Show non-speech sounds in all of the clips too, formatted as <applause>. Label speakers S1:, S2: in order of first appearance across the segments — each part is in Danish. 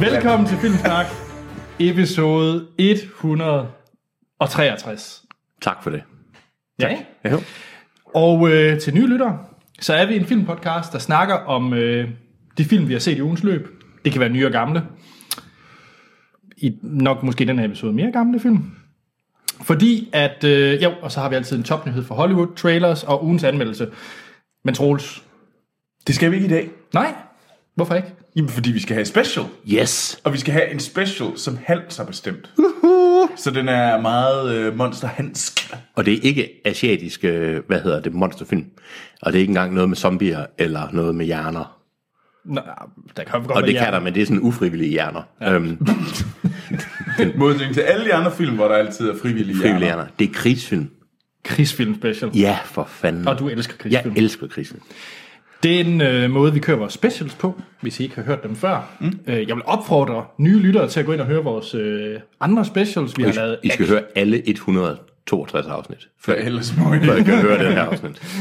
S1: Velkommen til Filmsnak, episode 163.
S2: Tak for det.
S1: Ja, ikke?
S2: Jo.
S1: Og øh, til nye lyttere, så er vi en filmpodcast, der snakker om øh, de film, vi har set i ugens løb. Det kan være nye og gamle. I, nok måske i den her episode mere gamle film. Fordi at, øh, jo, og så har vi altid en topnyhed for Hollywood, trailers og ugens anmeldelse. Men Troels,
S3: Det skal vi ikke i dag.
S1: nej, hvorfor ikke?
S3: Jamen, fordi vi skal have special.
S2: Yes.
S3: Og vi skal have en special, som Hans har bestemt. Så den er meget øh, monster Hansk.
S2: Og det er ikke asiatisk, øh, hvad hedder det, monsterfilm. Og det er ikke engang noget med zombier eller noget med hjerner.
S1: Nå, der kan godt
S2: Og det
S1: være-
S2: kan der, men det er sådan ufrivillige hjerner. Ja. Øhm,
S3: Modsætning til alle de andre film, hvor der altid er frivillige,
S2: frivillige
S3: hjerner.
S2: hjerner. Det er krigsfilm.
S1: Krigsfilm special.
S2: Ja, for fanden.
S1: Og du elsker krigsfilm.
S2: Jeg elsker krigsfilm.
S1: Den øh, måde, vi kører vores specials på, hvis I ikke har hørt dem før. Mm. Øh, jeg vil opfordre nye lyttere til at gå ind og høre vores øh, andre specials, vi har lavet.
S2: I skal høre alle 162 afsnit, før
S3: Ja, ellers må I
S2: før I
S3: ikke.
S2: kan høre det her
S1: <laughs>
S2: afsnit.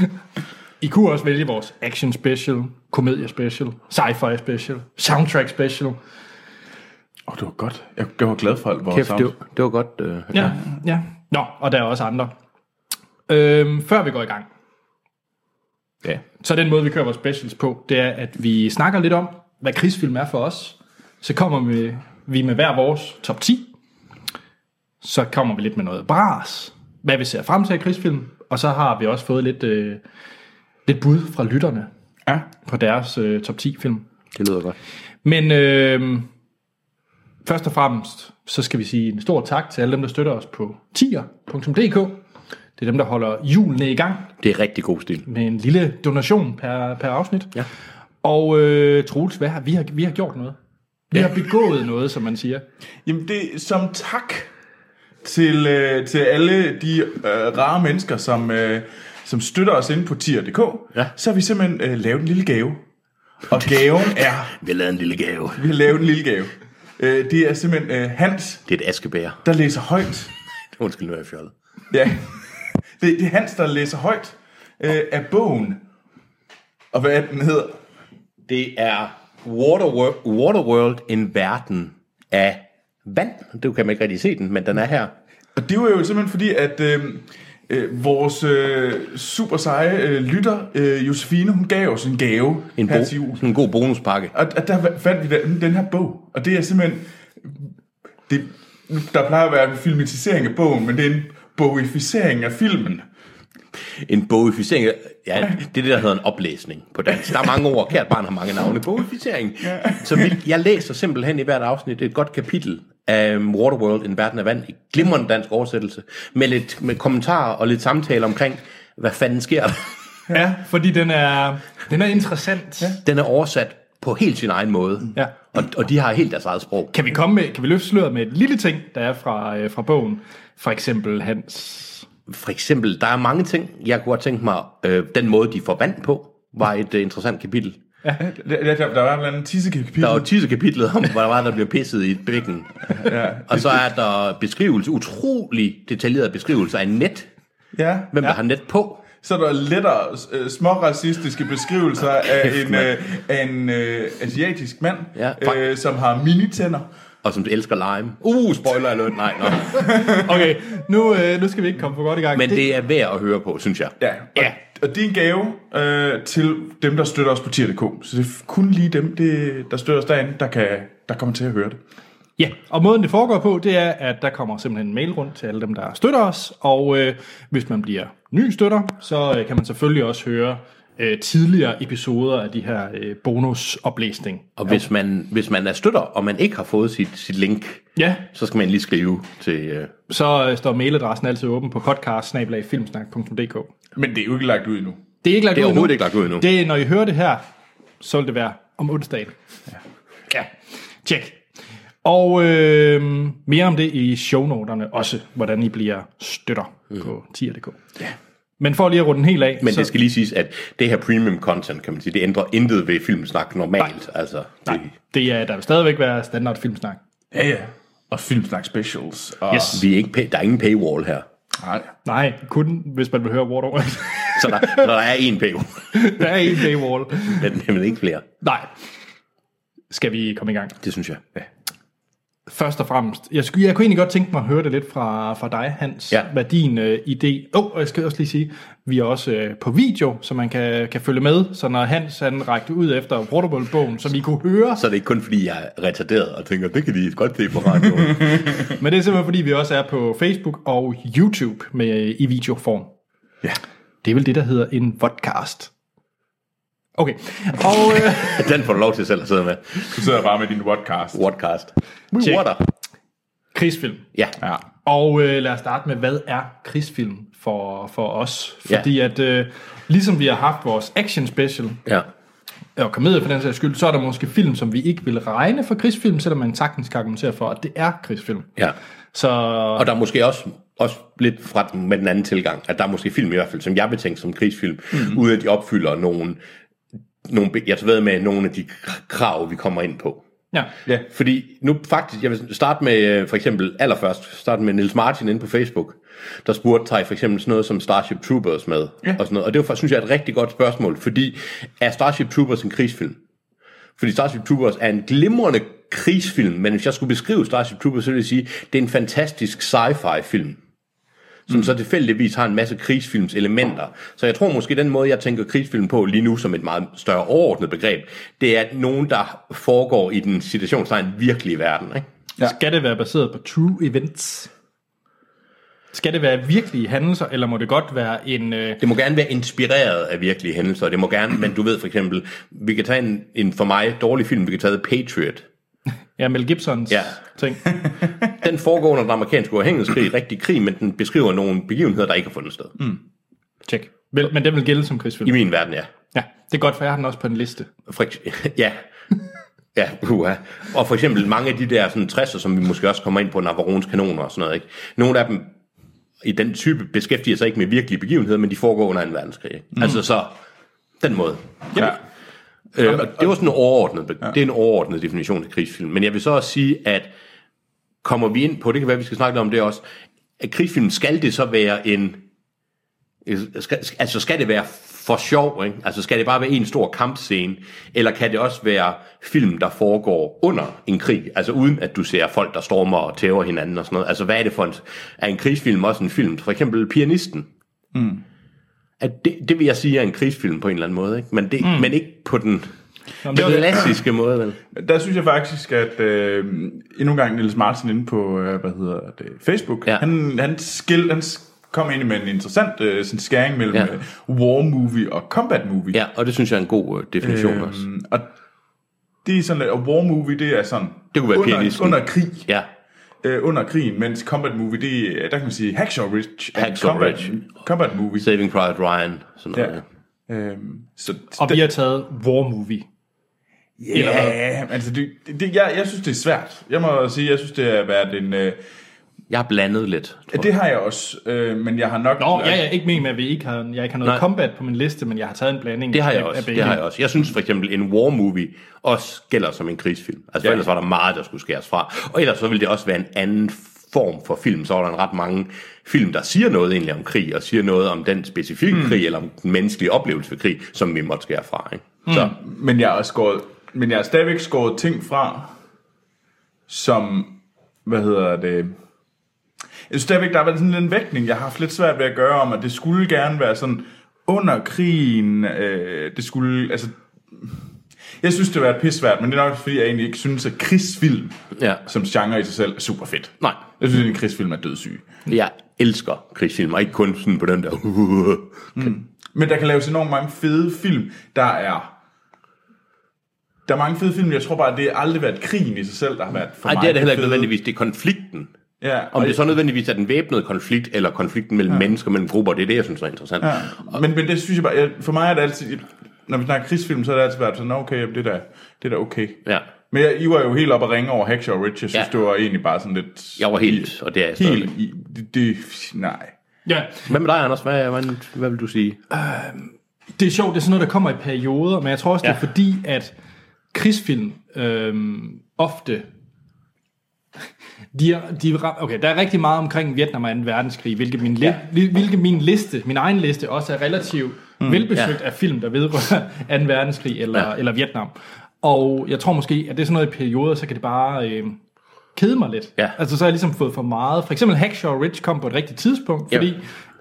S1: I kunne også vælge vores action special, komedie special, sci-fi special, soundtrack special.
S3: Åh, oh, det var godt. Jeg, jeg var glad for alt vores
S2: Kæft,
S3: sound.
S2: det var, det var godt. Øh,
S1: Ja, ja. ja. Nå, og der er også andre. Øhm, før vi går i gang,
S2: ja.
S1: så den måde, vi kører vores specials på, det er, at vi snakker lidt om, hvad krigsfilm er for os. Så kommer vi, vi med hver vores top 10. Så kommer vi lidt med noget bras. Hvad vi ser frem til af krigsfilm. Og så har vi også fået lidt, øh, lidt bud fra lytterne
S3: Ja.
S1: på deres øh, top 10 film.
S2: Det lyder godt.
S1: Men øh, først og fremmest, så skal vi sige en stor tak til alle dem, der støtter os på tier.dk. Det er dem, der holder julene i gang
S2: Det er rigtig god stil.
S1: med en lille donation per, per afsnit.
S2: Ja.
S1: Og øh, Troels, hvad har, vi, har, vi har gjort noget. Vi har begået noget, som man siger.
S3: Jamen, det er som tak til, øh, til alle de øh, rare mennesker, som, øh, som støtter os inde på tier.dk.
S2: Ja.
S3: Så har vi simpelthen øh, lavet en lille gave. Og gaven er...
S2: Vi har lavet en lille gave.
S3: Vi har lavet en lille gave. Øh, det er simpelthen øh, Hans,
S2: Det er et askebær.
S3: der læser højt.
S2: Undskyld, nu er jeg fjollet.
S3: Ja. <laughs> Det, det er Hans, der læser højt øh, af bogen. Og hvad er den hedder?
S2: Det er Waterworld, Waterworld en verden af vand. Du kan man ikke rigtig se den, men den er her.
S3: Og det var jo simpelthen fordi, at øh, øh, vores øh, super seje øh, lytter, øh, Josefine, hun gav os en gave
S2: En,
S3: her
S2: bo-
S3: til jul.
S2: sådan en god bonuspakke.
S3: Og, og der fandt vi den, den her bog. Og det er simpelthen... Det, der plejer at være en filmatisering af bogen, men det er en bogificering af filmen.
S2: En bogificering. Ja, det er det, der hedder en oplæsning på dansk. Der er mange ord. Kært barn har mange navne. Bogificering. Så vi, jeg læser simpelthen i hvert afsnit et godt kapitel af Waterworld, en verden af vand, i glimrende dansk oversættelse, med lidt med kommentarer og lidt samtale omkring, hvad fanden sker der?
S1: Ja, fordi den er, den er interessant. Ja.
S2: Den er oversat på helt sin egen måde.
S1: Ja.
S2: Og, og de har helt deres eget sprog.
S1: Kan vi komme med, kan vi løfte sløret med et lille ting, der er fra, øh, fra bogen? For eksempel Hans.
S2: For eksempel, der er mange ting, jeg kunne godt tænke mig, øh, den måde, de får vand på, var et øh, interessant kapitel.
S3: Ja, Der, der, der var en eller anden tissekapitel.
S2: Der er jo tissekapitlet om, hvor der var, der bliver pisset i et bækken. Ja, og så er der beskrivelse, utrolig detaljeret beskrivelse af net.
S3: Ja.
S2: Hvem ja. der har net på.
S3: Så er der lettere øh, små racistiske beskrivelser af en, øh, af en øh, asiatisk mand,
S2: Ja.
S3: øh, som har minitænder.
S2: Og som elsker lime. Uh, spoiler alert, nej, nej.
S1: Okay, nu, øh, nu skal vi ikke komme for godt i gang.
S2: Men det er værd at høre på, synes jeg.
S3: Ja. Og,
S1: Ja.
S3: og det er en gave øh, til dem, der støtter os på tier.dk. Så det er kun lige dem, det, der støtter os derinde, der, kan, der kommer til at høre det.
S1: Ja, og måden det foregår på, det er, at der kommer simpelthen en mail rundt til alle dem, der støtter os, og øh, hvis man bliver ny støtter, så øh, kan man selvfølgelig også høre øh, tidligere episoder af de her øh, bonusoplæsning.
S2: Og hvis man, hvis man er støtter, og man ikke har fået sit, sit link,
S1: Ja,
S2: så skal man lige skrive til... Øh,
S1: så øh, står mailadressen altid åben på podcast Det
S3: Men det er jo ikke lagt ud endnu.
S1: er ikke lagt
S2: det er
S1: ud endnu.
S2: overhovedet ikke lagt ud endnu.
S1: Det, er, når I hører det her, så vil det være om onsdagen. Ja. ja. Tjek. Og øh, mere om det i shownoterne også, hvordan I bliver støtter mm. på tier.dk. Ja. Men for lige at runde den helt af,
S2: Men
S1: så,
S2: det skal lige siges, at det her premium content, kan man sige, det ændrer intet ved filmsnak normalt. Altså, det,
S1: nej, det er, der vil stadigvæk være standard filmsnak.
S3: Ja, ja. Og filmsnak specials. Og,
S1: Yes.
S2: vi er ikke, pay- der er ingen paywall her.
S3: Nej.
S1: Nej, kun hvis man vil høre Waterworld. <laughs>
S2: Så der, <laughs> så der er en paywall,
S1: der er en paywall.
S2: men, men ikke flere.
S1: Nej. skal vi komme i gang.
S2: Det synes jeg. Ja.
S1: Først og fremmest, jeg, skulle, jeg kunne egentlig godt tænke mig at høre det lidt fra, fra dig, Hans,
S2: Ja.
S1: hvad din øh, idé... Åh, oh, og jeg skal også lige sige, vi er også øh, på video, så man kan, kan følge med. Så når Hans han rækte ud efter Portable-bogen, som I kunne høre,
S2: Så er det ikke kun fordi, jeg er retarderet og tænker, det kan de godt se på
S1: <laughs>
S2: radioen.
S1: men det er simpelthen fordi, vi også er på Facebook og YouTube med, øh, i videoform.
S2: ja.
S1: Det er vel det, der hedder en vodcast. Okay, og...
S2: <laughs>
S1: Øh,
S2: Den får du lov til selv at sidde med.
S3: Du sidder bare med din podcast.
S2: Whatcast. We
S1: Check.
S2: water.
S1: krigsfilm.
S2: Ja.
S3: Ja.
S1: Og øh, lad os starte med, hvad er krigsfilm for, for os?
S2: Ja.
S1: Fordi at øh, ligesom vi har haft vores action special,
S2: ja.
S1: og komedie for den sags skyld, så er der måske film, som vi ikke vil regne for krigsfilm, selvom man sagtens kan argumentere for, at det er krigsfilm.
S2: Ja.
S1: Så
S2: Og der er måske også, også lidt fra den, med den anden tilgang, at der er måske film i hvert fald, som jeg vil tænke som krigsfilm,
S1: Mhm.
S2: mm. uden at de opfylder nogle, nogle, be- jeg ved med, nogle af de k- krav, vi kommer ind på.
S1: ja,
S3: Ja.
S2: Fordi nu faktisk, jeg vil starte med øh, for eksempel allerførst, starte med Nils Martin inde på Facebook, der spurgte Tej for eksempel sådan noget som Starship Troopers med, ja. og sådan noget. Og det var, faktisk, synes jeg er et rigtig godt spørgsmål, fordi er Starship Troopers en krigsfilm? Fordi Starship Troopers er en glimrende krigsfilm, men hvis jeg skulle beskrive Starship Troopers, så ville jeg sige, det er en fantastisk sci-fi film som så tilfældigvis har en masse krigsfilms elementer. Så jeg tror måske, den måde, jeg tænker krigsfilm på lige nu som et meget større overordnet begreb, det er nogen, der foregår i den situationstegn virkelige verden. Ikke?
S1: ja, skal det være baseret på true events? Skal det være virkelige hændelser, eller må det godt være en... Øh,
S2: Det må gerne være inspireret af virkelige hændelser. Det må gerne, men du ved for eksempel, vi kan tage en, en for mig dårlig film, vi kan tage The Patriot.
S1: ja, Mel Gibsons
S2: Ja.
S1: ting?
S2: Den foregår under den amerikanske uafhængighedskrig, rigtig krig, men den beskriver nogle begivenheder, der ikke har fundet sted. Mm.
S1: Check. Vel, men den vil gælde som
S2: I
S1: krigsfilm.
S2: min verden, ja.
S1: Ja, det er godt, for jeg har den også på en liste.
S2: For ekse- ja. Ja, uha. Og for eksempel mange af de der sådan 60'er, som vi måske også kommer ind på, Navarons kanoner og sådan noget, ikke? Nogle af dem i den type beskæftiger sig ikke med virkelige begivenheder, men de foregår under en verdenskrig. ikke? Altså så, den måde.
S3: ja.
S2: Øh, og det var sådan en overordnet, ja. det er en overordnet definition af krigsfilm. Men jeg vil så også sige, at kommer vi ind på, det kan være, vi skal snakke lidt om det også, at krigsfilm, skal det så være en, skal, altså skal det være for sjov, ikke? Altså skal det bare være en stor kampscene, eller kan det også være film, der foregår under en krig, altså uden at du ser folk, der stormer og tæver hinanden og sådan noget. Altså hvad er det for en, er en krigsfilm også en film? For eksempel Pianisten,
S1: Mm.
S2: at det, det vil jeg sige er en krigsfilm på en eller anden måde, ikke? Men, det, mm. men ikke på den,
S1: Jamen,
S2: den
S1: det var det.
S2: klassiske måde, vel?
S3: Der synes jeg faktisk, at øh, endnu en gang Niels Martin inde på, øh, hvad hedder det, Facebook,
S2: Ja.
S3: han, han, skil, han s- kom ind med en interessant øh, sådan skæring mellem
S2: Ja.
S3: ja. war movie og combat movie.
S2: Ja, og det synes jeg er en god øh, definition øh, også.
S3: Øhm, og det er sådan lidt, og war movie, det er sådan
S2: Det kunne være
S3: under,
S2: pianisten.
S3: under krig,
S2: Ja, øh,
S3: øh, under krigen, mens combat movie, det, er- der kan man sige Hacksaw Ridge, er en
S2: Hacksaw
S3: combat,
S2: Ridge.
S3: combat movie. Så,
S2: Saving Private Ryan, sådan noget.
S3: ja.
S2: Ja.
S3: Øhm, så
S1: Og vi har taget War Movie. eller
S3: Ja, altså det, det, jeg, jeg synes, det er svært. Jeg må sige, jeg synes, det har været en... Øh,
S2: Jeg har blandet lidt, tror jeg.
S3: det har jeg også, øh, men jeg har nok...
S1: Nå, ja, ja, ikke meningen med, at vi ikke har, jeg ikke har noget
S2: Nej.
S1: Nej. combat på min liste, men jeg har taget en blanding.
S2: Det har jeg
S1: af- af
S2: også.
S1: begge.
S2: Det har jeg også. Jeg synes for eksempel, en war movie også gælder som en krigsfilm. Altså for
S3: Ja.
S2: ellers var der meget, der skulle skæres fra. Og ellers så ville det også være en anden form for film. Så var der en ret mange film, der siger noget egentlig om krig, og siger noget om den specifikke mm. krig, eller om den menneskelige oplevelse ved krig, som vi måtte skære fra. Ikke? Så
S1: Mm.
S3: Men jeg har skåret, men jeg har stadigvæk skåret ting fra, som, hvad hedder det... Jeg synes stadigvæk, der har været sådan lidt en vægtning, jeg har haft lidt svært ved at gøre om, at det skulle gerne være sådan under krigen, øh, det skulle, altså... Jeg synes, det var et pissvært, men det er nok, fordi jeg egentlig ikke synes, at krigsfilm
S2: Ja.
S3: som genre i sig selv er super fedt.
S2: nej,
S3: Jeg synes, at en krigsfilm er dødssyg.
S2: jeg elsker krigsfilm, og ikke kun sådan på den der... <laughs>
S3: Men der kan laves enormt mange fede film, der er... Der er mange fede film, jeg tror bare, at det har aldrig været krigen i sig selv, der har været for
S2: Nej,
S3: mig.
S2: det er det heller ikke
S3: fede.
S2: nødvendigvis. Det er konflikten.
S3: Ja,
S2: Om
S3: og
S2: det så nødvendigvis er den væbnede konflikt, eller konflikten mellem ja. mennesker, mellem grupper, det er det, jeg synes er interessant. Ja.
S3: ja. men, men det synes jeg bare, jeg, for mig er det altid, når vi snakker krigsfilm, så er det altid været sådan, "Nå, okay, jamen, det er da, det er da okay.
S2: ja.
S3: Men jeg, I var jo helt op at ringe over Hacksaw Ridge, jeg synes,
S2: Ja.
S3: ja. det var egentlig bare sådan lidt...
S2: Jeg var helt, og det er jeg stadig.
S3: Helt i, det, det, nej.
S1: Ja,
S2: Hvad med dig, Anders? Hvad, hvad, hvad vil du sige?
S1: det er sjovt, det er sådan noget, der kommer i perioder, men jeg tror også, det er
S2: Ja.
S1: fordi, at krigsfilm øhm, ofte... De er, de er, ret- okay, der er rigtig meget omkring Vietnam og 2. verdenskrig, hvilket min, li, li, hvilket min liste, min egen liste, <laughs> også er relativt mm, velbesøgt ja. af film, der vedrører 2. verdenskrig eller,
S2: Ja.
S1: ja. eller Vietnam. Og jeg tror måske, at det er sådan noget i perioder, så kan det bare øh, kede mig lidt.
S2: Ja.
S1: Altså så har jeg ligesom fået for meget. For eksempel Hacksaw Ridge kom på et rigtigt tidspunkt, fordi
S2: Ja.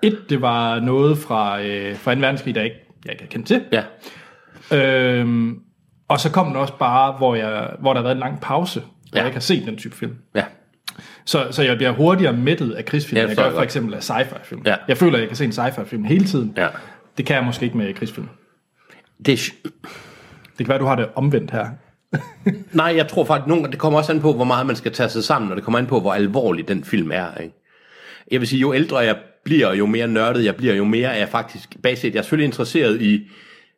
S1: et, det var noget fra, øh, fra 2. verdenskrig, der ikke, jeg ikke kendte til.
S2: Ja.
S1: Øhm, og så kom den også bare, hvor, jeg, hvor der har været en lang pause, hvor
S2: Ja.
S1: ja. jeg ikke har set den type film.
S2: Ja.
S1: Så, så jeg bliver hurtigere mættet af krigsfilm,
S2: Ja,
S1: end jeg
S2: det tror
S1: gør
S2: jeg
S1: for
S2: godt.
S1: eksempel af sci-fi-film.
S2: Ja.
S1: Jeg føler, at jeg kan se en sci-fi-film hele tiden.
S2: Ja.
S1: Det kan jeg måske ikke med krigsfilm.
S2: Det er, sj-
S1: Det kan være, du har det omvendt her.
S2: nej, jeg tror faktisk, nogen, det kommer også an på, hvor meget man skal tage sig sammen, og det kommer an på, hvor alvorlig den film er. Ikke? Jeg vil sige, jo ældre jeg bliver, jo mere nørdet jeg bliver, jo mere er jeg faktisk, baseret, jeg er selvfølgelig interesseret i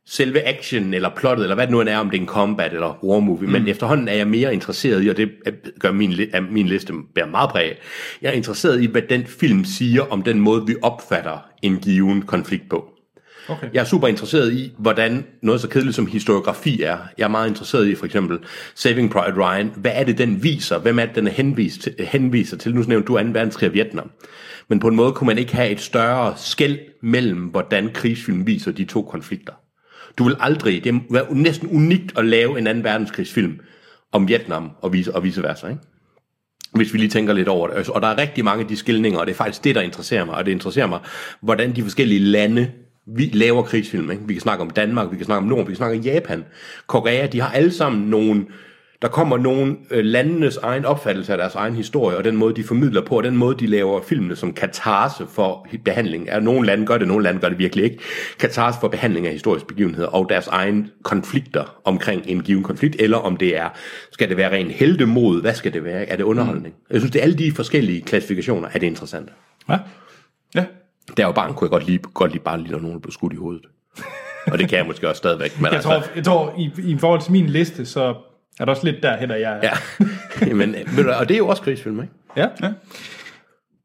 S2: selve action, eller plottet, eller hvad det nu end er, om det er en combat eller war movie, mm. men efterhånden er jeg mere interesseret i, og det gør min, li- at min liste bærer meget præg af, jeg er interesseret i, hvad den film siger om den måde, vi opfatter en given konflikt på.
S1: Okay.
S2: Jeg er super interesseret i, hvordan noget så kedeligt som historiografi er. Jeg er meget interesseret i for eksempel Saving Private Ryan. Hvad er det, den viser? Hvem er det, den henviser til? Henviser til? Nu nævnte du 2. verdenskrig og Vietnam. Men på en måde kunne man ikke have et større skæld mellem, hvordan krigsfilm viser de to konflikter. Du vil aldrig, det er næsten unikt at lave en 2. verdenskrigsfilm om Vietnam og vice, og vice versa, ikke? hvis vi lige tænker lidt over det. Altså, Og der er rigtig mange af de skildninger, og det er faktisk det, der interesserer mig. Og det interesserer mig, hvordan de forskellige lande vi laver krigsfilm. Ikke? Vi kan snakke om Danmark, vi kan snakke om Norden, vi kan snakke om Japan, Korea. De har alle sammen nogle... Der kommer nogle øh, landenes egen opfattelse af deres egen historie, og den måde, de formidler på, og den måde, de laver filmene som katarse for behandling. Er, nogle lande gør det, nogle lande gør det virkelig ikke. Katarse for behandling af historiske begivenheder og deres egen konflikter omkring en given konflikt, eller om det er, skal det være ren heldemod, hvad skal det være, er det underholdning? Mm. Jeg synes, det er alle de forskellige klassifikationer, er det interessant.
S1: Ja.
S3: Ja.
S2: Der var barn, kunne jeg godt lide, godt lide bare lige, når nogen blev skudt i hovedet. og det kan jeg måske også stadigvæk. Men altså,
S1: Jeg tror, jeg tror i, i forhold til min liste, så er der også lidt derhen, at jeg er.
S2: Ja. <laughs> Men, øh, ved du, og det er jo også krigsfilm, ikke?
S1: Ja. ja.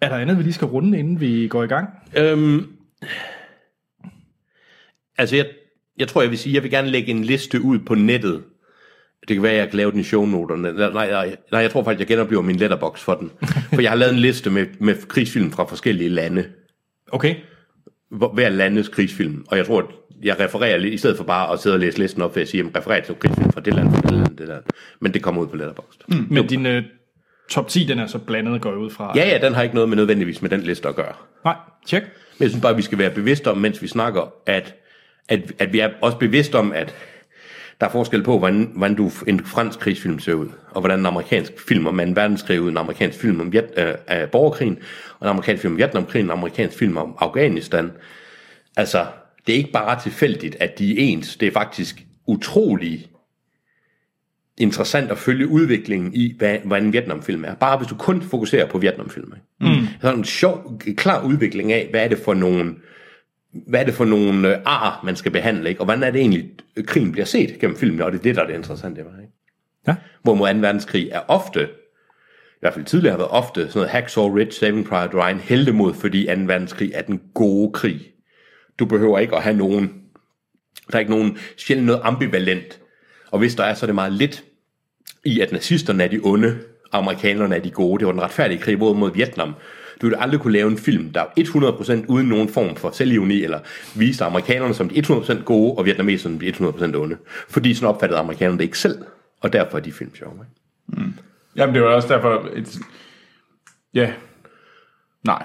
S1: Er der andet, vi lige skal runde, inden vi går i gang?
S2: Øhm, altså, jeg, jeg tror, jeg vil sige, jeg vil gerne lægge en liste ud på nettet. Det kan være, jeg kan lave den i shownoterne. Nej, nej, nej, jeg tror faktisk, jeg genoplever min letterbox for den. For jeg har lavet en liste med, med krigsfilm fra forskellige lande.
S1: Okay.
S2: Hvor- Hver landes krigsfilm. Og jeg tror, at jeg refererer lidt, i stedet for bare at sidde og læse listen op, for jeg siger, at refererer til krigsfilm fra det land, fra det land, det land. Men det kommer ud på letterbox. Mm.
S1: Men din øh, top 10, den er så blandet, går jeg ud fra.
S2: Ja, ja, den har ikke noget med nødvendigvis med den liste at gøre.
S1: Nej, tjek.
S2: Men jeg synes bare, at vi skal være bevidste om, mens vi snakker, at, at, at vi er også bevidste om, at der er forskel på, hvordan, hvordan du, en fransk krigsfilm ser ud, og hvordan en amerikansk film om 2. verdenskrig ser ud, en amerikansk film om Viet, øh, øh, borgerkrigen, og en amerikansk film om Vietnamkrigen, en amerikansk film om Afghanistan. Altså, det er ikke bare tilfældigt, at de er ens. Det er faktisk utrolig interessant at følge udviklingen i, hvad, hvad en Vietnamfilm er. Bare hvis du kun fokuserer på Vietnamfilm. Ikke? Mm. Sådan en sjov, klar udvikling af, hvad er det for nogle hvad er det for nogle øh, ar, man skal behandle, ikke? og hvordan er det egentlig, øh, krigen bliver set gennem filmene, og det er det, der er det interessante. Ikke?
S1: Ja.
S2: Hvorimod 2. verdenskrig er ofte, i hvert fald tidligere har været ofte, sådan noget Hacksaw Ridge, Saving Private Ryan, heldemod, fordi 2. verdenskrig er den gode krig. Du behøver ikke at have nogen, der er ikke nogen, sjældent noget ambivalent. Og hvis der er, så er det meget lidt i, at nazisterne er de onde, og amerikanerne er de gode. Det var den retfærdige krig både mod Vietnam. Du ville aldrig kunne lave en film, der er 100% uden nogen form for selvivni, eller viste amerikanerne som de 100% gode, og vietnameserne som de 100% onde. Fordi sådan opfattede amerikanerne det ikke selv, og derfor er de film sjove. Ikke?
S3: Jamen, det var også derfor... Et... Ja. Nej.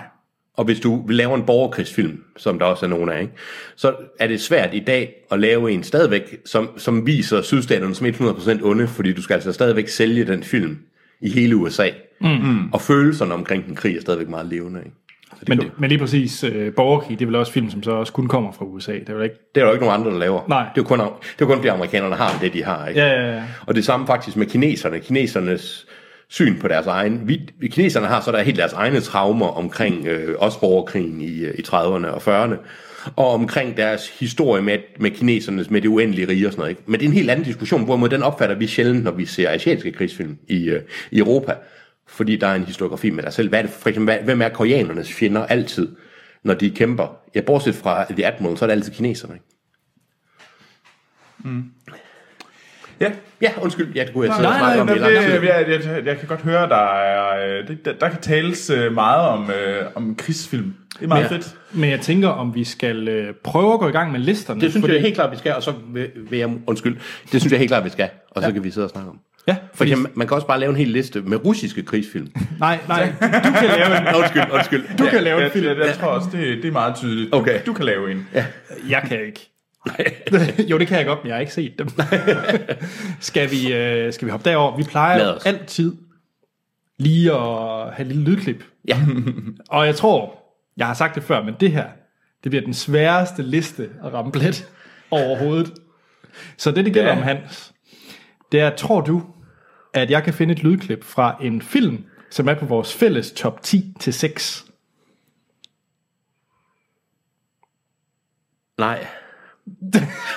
S2: Og hvis du laver en borgerkrigsfilm, som der også er nogen af, ikke? så er det svært i dag at lave en stadigvæk, som, som viser sydstaterne som 100% onde, fordi du skal altså stadigvæk sælge den film i hele USA. Mm-hmm. Og følelserne omkring den krig er stadigvæk meget levende. Ikke? Så det,
S1: Men,
S2: men det,
S1: men lige præcis øh, Borgerkrig, det er vel også film, som så også kun kommer fra USA. Det er vel ikke...
S2: det er der jo ikke nogen andre, der laver.
S1: Nej.
S2: Det er jo kun, det er kun fordi amerikanerne har det, de har. Ikke?
S1: Ja, ja, ja.
S2: Og det samme faktisk med kineserne. Kinesernes syn på deres egen... Vi, kineserne har så der helt deres egne traumer omkring øh, også borgerkrigen i, øh, i 30'erne og 40'erne. Og omkring deres historie med, med kinesernes, med det uendelige rige og sådan noget. Ikke? Men det er en helt anden diskussion, hvorimod den opfatter vi sjældent, når vi ser asiatiske krigsfilm i, øh, i Europa. Fordi der er en historiografi med dig selv. Hvad er det, for eksempel, hvad, hvem er koreanernes fjender altid, når de kæmper? Ja, bortset fra The Admiral, så er det altid kineserne. Ikke?
S3: Ja.
S2: Ja, undskyld. Ja, det kunne jeg sidde og
S3: Nej,
S2: snakke
S3: nej,
S2: om
S3: nej,
S2: i lang tid.
S3: det, jeg, jeg, jeg kan godt høre, der, er, øh, det, der, der kan tales øh, meget om, øh, om krigsfilm. Det er meget
S2: Ja.
S3: fedt.
S1: Men jeg tænker, om vi skal øh, prøve at gå i gang med listerne.
S2: Det synes
S1: fordi,
S2: jeg helt klart, vi skal, og så vil vil jeg, undskyld, det synes jeg helt klart, vi skal, og så kan vi sidde og snakke om.
S1: Ja,
S2: Fordi
S1: fordi,
S2: man, man kan også bare lave en hel liste med russiske krigsfilm.
S1: nej, nej, <laughs> du kan lave en.
S2: Nå, undskyld, undskyld.
S1: Du kan lave en
S3: Jeg,
S1: film.
S3: jeg, jeg tror også, det, det er meget tydeligt.
S2: Okay.
S3: Du kan lave en.
S1: Jeg kan ikke. <laughs> jo, det kan jeg godt, men jeg har ikke set
S2: <laughs>
S1: dem. skal, vi, øh, skal vi hoppe derover? Vi plejer
S2: Lad
S1: jo
S2: os.
S1: altid lige at have et lille lydklip.
S2: Ja,
S1: <laughs> Og jeg tror, jeg har sagt det før, men det her, det bliver den sværeste liste at ramme
S2: <laughs>
S1: plet overhovedet. Så det, det gælder
S3: Ja.
S1: om Hans, det er, tror du, at jeg kan finde et lydklip fra en film, som er på vores fælles top 10 til 6?
S2: nej.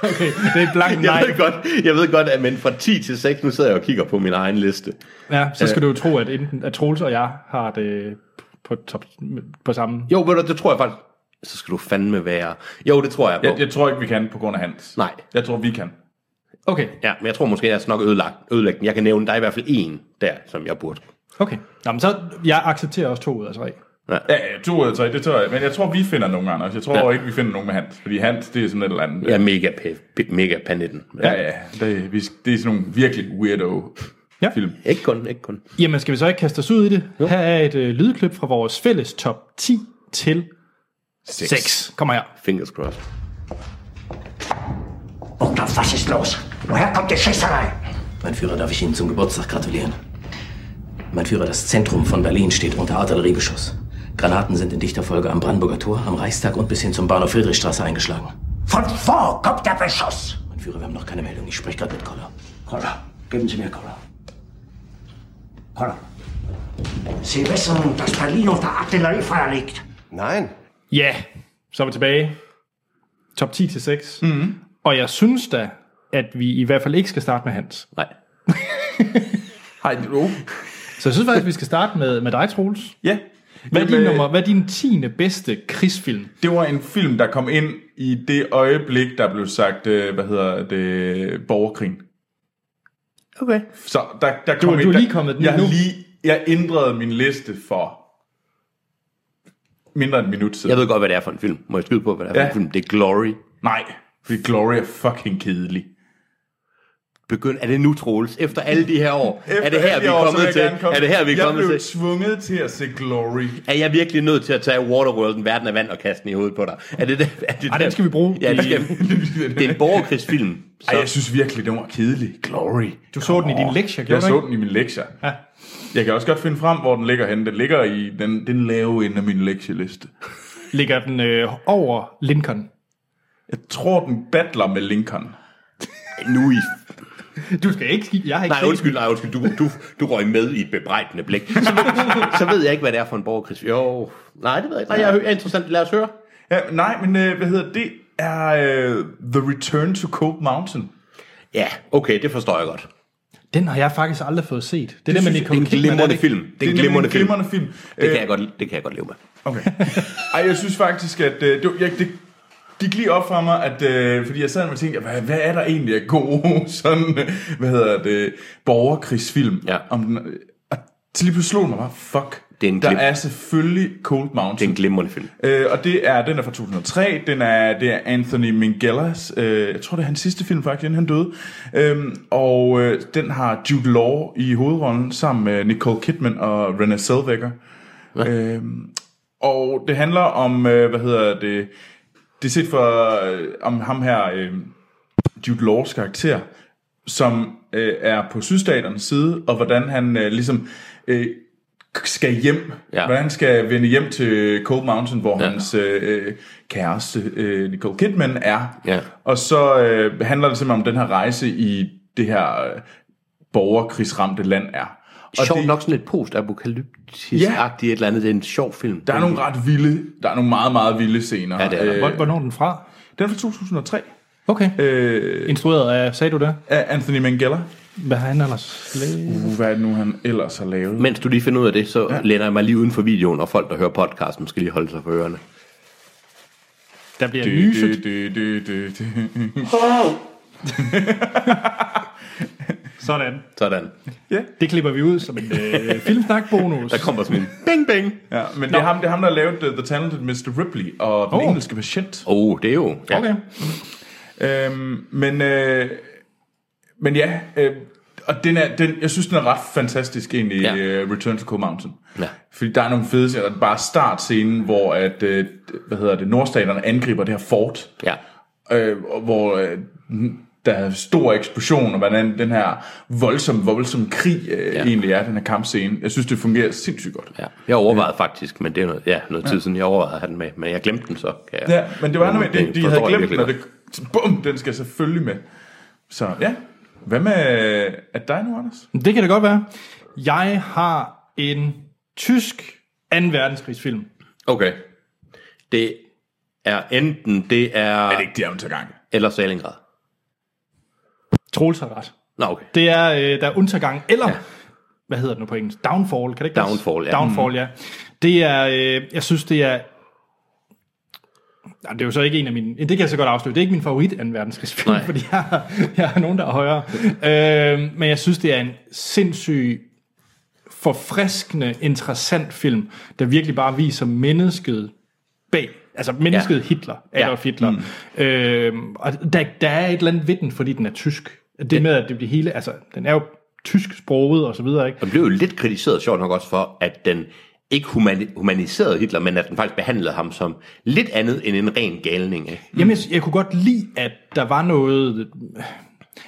S1: Okay, det er et blankt
S2: <laughs> Jeg
S1: nej.
S2: ved, godt, jeg ved godt, at men fra 10 til 6, nu sidder jeg og kigger på min egen liste.
S1: Ja, så skal du jo tro, at enten at Troels og jeg har det på, top, på samme.
S2: Jo, ved du, det tror jeg faktisk. Så skal du fandme være. Jo, det tror jeg på.
S3: Jeg, jeg tror ikke, vi kan på grund af Hans.
S2: Nej.
S3: Jeg tror, vi kan.
S1: Okay,
S2: Ja, men jeg tror måske, jeg er nok ødelagt, ødelagt den. Jeg kan nævne, der er i hvert fald en der, som jeg burde.
S1: okay. Nå, men så, jeg accepterer også to ud af tre.
S3: Ja, ja, to eller tre, det tror jeg. Men jeg tror, vi finder nogen, Anders. Jeg tror
S2: Ja.
S3: ja. ikke, vi finder nogen med Hans. Fordi Hans, det er sådan et eller andet.
S2: Jeg er mega, pe- pe- mega panitten.
S3: Ja, ja. Det, vi, det er sådan nogle virkelig weirdo
S1: Ja.
S3: ja. film.
S2: Ikke kun, ikke kun.
S1: Jamen, skal vi så ikke kaste os ud i det? Jo. Her er et øh, lydklip fra vores fælles top 10 til 6. Kommer her.
S2: Fingers crossed.
S4: Und auf was ist los? Woher kommt die Schießerei?
S5: Mein Führer, darf ich Ihnen zum Geburtstag gratulieren? Mein Führer, das Zentrum von Berlin steht unter Artilleriebeschuss. Granaten sind in dichter Folge am Brandenburger Tor, am Reichstag und bis hin zum Bahnhof Friedrichstraße eingeschlagen.
S4: Von wo kommt der Beschuss?
S5: Mein Führer, wir haben noch keine Meldung. Ich spreche gerade mit Koller.
S4: Koller, geben Sie mir Koller. Koller. Sie wissen, dass Berlin unter Artilleriefeuer liegt.
S6: Nein.
S1: Ja, yeah. så er vi tilbage. Top 10 til 6. Mm-hmm. Og jeg synes da, at vi i hvert fald ikke skal starte med Hans.
S2: Nej.
S3: Hej, du.
S1: Så jeg synes <laughs> faktisk, vi skal starte med, med dig, Troels.
S3: Ja.
S1: Hvad er, din
S3: Jamen, øh,
S1: nummer, hvad er din 10. bedste krigsfilm?
S3: Det var en film, der kom ind i det øjeblik, der blev sagt, øh, hvad hedder det, borgerkrigen.
S2: Okay.
S3: Så der, der kom
S1: du
S3: et-
S1: er
S3: der-
S1: lige kommet den
S3: jeg
S1: nu.
S3: har Lige, jeg ændrede min liste for mindre end en minut siden.
S2: Jeg ved godt, hvad det er for en film. Må jeg skyde på, hvad det er for
S3: Ja.
S2: en film? Det er Glory.
S3: Nej, fordi Glory er fucking kedelig.
S2: Begynd, er det nu, Troels? Efter alle de her år? er det
S3: alle
S2: her,
S3: de
S2: vi er
S3: år, så vil
S2: kommet
S3: jeg
S2: til?
S3: gerne komme-
S2: Er det her, vi er kommet
S3: Jeg blev
S2: til?
S3: tvunget til at se Glory.
S2: Er jeg virkelig nødt til at tage Waterworld, en verden af vand og kaste den i hovedet på dig? Er det, det, er det
S1: Ej,
S2: der-
S1: den skal vi bruge
S2: Ja, det,
S1: i-
S2: skal, det er en borgerkrigsfilm. Så.
S3: Ej, jeg synes virkelig, den var kedelig. Glory.
S1: Du så den i din lektie, gjorde
S3: Jeg
S1: du
S3: så
S1: ikke?
S3: den i min lektier. Ja. Jeg kan også godt finde frem, hvor den ligger henne. Den ligger i den, den lave ende af min lektieliste.
S1: Ligger den øh, over Lincoln?
S3: Jeg tror, den battler med Lincoln.
S2: Nu i...
S1: Du skal ikke... Jeg har ikke
S2: Nej, undskyld, nej, undsyskyld. Du, du, du røg med i et bebrejdende blik. Så, ved- så ved jeg ikke, hvad det er for en borgerkrigsfilm. Jo, nej, det ved jeg ikke. Nej, jeg er interessant. Lad os høre.
S3: Ja, nej, men øh, hvad hedder det? er øh, The Return to Cold Mountain.
S2: Ja, okay, det forstår jeg godt.
S1: Den har jeg faktisk aldrig fået set. Det, det er
S3: synes
S1: det,
S3: jeg,
S1: man
S3: det
S1: ikke
S3: er
S2: Det er
S1: kommer
S2: en glimrende film. Det er en glimrende
S3: nemlig
S2: film.
S3: glimrende film.
S2: Det kan
S3: Øh,
S2: jeg godt, det kan jeg godt leve med.
S3: Okay. Ej, jeg synes faktisk, at øh, det, var- jeg, det gik lige op for mig, at, øh, fordi jeg sad og tænkte, hvad, hvad er der egentlig af gode <laughs> sådan, øh, hvad hedder det, borgerkrigsfilm?
S2: Ja.
S3: Om den, øh, og til lige pludselig slog det mig bare, fuck,
S2: Det er en
S3: der
S2: glim-
S3: er selvfølgelig Cold
S2: Det er
S3: Mountain.
S2: en glimrende film.
S3: Øh, og det er, den er fra 2003, den er, det er Anthony Mingelas, øh, jeg tror det er hans sidste film faktisk, inden han døde. Øhm, og øh, den har Jude Law i hovedrollen sammen med Nicole Kidman og Renée Zellweger. Øhm, og det handler om, øh, hvad hedder det, det er set for, øh, om ham her, øh, Jude Laws karakter, som øh, er på sydstaternes side, og hvordan han øh, ligesom øh, skal hjem,
S2: Ja.
S3: ja. hvordan han skal vende hjem til Cold Mountain, hvor ja. hans øh, kæreste, øh, Nicole Kidman, er.
S2: Ja.
S3: Og så øh, handler det simpelthen om den her rejse i det her øh, borgerkrigsramte land er.
S2: Og Sjovt
S3: det-
S2: det, nok sådan lidt post-apokalyptisk-agtigt et eller andet. Det er en sjov film.
S3: Der er nogle ret vilde, der er nogle meget, meget vilde scener. øh,
S2: Ja, det er der.
S1: Hvor- Hvornår er den fra?
S3: Den er fra 2003.
S1: Okay.
S3: Øh,
S1: Instrueret af, sagde du det?
S3: af Anthony Mangella.
S1: Hvad har han ellers lavet?
S3: Uh, hvad er det nu, han ellers har lavet?
S2: Mens du lige finder ud af det, så ja. læner jeg mig lige uden for videoen, og folk, der hører podcasten, skal lige holde sig for ørerne.
S1: Der bliver
S3: Du,
S1: nyset.
S3: du, du, du, du.
S1: Sådan.
S2: Sådan.
S1: Det klipper vi ud som en øh, <laughs> filmsnak-bonus.
S2: Der kommer sådan en Bing, bing.
S3: Ja, men det er, ham, det er ham, der lavede The, The Talented Mr. Ripley og Den
S1: Oh.
S3: engelske patient.
S2: Oh, det er jo... Ja.
S1: Okay.
S3: Øhm, men, øh, men ja, øh, og den er, den, jeg synes, den er ret fantastisk egentlig,
S2: Ja.
S3: ja. øh, Return to Cold Mountain.
S2: Ja.
S3: Fordi der er nogle fede scener, bare startscenen, hvor at, øh, hvad hedder det, nordstaterne angriber det her fort,
S2: ja.
S3: øh, og hvor øh, der er stor eksplosion, og hvordan den her voldsom, voldsom krig øh,
S2: Ja.
S3: ja. egentlig er, den her kampscene. Jeg synes, det fungerer sindssygt godt.
S2: Ja. Jeg overvejede faktisk, men det er noget, ja, noget tid siden, jeg overvejede at have den med, men jeg glemte den så. Kan jeg,
S3: Ja, men det var noget med,
S2: det
S3: de, de
S2: forstår
S3: havde
S2: jeg
S3: glemt
S2: virkelig
S3: den, og det, bum, den skal selvfølgelig med. Så ja, hvad med øh, at dig nu, Anders?
S1: Det kan det godt være. Jeg har en tysk 2. verdenskrigsfilm.
S2: Okay. Det er enten, det er,
S3: Er det ikke de til gang?
S2: eller Salingrad.
S1: Troels har ret.
S2: Nå, okay.
S1: Det er, øh, der er Untergang, eller, ja. hvad hedder den nu på engelsk? Downfall, kan det ikke passe?
S2: Downfall, ja. Mm.
S1: Downfall, ja. Det er, øh, jeg synes, det er, Nej, det er jo så ikke en af mine... Det kan jeg så godt afsløre. Det er ikke min favorit anden verdenskrigsfilm,
S2: Nej.
S1: fordi jeg, har- jeg har nogen, der er højere. Øh, men jeg synes, det er en sindssyg, forfriskende, interessant film, der virkelig bare viser mennesket bag. Altså mennesket
S2: Ja.
S1: ja. Hitler, Adolf
S2: Ja.
S1: ja. Hitler. Mm. Øhm, og der, der er et eller andet ved den, fordi den er tysk. Det med, at det bliver hele... Altså, den er jo tysksproget og så videre, ikke?
S2: Den blev jo lidt kritiseret, sjovt nok også, for at den ikke humani- humaniserede Hitler, men at den faktisk behandlede ham som lidt andet end en ren galning. Ikke?
S1: Jamen, jeg, jeg kunne godt lide, at der var noget...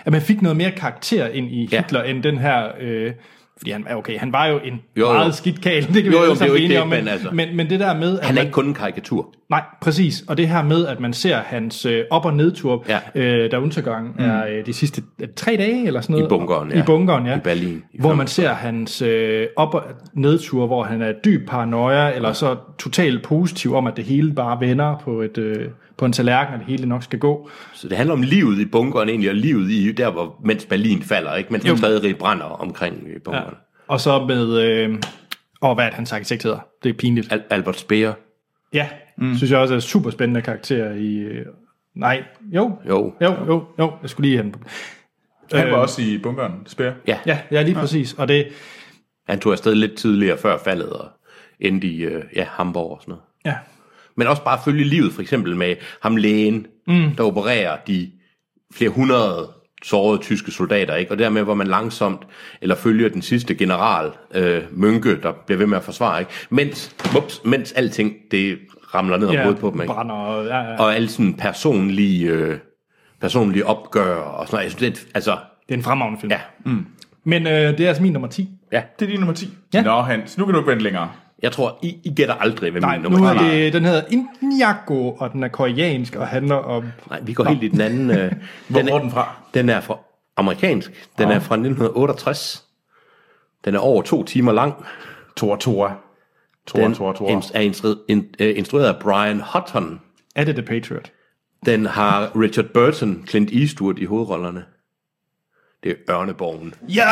S1: At man fik noget mere karakter ind i
S2: Ja.
S1: Hitler, ja. end den her... Øh, fordi han, ja, okay, han var jo en
S2: Jo,
S1: jo,
S2: jo.
S1: jo. meget skidt kagel, det kan
S2: Jo,
S1: vi
S2: jo,
S1: alle
S2: det er jo
S1: sammen
S2: ikke
S1: blive enige
S2: det,
S1: om, men,
S2: men altså-
S1: men, men det der med... At
S2: Han er
S1: man,
S2: ikke kun en karikatur.
S1: Nej, præcis. Og det her med, at man ser hans øh, op- og nedtur,
S2: Ja.
S1: ja. øh, der undergang mm. er øh, de sidste øh, tre dage eller sådan noget.
S2: bunkeren, ja.
S1: I bunkeren, ja.
S2: I Berlin. I
S1: hvor man ser hans øh, op- og nedtur, hvor han er dyb paranoia, eller så totalt positiv om, at det hele bare vender på, et, øh, på en tallerken, og det hele nok skal gå.
S2: Så det handler om livet i bunkeren egentlig, og livet i der, hvor, mens Berlin falder, ikke? mens den tredje rige brænder omkring i bunkeren. Ja.
S1: Og så med... Øh, og hvad er det, hans arkitekt hedder? Det er pinligt.
S2: Al- Albert Speer,
S1: Ja, mm. synes jeg også er super spændende karakter i... Øh, nej, jo.
S2: Jo.
S1: Jo, jo, jo. Jeg skulle lige have den på.
S3: Han var også i bunkeren, Speer.
S2: ja, ja.
S1: Ja, ja lige ja. præcis. Og det,
S2: han tog afsted lidt tidligere før faldet, og endte i øh, ja, Hamburg og sådan noget.
S1: ja.
S2: Men også bare følge livet, for eksempel med ham lægen, mm. der opererer de flere hundrede sårede tyske soldater, ikke? og dermed hvor man langsomt, eller følger den sidste general, øh, Mønke, der bliver ved med at forsvare, ikke? Mens, ups, mens alting, det ramler ned om
S1: ja,
S2: hovedet på dem. Ikke?
S1: brænder. Og, ja, ja.
S2: og alle sådan personlige, øh, personlige opgør og sådan noget. Jeg synes, det, er- altså,
S1: Det er en fremragende film.
S2: ja,
S1: Men øh, det er altså min nummer 10.
S2: ja.
S3: Det er din nummer 10.
S1: Ja.
S3: Nå, Hans, nu kan du ikke vente længere.
S2: Jeg tror, I, I gætter aldrig, hvad
S1: Nej,
S2: min
S1: nu
S2: nummer
S1: er
S2: er.
S1: det, den hedder Indiago, og den er koreansk og handler om...
S2: Nej, vi går helt i den anden. Øh,
S3: Hvor
S2: den,
S3: er
S2: er,
S3: den fra?
S2: den er fra amerikansk. Den er fra 1968. Den er over to timer lang.
S3: Tora Tora. Tora
S2: Den
S3: Tora Tora.
S2: ins- er instru- in, øh, instrueret af Brian Hutton.
S1: Er det The Patriot?
S2: Den har Richard Burton, Clint Eastwood i hovedrollerne. Det er Ørneborgen.
S1: Ja!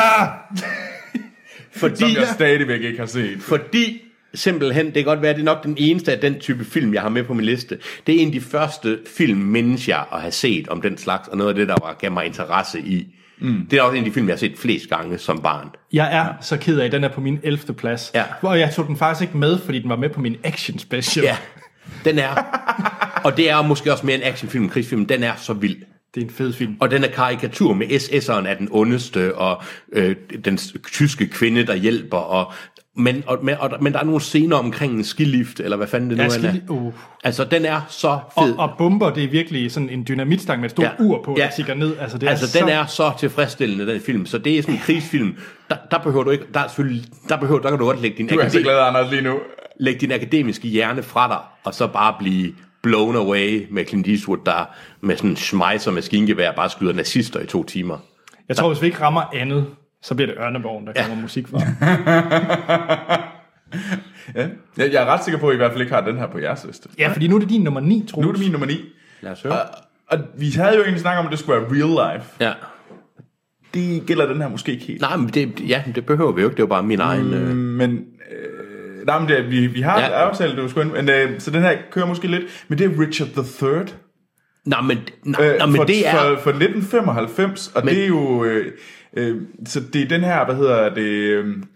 S2: Fordi,
S3: Som jeg stadigvæk ikke har set.
S2: Fordi simpelthen, det kan godt være, det er nok den eneste af den type film, jeg har med på min liste. Det er en af de første film, mindes jeg at have set om den slags, og noget af det, der var, gav mig interesse i. Mm. Det er også en af de film, jeg har set flest gange som barn.
S1: Jeg er så ked af, at den er på min 11. plads.
S2: Ja.
S1: Hvor jeg tog den faktisk ikke med, fordi den var med på min action special.
S2: Ja, den er. og det er måske også mere en actionfilm, en krigsfilm. Den er så vild.
S1: Det er en fed film.
S2: Og den er karikatur med SS'eren af den ondeste, og øh, den s- tyske kvinde, der hjælper. Og, men, og, men, og, men der er nogle scener omkring en skilift, eller hvad fanden det nu
S1: Ja,
S2: end er.
S1: skili- uh.
S2: Altså, den er så fed.
S1: Og, og bomber, det er virkelig sådan en dynamitstang med et stort ja. ur på, ja. der stikker ned. Altså, det
S2: altså
S1: er
S2: den
S1: så...
S2: er så tilfredsstillende, den film. Så det er sådan en krigsfilm. Der, der behøver du ikke, der, er selvfølgelig, der, behøver, der kan du godt lægge din,
S3: Du altså er så
S2: akade,
S3: glad, Anders, lige nu.
S2: lægge din akademiske hjerne fra dig, og så bare blive blown away med Clint Eastwood, der med sådan en schmeiser maskingevær bare skyder nazister i to timer.
S1: Jeg tror, hvis vi ikke rammer andet, så bliver det Ørneborgen, der kommer musik fra.
S3: Ja. Jeg, jeg er ret sikker på, at I i hvert fald ikke har den her på jeres liste.
S1: Ja, fordi nu er det din nummer 9, tror
S3: Nu er det min nummer 9.
S2: Lad os høre.
S3: Og, og vi havde jo egentlig snakket om, at det skulle være real life.
S2: Ja.
S3: Det gælder den her måske ikke helt.
S2: Nej, men det, ja, det behøver vi jo ikke. Det er jo bare min egen... Øh,
S3: Men, øh, nej, men det, er- vi, vi har
S2: Ja.
S3: ja. aftalt, det var sgu ind, men, øh, så den her kører måske lidt. Men det er Richard the Third.
S2: Nej, men, nej,
S3: Øh,
S2: øh, nej, men
S3: for,
S2: det er...
S3: For, for 1995, og
S2: Men-
S3: det er jo... Øh, øh, så det er den her, hvad hedder det... Øh, den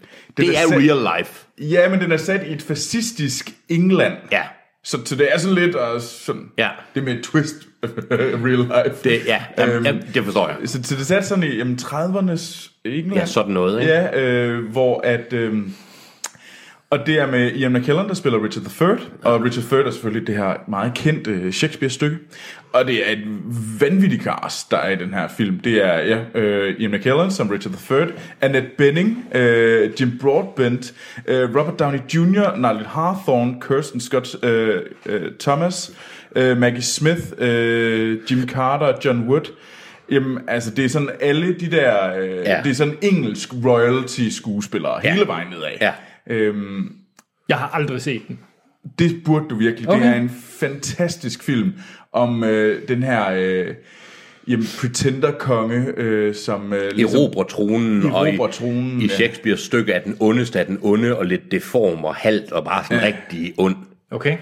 S2: det er
S3: sat,
S2: real life.
S3: Ja, men den er sat i et fascistisk England.
S2: Ja.
S3: Så, så det er sådan lidt uh, sådan...
S2: Ja.
S3: Det er med et twist <laughs> real life. Øhm,
S2: Det, ja, jamen, jamen, det forstår jeg.
S3: Så, så det er sat sådan i jamen, 30'ernes England.
S2: Ja, sådan noget, ikke?
S3: Ja, øh, hvor at... Øh, og det er med Ian McKellen, der spiller Richard III. Og Richard III er selvfølgelig det her meget kendte øh, Shakespeare-stykke. Og det er et vanvittigt cast, der er i den her film. Det er ja, øh, Ian McKellen som Richard III, Annette Bening, øh, Jim Broadbent, øh, Robert Downey Jr., Nigel Hawthorne, Kirsten Scott øh, øh, Thomas, øh, Maggie Smith, øh, Jim Carter, John Wood. Jamen, altså, det er sådan alle de der... Øh,
S2: Ja.
S3: Det er sådan engelsk royalty-skuespillere
S2: Ja.
S3: hele vejen nedad.
S2: Ja.
S3: Øhm,
S1: Jeg har aldrig set den.
S3: det burde du virkelig. Okay.
S1: Okay.
S3: Det er en fantastisk film om øh, den her øh, jamen, pretenderkonge, øh, som... Øh,
S2: Erobrer tronen,
S3: Erobrer
S2: og ligesom- i,
S3: tronen,
S2: i
S3: ja.
S2: Shakespeare's stykke er den ondeste af den onde, og lidt deform og halt, og bare sådan ja. rigtig ond.
S1: Okay.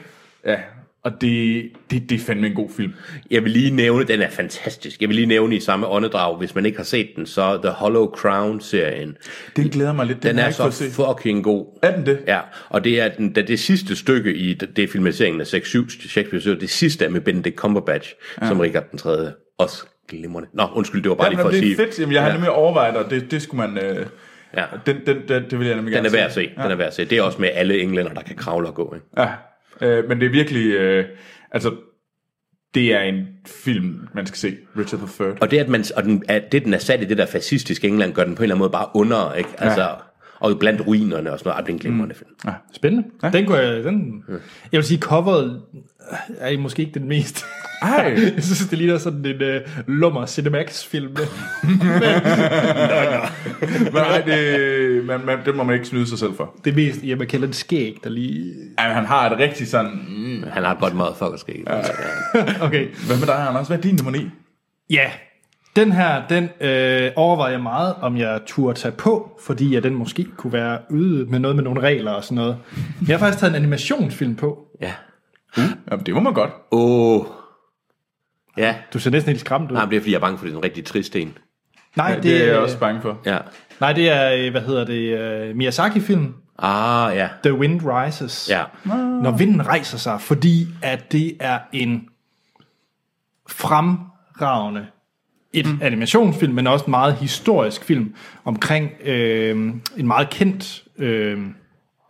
S3: Ja, og det, det, det er fandme en god film.
S2: Jeg vil lige nævne, den er fantastisk. Jeg vil lige nævne i samme åndedrag, hvis man ikke har set den, så The Hollow Crown-serien.
S3: Den glæder mig lidt. Den,
S2: Den
S3: har jeg
S2: er
S3: ikke fået
S2: så
S3: set.
S2: fucking god.
S3: Er den det?
S2: Ja, og det er den, det, det sidste stykke i det, det er filmatiseringen af 6-7 Shakespeare, det sidste er med Benedict Cumberbatch, ja. som Richard den 3. Også glimrende. Nå, undskyld, det var bare
S3: Ja,
S2: lige for
S3: men
S2: at
S3: det er
S2: sige.
S3: fedt. Jamen, jeg har nemlig overvejet, og det, det skulle man... Øh,
S2: Ja.
S3: den, den, den, det vil jeg nemlig
S2: Den
S3: gerne
S2: er værd at se. Den er værd at se. Det er også med alle englænder, der kan kravle og gå. Ikke?
S3: Ja, øh, men det er virkelig... Øh, altså, det er en film, man skal se. Richard III.
S2: Og det, at man, og den, at det, den er sat i det der fascistiske England, gør den på en eller anden måde bare under, ikke? Altså, ja. og blandt ruinerne og sådan noget. Ej, det er en
S3: Mm.
S2: glimrende film.
S1: Spændende. Ja. Den kunne jeg... Den, jeg vil sige, coveret øh, er I måske ikke den
S3: <laughs>
S1: mest...
S2: <laughs>
S3: Ej.
S1: jeg synes, det ligner sådan en uh, lummer Cinemax-film.
S3: <laughs> Nej, det, man, man, det må man ikke snyde sig selv for.
S1: det er mest Ian McKellen skæg, der lige...
S3: Ej, men han har et rigtig sådan... Mm,
S2: Han har et godt motherfucker ja.
S1: Okay.
S3: Hvad med dig, Anders? Hvad er din nummer 9?
S1: Ja, den her, den øh, overvejer jeg meget, om jeg turde tage på, fordi at den måske kunne være ude med noget med nogle regler og sådan noget. Jeg har faktisk taget en animationsfilm på.
S2: ja.
S3: Jamen, det må man godt.
S2: Åh. Ja.
S1: Du ser næsten helt skræmt ud.
S2: Nej, men det er fordi, jeg er bange for, det er en rigtig trist en.
S1: nej,
S3: Det, det er jeg også bange for.
S2: Ja.
S1: Nej, det er, øh, hvad hedder det, uh, Miyazaki-film,
S2: Ah, ja.
S1: The Wind Rises.
S2: Ja.
S1: Når vinden rejser sig, fordi at det er en fremragende et mm. animationsfilm, men også en meget historisk film omkring øh, en meget kendt øh,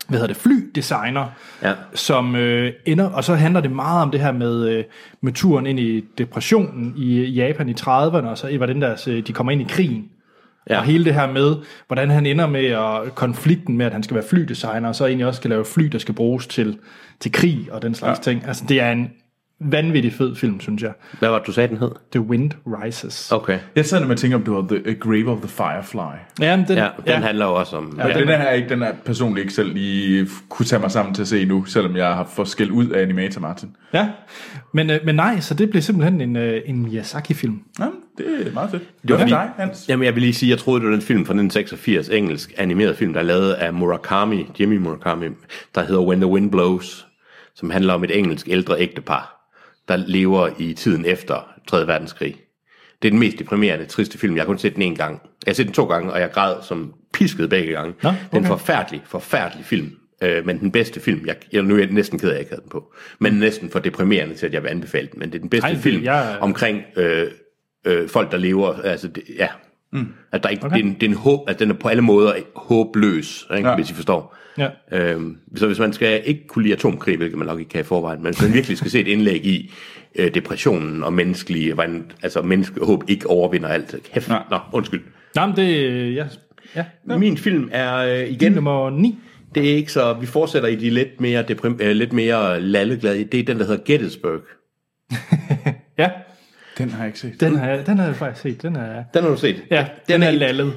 S1: hvad hedder det, flydesigner,
S2: Ja.
S1: som øh, ender, og så handler det meget om det her med, øh, med turen ind i depressionen i Japan i 30'erne, og så hvordan deres, øh, de kommer ind i krigen.
S2: Ja.
S1: Ja. Og hele det her med, hvordan han ender med at, konflikten med, at han skal være flydesigner, og så egentlig også skal lave fly, der skal bruges til, til krig og den slags ja. ting. Altså, det er en vanvittig fed film, synes jeg.
S2: Hvad var det, du sagde, den hed?
S1: The Wind Rises.
S2: Okay.
S3: Jeg sad nemlig og tænkte, om det var The A Grave of the Firefly.
S1: Ja, men den,
S2: Ja,
S1: ja,
S2: den ja. handler jo også om... Ja.
S3: Ja, den her er ikke, den er personligt ikke selv lige f- kunne tage mig sammen til at se nu, selvom jeg har fået skæld ud af Animator Martin.
S1: ja. Men, øh, men nej, så det blev simpelthen en, øh, en Miyazaki-film.
S3: Jamen, det er meget fedt.
S2: Det var
S3: Hvad med
S2: fordi-
S3: dig, Hans?
S2: Jamen, jeg vil lige sige, jeg troede, det var den film fra 1986, engelsk animeret film, der er lavet af Murakami, Jimmy Murakami, der hedder When the Wind Blows, som handler om et engelsk ældre ægtepar, der lever i tiden efter 3. verdenskrig. Det er den mest deprimerende, triste film. Jeg har kun set den en gang. Jeg har set den to gange, og jeg græd som pisket begge gange.
S1: Nå,
S2: Det er en
S1: okay.
S2: forfærdelig, forfærdelig film. Øh, men den bedste film, jeg, jeg, nu er jeg næsten ked af, at jeg ikke havde den på, men næsten for deprimerende til, at jeg vil anbefale den, men det er den bedste
S1: Ej, det-
S2: film
S1: jeg-
S2: omkring øh, øh, folk, der lever, altså det, ja, mm. at der ikke, okay. det, er en, det er en håb, altså den er på alle måder håbløs, ikke,
S3: Ja.
S2: ja. hvis I forstår.
S1: Ja.
S2: Øhm, så hvis man skal ikke kunne lide atomkrig, hvilket man nok ikke kan i forvejen, men hvis man virkelig skal se et indlæg i øh, depressionen og menneskelige, hvordan, altså menneske håb ikke overvinder alt. Kæft,
S3: Nej.
S2: nå, undskyld.
S1: Nej, men det øh, ja, ja.
S2: Min film er øh,
S1: Den
S2: igen
S1: nummer 9.
S2: det er ikke så... Vi fortsætter i de lidt mere, deprim, øh, lidt mere lalleglade. Det er den, der hedder Gettysburg.
S1: Ja,
S3: Den har jeg ikke set.
S1: den har, jeg, den har jeg faktisk set. Den er,
S2: Den har du set.
S1: ja, den, er lallet.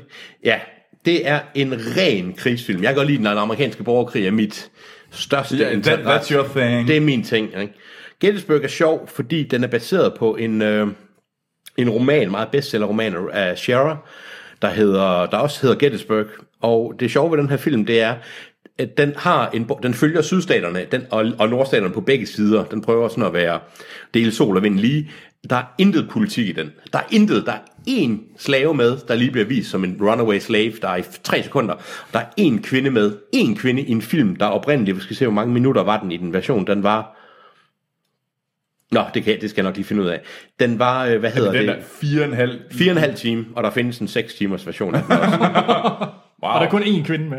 S2: Ja, det er en ren krigsfilm. Jeg kan godt lide den, og den amerikanske borgerkrig er mit største
S3: Yeah, that- that's your thing.
S2: Det er min ting. Ikke? Gettysburg er sjov, fordi den er baseret på en, øh, en roman, meget bestsellerroman af Scherer, der, hedder, der også hedder Gettysburg. Og det sjove ved den her film, det er, at den har en, bo- den følger sydstaterne den, og, og nordstaterne på begge sider. Den prøver sådan at være dele sol og vind lige. Der er intet politik i den. Der er intet, der er én slave med, der lige bliver vist som en runaway slave, der er i tre sekunder. Der er én kvinde med, én kvinde i en film, der oprindeligt, vi skal se, hvor mange minutter var den i den version, den var... Nå, det, kan, jeg- det skal jeg nok lige finde ud af. Den var, øh, hvad hedder
S3: Den
S2: det?
S3: er fire og en halv.
S2: Fire og en halv time, og der findes en 6 timers version af den også.
S1: Wow. Og der er kun én kvinde med.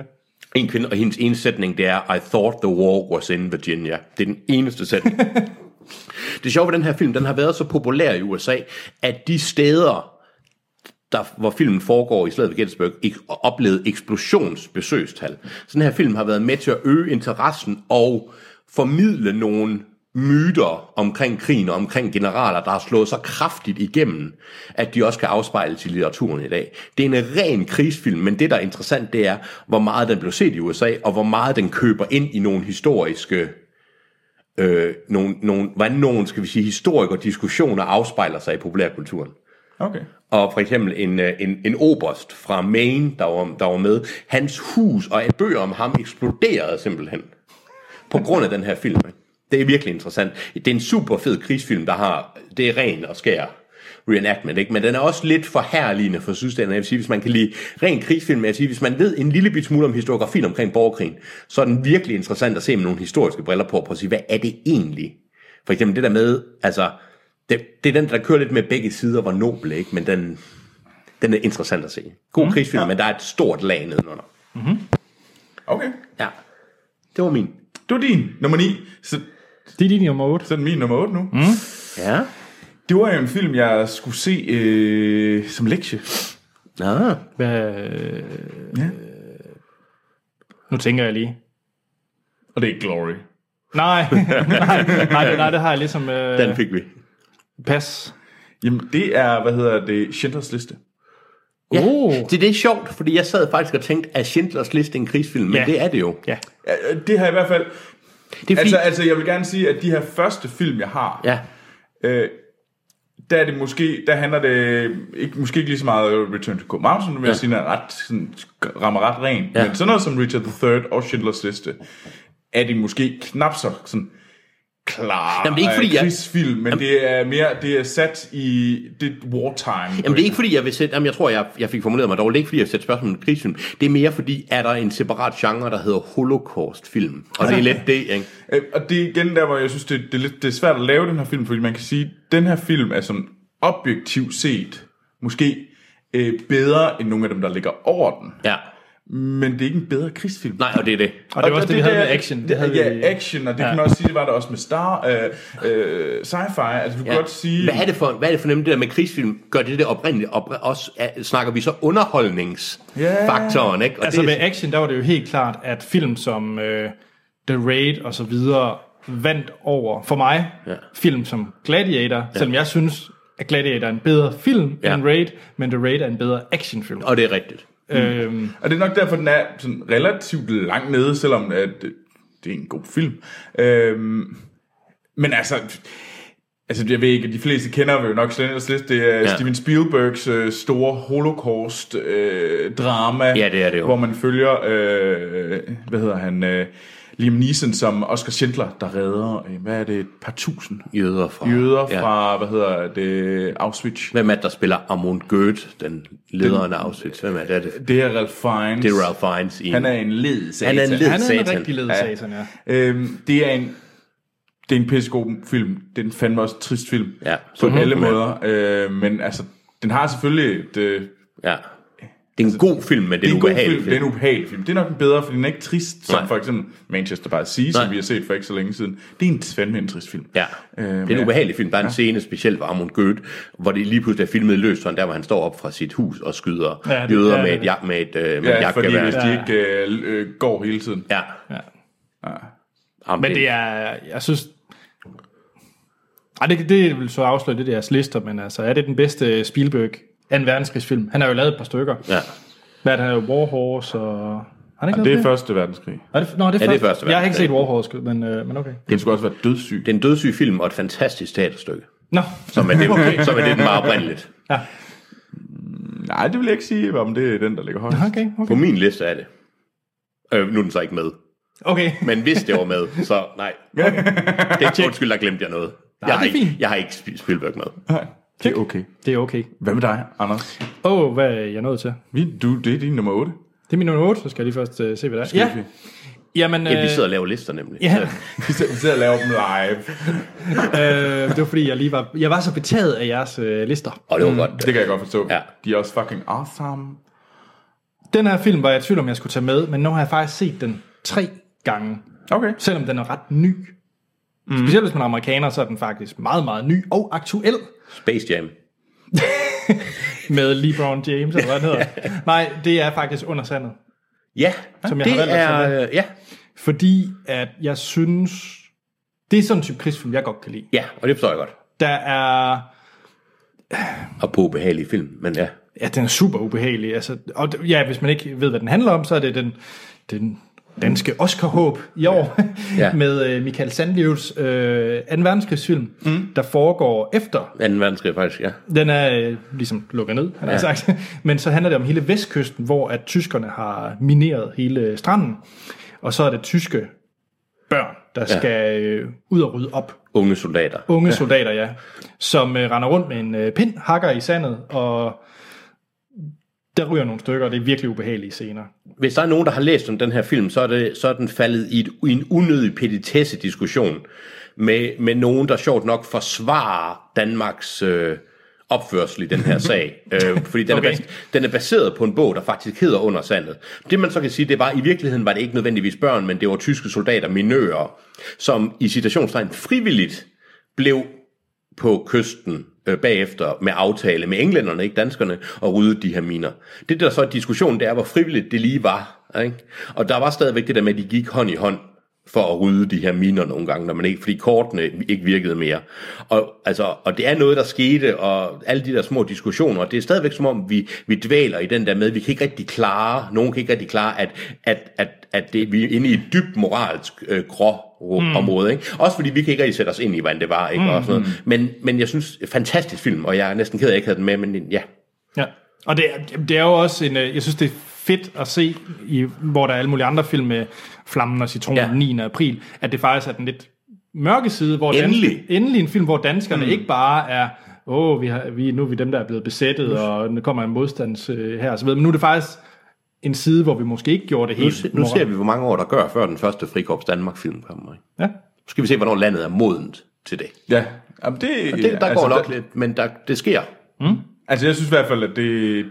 S2: En kvinde, og hendes ene sætning, det er, I thought the war was in Virginia. Det er den eneste sætning. det sjove ved den her film, den har været så populær i USA, at de steder, der, hvor filmen foregår i slaget ved Gettysburg, ikke oplevede eksplosionsbesøgstal. Så den her film har været med til at øge interessen og formidle nogle myter omkring krigen og omkring generaler, der har slået sig kraftigt igennem, at de også kan afspejles i litteraturen i dag. Det er en ren krigsfilm, men det, der er interessant, det er, hvor meget den blev set i USA, og hvor meget den køber ind i nogle historiske øh, nogle, nogle, hvordan nogle, skal vi sige, historikere diskussioner afspejler sig i populærkulturen.
S3: Okay.
S2: Og for eksempel en, øh, en, en oberst fra Maine, der var, der var med, hans hus og bøger om ham eksploderede simpelthen på grund af den her film. ikke? Det er virkelig interessant. Det er en super fed krigsfilm, der har, det er ren og skær reenactment, ikke? men den er også lidt for herligende for sydstaterne. Jeg vil sige, hvis man kan lide ren krigsfilm, jeg vil sige, hvis man ved en lille bit smule om historiografien omkring borgerkrigen, så er den virkelig interessant at se med nogle historiske briller på, på at sige, hvad er det egentlig? For eksempel det der med, altså, det, det er den, der kører lidt med begge sider, hvor nobel, ikke? men den, den er interessant at se. God mm, krigsfilm, ja. men der er et stort lag nedenunder.
S3: Okay.
S2: Ja, det var min.
S3: Du er din nummer 9. Så,
S1: Det er din nummer 8.
S3: så er den min nummer 8 nu. Mm.
S2: Ja.
S3: Det var jo en film, jeg skulle se øh, som lektie.
S2: Ah.
S1: Hvad, øh,
S3: Ja.
S1: Nu tænker jeg lige.
S3: Og det er Glory.
S1: Nej, nej, nej, nej, det har jeg ligesom øh,
S2: Den fik vi.
S1: pas.
S3: Jamen, det er, hvad hedder det, Schindlers Liste.
S2: Ja,
S1: Oh.
S2: det, det er sjovt, fordi jeg sad faktisk og tænkte, er Schindlers Liste en krigsfilm? Men
S1: Ja.
S2: det er det jo.
S1: Ja.
S3: Øh, Det har jeg i hvert fald...
S2: Det er
S3: Altså,
S2: fint.
S3: altså, jeg vil gerne sige, at de her første film, jeg har,
S2: Ja,
S3: øh, der er det måske, der handler det ikke, måske ikke lige så meget om Return to Cold Mountain, men ja. jeg
S2: Ja.
S3: sige, den er ret, sådan, rammer ret ren.
S2: Ja.
S3: Ja. Men sådan noget som Richard III og Schindlers Liste, er de måske knap så sådan klar
S2: Jamen, det er ikke, fordi jeg-
S3: krigsfilm, men det er mere, det er sat i det er wartime.
S2: jamen det er ikke fordi, jeg vil sætte, jamen jeg tror, jeg, jeg fik formuleret mig dårligt, det er ikke fordi, jeg vil sætte spørgsmål om en krigsfilm. Det er mere fordi, er der en separat genre, der hedder Holocaust-film? Og det er lidt det, ikke?
S3: Øh, Og det er igen der, hvor jeg synes, det, det, er lidt, det er svært at lave den her film, fordi man kan sige, at den her film er sådan objektivt set måske øh, bedre end nogle af dem, der ligger over den.
S2: Ja.
S3: Men det er ikke en bedre krigsfilm.
S2: Nej, og det er det.
S1: Og det var også det, vi havde med action.
S3: Det,
S1: Det havde
S3: ja,
S1: vi-
S3: action, og det ja. kan man også sige, det var der også med star, øh, øh, sci-fi. Altså, du kan
S2: Ja.
S3: godt sige...
S2: Hvad er det for, hvad er det for nemt, det der med krigsfilm? Gør det det oprindeligt? Opre, også, er, snakker vi så underholdningsfaktoren, ikke? Og
S1: Altså
S2: det,
S1: med
S2: er-
S1: action, der var det jo helt klart, at film som øh, The Raid og så videre vandt over, for mig, ja. film som Gladiator, ja. selvom jeg synes, at Gladiator er en bedre film
S2: Ja.
S1: ja. end Raid, men The Raid er en bedre actionfilm.
S2: og det er rigtigt.
S1: Øhm,
S3: Og det er nok derfor, den er sådan relativt langt nede, selvom at, det- det er en god film. Øhm, men altså, altså, jeg ved ikke, de fleste kender jo nok Slenders List. Det er
S2: Ja.
S3: ja. Steven Spielbergs øh, store holocaust-drama,
S2: Ja, det er det jo.
S3: hvor man følger, øh, hvad hedder han, øh, Liam Neeson som Oscar Schindler, der redder, øh, hvad er det, et par tusind
S2: Jøder fra...
S3: jøder fra, hvad hedder det, Auschwitz.
S2: Hvem er det, der spiller Amund Goethe, den lederen af Auschwitz? Hvem er det? Er det,
S3: Det er Ralph Fiennes.
S2: det er Ralph Fiennes i...
S3: Han er en led satan.
S2: Han er en led
S1: han er en
S2: satan.
S1: rigtig led
S3: Ja.
S1: satan, ja.
S3: Øhm, det er en det er en pissegod film. Det er en fandme også trist film.
S2: Ja.
S3: På
S2: Mhm.
S3: alle måder. Øh, men altså, den har selvfølgelig... Det, det
S2: Ja. Det er en god film, men det er
S3: er
S2: en
S3: en god film,
S2: ubehagelig
S3: film. Det er
S2: film.
S3: en ubehagelig film. Det er nok en bedre, fordi den er ikke trist, som
S2: Nej.
S3: for eksempel Manchester by Sea,
S2: Nej.
S3: som vi har set for ikke så længe siden. Det er en fandme en trist film.
S2: Ja,
S3: Øh,
S2: det er
S3: men
S2: en
S3: ja.
S2: ubehagelig film. Der er en scene, specielt ved Amund Goethe, hvor det lige pludselig er filmet løst, sådan der, hvor han står op fra sit hus og skyder
S1: Ja, det-
S2: jøder
S1: ja,
S2: med
S1: ja.
S2: et, ja, med et, øh, med et
S3: Ja, fordi
S2: jagtgevær.
S3: hvis
S2: Ja.
S3: de ikke øh, øh, går hele tiden.
S2: ja. Ah.
S1: ja.
S2: Jamen,
S1: Men det er, jeg synes... Ej, det, det vil så afsløre det deres lister, men altså, er det den bedste Spielberg 2. verdenskrigsfilm? Han har jo lavet et par stykker.
S2: Ja.
S1: Hvad er det, han er jo War Horse og... Har han ikke
S3: Det
S1: lavet
S3: er Første Verdenskrig.
S1: Er det, nå, det er,
S2: Ja, det er
S1: første.
S2: første
S1: Jeg har ikke
S2: verdenskrig.
S1: set War Horse, men, øh, men okay.
S3: Den skulle også være dødssyg.
S2: det er en dødssyg film og et fantastisk teaterstykke.
S1: Nå,
S2: Som er det, okay. som er det den var oprindeligt.
S3: Nej, det vil jeg ikke sige, om det er den, der ligger højst.
S1: okay, okay.
S2: På min liste er det. Øh, nu er den så ikke med.
S1: Okay.
S2: Men hvis det var med, så nej. Det er undskyld, der glemte jeg noget. Jeg, har
S1: det er
S2: ikke,
S1: fint.
S2: jeg har ikke Sp- Spielberg med.
S3: Det er okay.
S1: Det er okay.
S3: Hvad med dig, Anders?
S1: Åh, oh, hvad er jeg nået til?
S3: Vi, du, det er din nummer 8.
S1: Det er min nummer 8, så skal jeg lige først uh, se, hvad det er. Ja.
S3: vi-
S1: Jamen,
S2: Ja, vi
S1: øh,
S2: sidder og laver lister nemlig.
S1: Ja.
S2: Så-
S3: Vi sidder vi sidder og laver dem live.
S1: øh, det var fordi, jeg lige var, jeg var så betaget af jeres øh, lister.
S2: Og det var godt.
S3: Det kan jeg godt forstå.
S2: Ja.
S3: De er også fucking awesome.
S1: Den her film var jeg i tvivl om, jeg skulle tage med, men nu har jeg faktisk set den tre gange,
S3: Okay.
S1: selvom den er ret ny. Mm. Specielt hvis man er amerikaner, så er den faktisk meget, meget ny og aktuel
S2: Space Jam.
S1: med LeBron James, eller hvad den hedder. Nej, det er faktisk under sandet.
S2: Ja,
S1: Som jeg
S2: det
S1: har valgt at tage
S2: er... Ja,
S1: Fordi at jeg synes, det er sådan en type krigsfilm, jeg godt kan lide.
S2: ja, og det forstår jeg godt.
S1: Der er
S2: Og på ubehagelige film, men ja.
S1: Ja, den er super ubehagelig. Altså, og d- ja, hvis man ikke ved, hvad den handler om, så er det den, den danske Oscar-håb i år <laughs>
S2: Ja.
S1: med øh, Michael Sandlivs øh, 2. verdenskrigsfilm, mm. der foregår efter.
S2: Anden verdenskrig faktisk, ja.
S1: Den er øh, ligesom lukket ned, har ja.
S2: Ja.
S1: sagt. <laughs> Men så handler det om hele vestkysten, hvor at tyskerne har mineret hele stranden. Og så er det tyske børn, der ja. skal øh, ud og rydde op
S2: Unge soldater.
S1: unge ja. soldater, ja, som øh, render rundt med en øh, pind, hakker i sandet, og der ryger nogle stykker, og det er virkelig ubehagelige scener.
S2: Hvis der er nogen, der har læst om den her film, så er, det, så er den faldet i, et, i en unødig petitesse-diskussion med, med nogen, der sjovt nok forsvarer Danmarks øh, opførsel i den her sag. øh, fordi den, okay. er
S1: Okay.
S2: bas, den er baseret på en bog, der faktisk hedder Under sandet. Det man så kan sige, det var, i virkeligheden var det ikke nødvendigvis børn, men det var tyske soldater, minører, som i citationstegn frivilligt blev på kysten øh, bagefter med aftale med englænderne, ikke danskerne, og rydde de her miner. Det der så er diskussionen, det er, hvor frivilligt det lige var. Ikke? Og der var stadigvæk det der med, at de gik hånd i hånd for at rydde de her miner nogle gange, når man ikke, fordi kortene ikke virkede mere. Og, altså, og det er noget, der skete, og alle de der små diskussioner, og det er stadigvæk som om, vi, vi dvæler i den der med, vi kan ikke rigtig klare, nogen kan ikke rigtig klare, at, at, at, at det, vi er inde i et dybt moralsk øh, grå mm. område. Ikke? Også fordi vi kan ikke rigtig sætte os ind i, hvordan det var. Ikke? Mm. Og sådan noget. Men, men jeg synes, fantastisk film, og jeg er næsten ked af, at jeg ikke havde den med, men ja.
S1: Ja. Og det, er- det er jo også en, øh, jeg synes det er fedt at se, i, hvor der er alle mulige andre film med Flammen og Citronen
S2: Ja.
S1: ja. 9. april, at det faktisk er den lidt mørke side, hvor
S2: Endelig.
S1: endelig en film, hvor danskerne mm. ikke bare er, åh, oh, vi har, vi, nu er vi dem, der er blevet besættet, og nu kommer en modstands øh, her, og så videre. Men nu er det faktisk en side, hvor vi måske ikke gjorde det
S2: Nu,
S1: helt.
S2: se- nu ser vi, hvor mange år der gør, før den første Frikorps Danmark-film kommer. Ikke?
S1: Ja.
S2: Nu skal vi se, hvornår landet er modent til det.
S3: Ja. Jamen, det,
S2: det der
S3: altså,
S2: går nok lidt, men der, det sker.
S3: Altså, jeg synes i hvert fald, at det,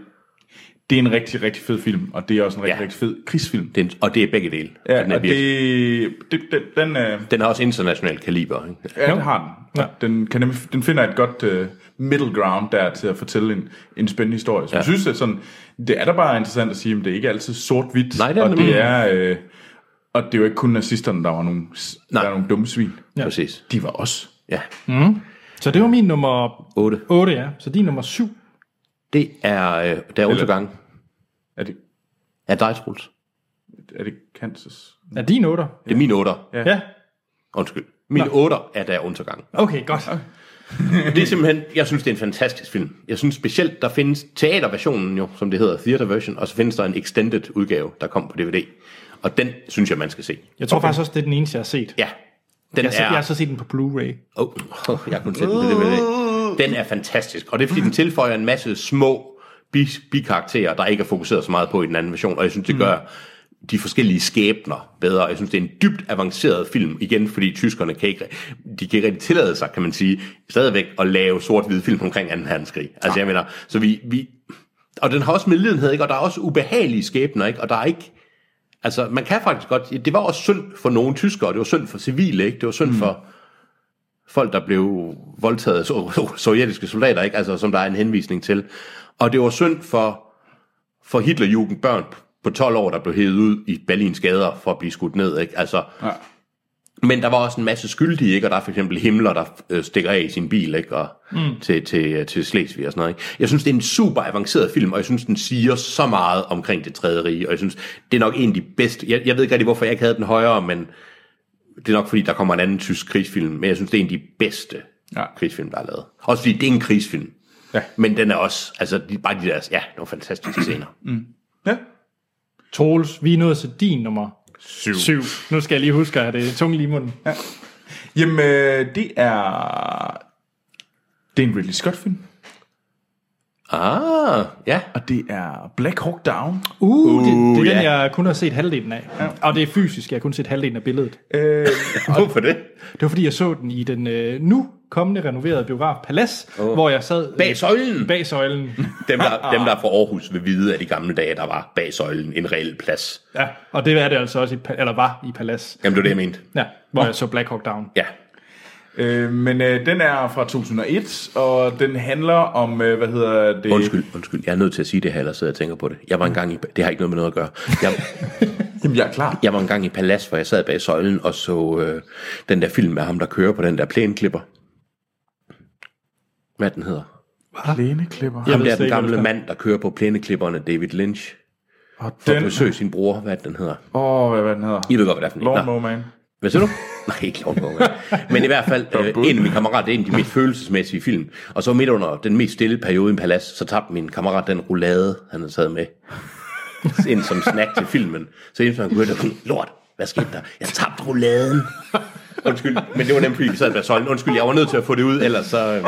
S3: det er en rigtig, rigtig fed film, og det er også en rigtig,
S2: Ja.
S3: rigtig fed krigsfilm.
S2: Det er, en- og det er begge dele.
S3: Ja,
S2: den, er
S3: og
S2: virkelig,
S3: det, det, den, den, øh,
S2: den har også international kaliber. Ikke?
S3: ja, den har den.
S1: Ja.
S3: Den, kan nemlig, den finder et godt øh, middle ground der til at fortælle en, en spændende historie. Så ja. jeg synes, at sådan, det er da bare interessant at sige, at det er ikke altid sort-hvidt,
S2: Nej, det er
S3: og,
S2: nemlig-
S3: det er, øh, og det er jo ikke kun nazisterne, der var nogle, der
S2: Nej.
S3: var nogle dumme svin.
S2: Ja. Præcis.
S3: De var også.
S2: Ja.
S1: Så det var min nummer
S2: 8.
S1: 8, ja. Så din nummer 7.
S2: Det er, øh, der er undergang
S3: Er det,
S2: af dig, Troels.
S3: er det Kansas?
S1: Er din 8?
S2: Det er min 8'er.
S1: Ja. ja.
S2: Undskyld. Min 8'er er der undergang.
S1: Okay, godt.
S2: Det er simpelthen, jeg synes, det er en fantastisk film. Jeg synes specielt, der findes teaterversionen jo, som det hedder, theater version, og så findes der en extended udgave, der kom på DVD. Og den synes jeg, man skal se.
S1: Jeg tror okay. faktisk også, det er den eneste, jeg har set.
S2: Ja,
S1: Jeg,
S2: den
S1: har, se- jeg
S2: er...
S1: har så set den på Blu-ray.
S2: Oh, oh, <laughs> jeg kunne sætte den på DVD. Den er fantastisk, og det er fordi, den tilføjer en masse små bi- bikarakterer, der ikke er fokuseret så meget på i den anden version, og jeg synes, det gør de forskellige skæbner bedre. Jeg synes, det er en dybt avanceret film, igen, fordi tyskerne kan ikke, de kan ikke rigtig tillade sig, kan man sige, stadigvæk at lave sort-hvide film omkring 2. verdenskrig. Altså, jeg mener, så vi, vi, og den har også medlidenhed, ikke? og der er også ubehagelige skæbner, ikke? og der er ikke, altså, man kan faktisk godt, det var også synd for nogle tyskere, det var synd for civile, ikke? det var synd mm. for, folk, der blev voldtaget af so- so- sovjetiske soldater, ikke? Altså, som der er en henvisning til. Og det var synd for, for Hitlerjugend børn på 12 år, der blev hævet ud i Berlins gader for at blive skudt ned. Ikke? Altså,
S3: Ja.
S2: Men der var også en masse skyldige, ikke? og der er for eksempel Himmler, der øh, stikker af i sin bil ikke? Og mm. til, til, til Slesvig og sådan noget. Ikke? Jeg synes, det er en super avanceret film, og jeg synes, den siger så meget omkring det tredje rige, og jeg synes, det er nok en af de bedste. Jeg, jeg ved ikke rigtig, hvorfor jeg ikke havde den højere, men det er nok fordi, der kommer en anden tysk krigsfilm, men jeg synes, det er en af de bedste ja.
S3: Ja.
S2: krigsfilm, der er lavet. Også fordi, det er en krigsfilm.
S3: Ja.
S2: Men den er også, altså de, bare de der, ja, nogle fantastiske scener.
S3: Ja.
S1: Troels, vi er nået til din nummer
S2: Syv.
S1: Syv. Nu skal jeg lige huske at have det tunge lige i munden. Ja.
S3: Jamen, øh, det er... Det er en Ridley Scott-film.
S2: Ah, ja.
S3: Og det er Black Hawk Down.
S1: Uh, det, det er den,
S2: ja.
S1: jeg kun har set halvdelen af. Og det er fysisk, jeg har kun set halvdelen af billedet.
S3: Øh,
S2: <laughs> Hvorfor det?
S1: Det var fordi, jeg så den i den øh, nu kommende renoverede biograf Palas, oh. hvor jeg sad... øh,
S2: Bag Ah. søjlen.
S1: Bag søjlen.
S2: Dem der, dem, der er fra Aarhus, vil vide, at i gamle dage, der var bag søjlen en reel plads.
S1: Ja, og det er det altså også, i, Pa- eller var i Palas.
S2: Jamen, det var det, jeg mente.
S1: Ja, hvor jeg så Black Hawk Down.
S2: Ja.
S3: øh, men øh, den er fra 2001, og den handler om, øh, hvad hedder det?
S2: Undskyld, undskyld. Jeg er nødt til at sige det her, ellers sidder jeg og tænker på det. Jeg var engang i... Det har ikke noget med noget at gøre. Jeg,
S3: Jamen, jeg er klar.
S2: jeg var engang i Palas, hvor jeg sad bag søjlen og så øh, den der film med ham, der kører på den der plænklipper. Hvad den hedder?
S3: Plæneklipper.
S2: Ham
S1: ved
S2: der,
S1: slet
S2: den
S1: ikke,
S2: gamle
S1: hvad
S2: mand, der kører på plæneklipperne, David Lynch.
S3: Og
S2: For at
S3: den...
S2: besøge sin bror, hvad den hedder.
S3: Åh, oh, hvad var den hedder?
S2: I ved godt, hvad det er for en. Nå.
S3: Lawnmower Man.
S2: Hvad siger du? <laughs> Nej, ikke Lone Bowman. Men i hvert fald, øh, en af mine kammerater, det er en af de mest følelsesmæssige film. Og så midt under den mest stille periode i Palas, så tabte min kammerat den roulade, han havde taget med. <laughs> Ind som snack til filmen. Så indtil han kunne høre, det, "Hm, lort, hvad skete der? Jeg tabte rouladen. <laughs> Undskyld, men det var nemt, fordi vi sad bag søjlen. Undskyld, jeg var nødt til at få det ud, ellers så... Øh,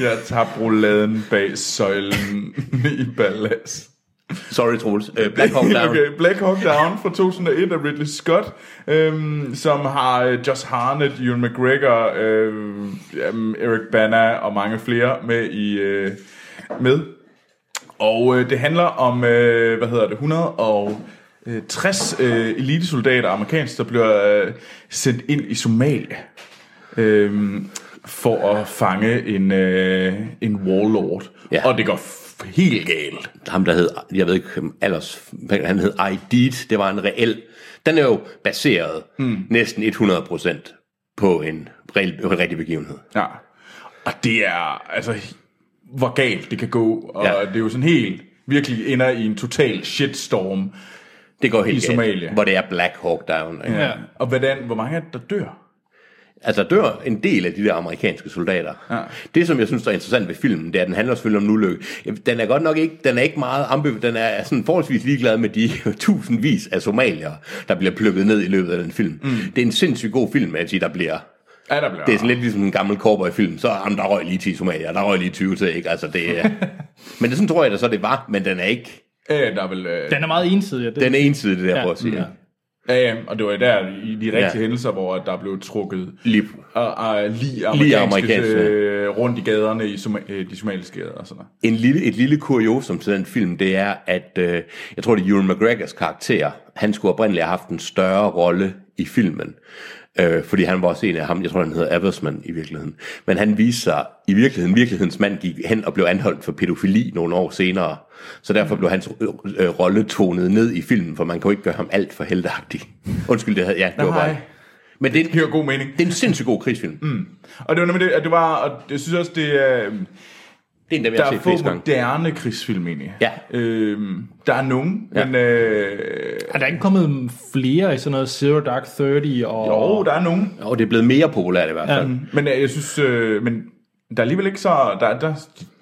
S3: Jeg tabte rouladen bag søjlen i ballast.
S2: sorry, Troels. Øh, Black <laughs> Hawk Down.
S3: Okay, Black Hawk Down fra 2001 af Ridley Scott, øhm, som har øh, Josh Harnett, Ewan McGregor, øh, jamen, Eric Bana og mange flere med i øh, med. Og øh, det handler om, øh, hvad hedder det, 160 øh, elitesoldater amerikanske, der bliver øh, sendt ind i Somalia øh, for at fange en, øh, en warlord.
S2: Ja.
S3: Ja. Og det går f- helt galt.
S2: ham der hed, jeg ved ikke, alders, han hed I Did, det var en reel, den er jo baseret mm. næsten 100% på en, reel, på en rigtig begivenhed.
S3: Ja. Og det er, altså, hvor galt det kan gå. Og
S2: Ja.
S3: ja. det er jo sådan helt, virkelig ender i en total shitstorm.
S2: Det går helt
S3: I
S2: galt,
S3: Somalia.
S2: hvor det er Black Hawk Down. Ikke?
S1: Ja.
S3: Og hvordan, hvor mange er det, der dør?
S2: Altså der dør en del af de der amerikanske soldater. Ja. Det som jeg synes der er interessant ved filmen, det er at den handler selvfølgelig om en ulykke. Den er godt nok ikke, den er ikke meget ambivalent, den er sådan forholdsvis ligeglad med de <laughs> tusindvis af somalier, der bliver plukket ned i løbet af den film. Mm. Det er en sindssygt god film, at sige, der bliver
S3: Ja, der bliver...
S2: Det er sådan lidt ligesom en gammel cowboy-film. Så jamen, der røg lige 10 somalier, der røg lige 20 til, ikke? Altså, det er... men det, sådan tror jeg da så, det var, men den er ikke...
S3: Ja, der er vel... Øh,
S1: Den er meget ensidig. og Det,
S2: Den er ensidig, det der, ja, prøver at sige.
S1: ja.
S2: Ja.
S3: ja, ja, og det var der i de rigtige
S2: Ja.
S3: ja. hændelser, hvor der blev trukket
S2: Lige,
S3: og, og, lige
S2: Lige
S3: amerikanske,
S2: amerikanske.
S3: Øh, rundt i gaderne i Soma, øh, de somaliske gader og sådan noget.
S2: en lille, et lille kuriosum til den film, det er, at øh, jeg tror, det er Ewan McGregors karakter. Han skulle oprindeligt have haft en større rolle i filmen. Øh, fordi han var også en af ham, jeg tror, han hedder Aversman i virkeligheden. Men han viste sig, i virkeligheden, virkelighedens mand gik hen og blev anholdt for pædofili nogle år senere. Så derfor blev hans øh, øh, rolle tonet ned i filmen, for man kan jo ikke gøre ham alt for helteagtig. <laughs> Undskyld, det havde jeg. Ja, det var
S3: Nej.
S2: bare... Men det er, en,
S3: Det giver god mening.
S2: det er en sindssygt god krigsfilm. Mm.
S3: Og det var nemlig det, at det var... Og jeg synes også, det er... Øh,
S2: Det er en, der, jeg
S3: der
S2: har
S3: er
S2: set
S3: få
S2: flest gange.
S3: moderne krigsfilm, egentlig.
S2: Ja.
S3: Øhm, der er nogen,
S2: Ja.
S3: ja. men... Øh,
S1: Er der ikke kommet flere i sådan noget Zero Dark Thirty? Og...
S3: jo, der er nogen.
S2: Og det er blevet mere populært i hvert fald.
S3: Men øh, jeg synes, øh, men der er alligevel ikke så... Der, der er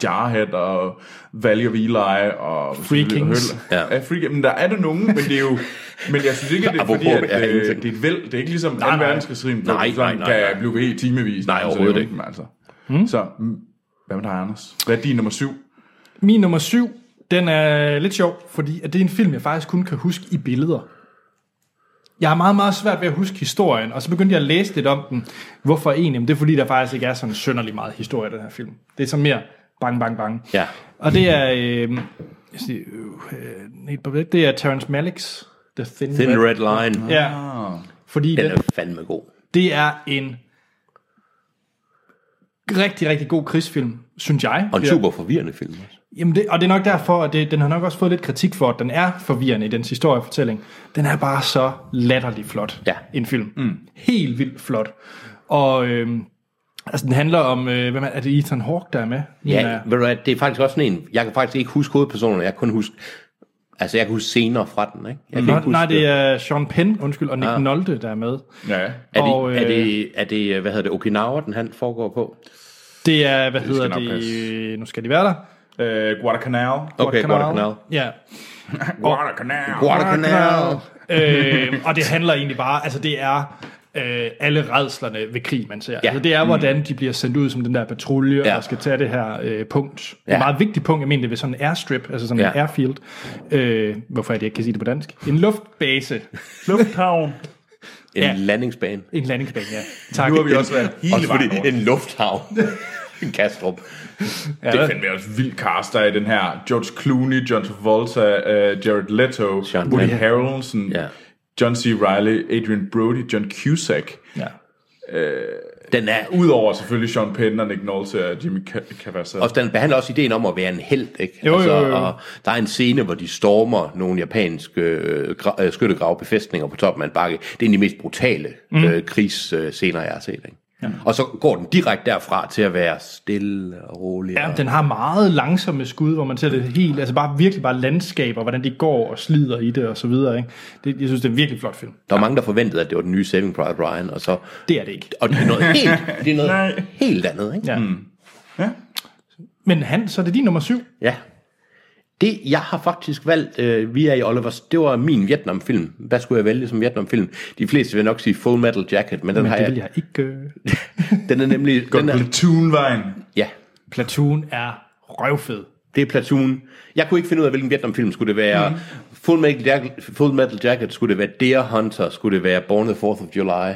S3: Jarhead og Valley of Eli og... Free
S1: Kings.
S2: Ja.
S3: Ja. Free, men der er det nogen, men det er jo... Men jeg synes ikke, at det
S2: <laughs>
S3: er
S2: Apropos,
S3: fordi,
S2: ja,
S3: at, øh,
S2: ingenting.
S3: det er et væld. Det er ikke ligesom nej, 2.
S2: nej.
S3: verdenskrigsrim, hvor
S2: Nej,
S3: du sådan
S2: nej, nej,
S3: kan
S2: nej.
S3: blive ved i timevis.
S2: Nej,
S3: Altså,
S2: overhovedet
S3: det er jo- Altså. Mm. Så, mm, hvad med dig, Anders? Hvad er din nummer syv?
S1: Min nummer syv, den er lidt sjov, fordi at det er en film, jeg faktisk kun kan huske i billeder. Jeg har meget, meget svært ved at huske historien, og så begyndte jeg at læse lidt om den. Hvorfor egentlig? Jamen, det er fordi, der faktisk ikke er sådan synderlig meget historie i den her film. Det er sådan mere bang, bang, bang.
S2: Ja.
S1: Og det er, øh, jeg siger, øh, et par- det er Terrence Malick's The Thin,
S2: Thin Red Line.
S1: Ja, fordi
S2: Den
S1: den,
S2: er fandme god.
S1: det er en rigtig, rigtig god krigsfilm, synes jeg.
S2: Og en
S1: Ja.
S2: super forvirrende film også.
S1: Jamen det, og det er nok derfor, at det, den har nok også fået lidt kritik for, at den er forvirrende i dens historiefortælling. Den er bare så latterlig flot,
S2: Ja.
S1: en film. Mm. Helt vildt flot. Og øhm, altså, den handler om, øh, hvem er, er det Ethan Hawke, der er med?
S2: Ja, ved du hvad, det er faktisk også sådan en, jeg kan faktisk ikke huske hovedpersonerne, jeg kan kun huske, altså jeg kan huske scener fra den, ikke? Jeg kan
S1: Nå,
S2: ikke huske,
S1: nej, det er Sean Penn, undskyld, og Nick
S2: Ah.
S1: Nolte, der er med.
S3: Ja.
S2: Er det,
S1: og,
S2: er,
S1: øh,
S2: det, er det, hvad hedder det, Okinawa, den han foregår på?
S1: Det er, hvad
S3: skal
S1: hedder
S3: nok
S1: det,
S3: passe.
S1: nu skal de være der.
S3: Øh, Guadalcanal.
S2: Okay, Guadalcanal.
S1: Ja.
S3: Guadalcanal.
S1: <laughs>
S2: Guadalcanal.
S1: øh, og det handler egentlig bare, altså det er øh, alle redslerne ved krig, man ser. Ja.
S2: Ja.
S1: Altså det er, hvordan de bliver sendt ud som den der patrulje, ja.
S2: Ja.
S1: og skal tage det her øh, punkt. Ja.
S2: Ja.
S1: Et meget vigtigt punkt, jeg mener det ved sådan en airstrip, altså sådan ja. en
S2: Ja.
S1: airfield. Øh, hvorfor er det, jeg ikke kan sige det på dansk? En luftbase.
S3: Lufthavn.
S2: En
S1: Ja.
S2: landingsbane.
S1: En landingsbane, ja. Tak.
S3: Nu har vi også været hele
S2: Også fordi
S3: vejen rundt.
S2: en
S1: <laughs>
S2: lufthavn. en Kastrup.
S3: Det finder vi også vildt caster i den her. George Clooney, John Travolta, uh, Jared Leto,
S2: Sean
S3: Woody
S2: Penn.
S3: Harrelson,
S2: Ja.
S3: John C. Reilly, Adrian Brody, John Cusack.
S1: Ja.
S2: Den er
S3: Udover selvfølgelig Sean Penn og Nick Nolte og Jimmy Ca- Cavazza.
S2: Og den behandler også ideen om at være en held, ikke? Altså,
S1: Jo, jo, jo.
S2: Og der er en scene, hvor de stormer nogle japanske øh, gra- øh, skyttegravbefæstninger på toppen af en bakke. Det er en af de mest brutale
S1: Mhm.
S2: mm. øh, krigsscener, jeg har set, ikke? Ja. Og så går den direkte derfra til at være stille og rolig.
S1: Ja,
S2: og,
S1: den har meget langsomme skud, hvor man ser det helt, altså bare virkelig bare landskaber, hvordan de går og slider i det og så videre. Ikke? Det, jeg synes, det er en virkelig flot film.
S2: Der var mange, der forventede, at det var den nye Saving Private Ryan, og så...
S1: Det er det ikke.
S2: Og det er
S1: <laughs>
S2: noget helt, det er
S3: Nej.
S2: noget helt andet, ikke?
S1: Ja. Mm. Men han, så er det din nummer syv.
S2: Ja. Det, jeg har faktisk valgt, øh, vi er i Olivers, det var min Vietnamfilm. Hvad skulle jeg vælge som Vietnamfilm? De fleste vil nok sige Full Metal Jacket, men den,
S1: Men
S2: har
S1: det
S2: jeg,
S1: vil jeg ikke... Øh...
S2: den er nemlig...
S3: Godt
S2: den er,
S3: Platoon-vejen.
S2: ja,
S1: Platoon er røvfed.
S2: det er Platoon. Jeg kunne ikke finde ud af, hvilken Vietnamfilm skulle det være. Mm. Full, Metal Jacket, Full Metal Jacket, skulle det være Deer Hunter, skulle det være Born the 4th of July,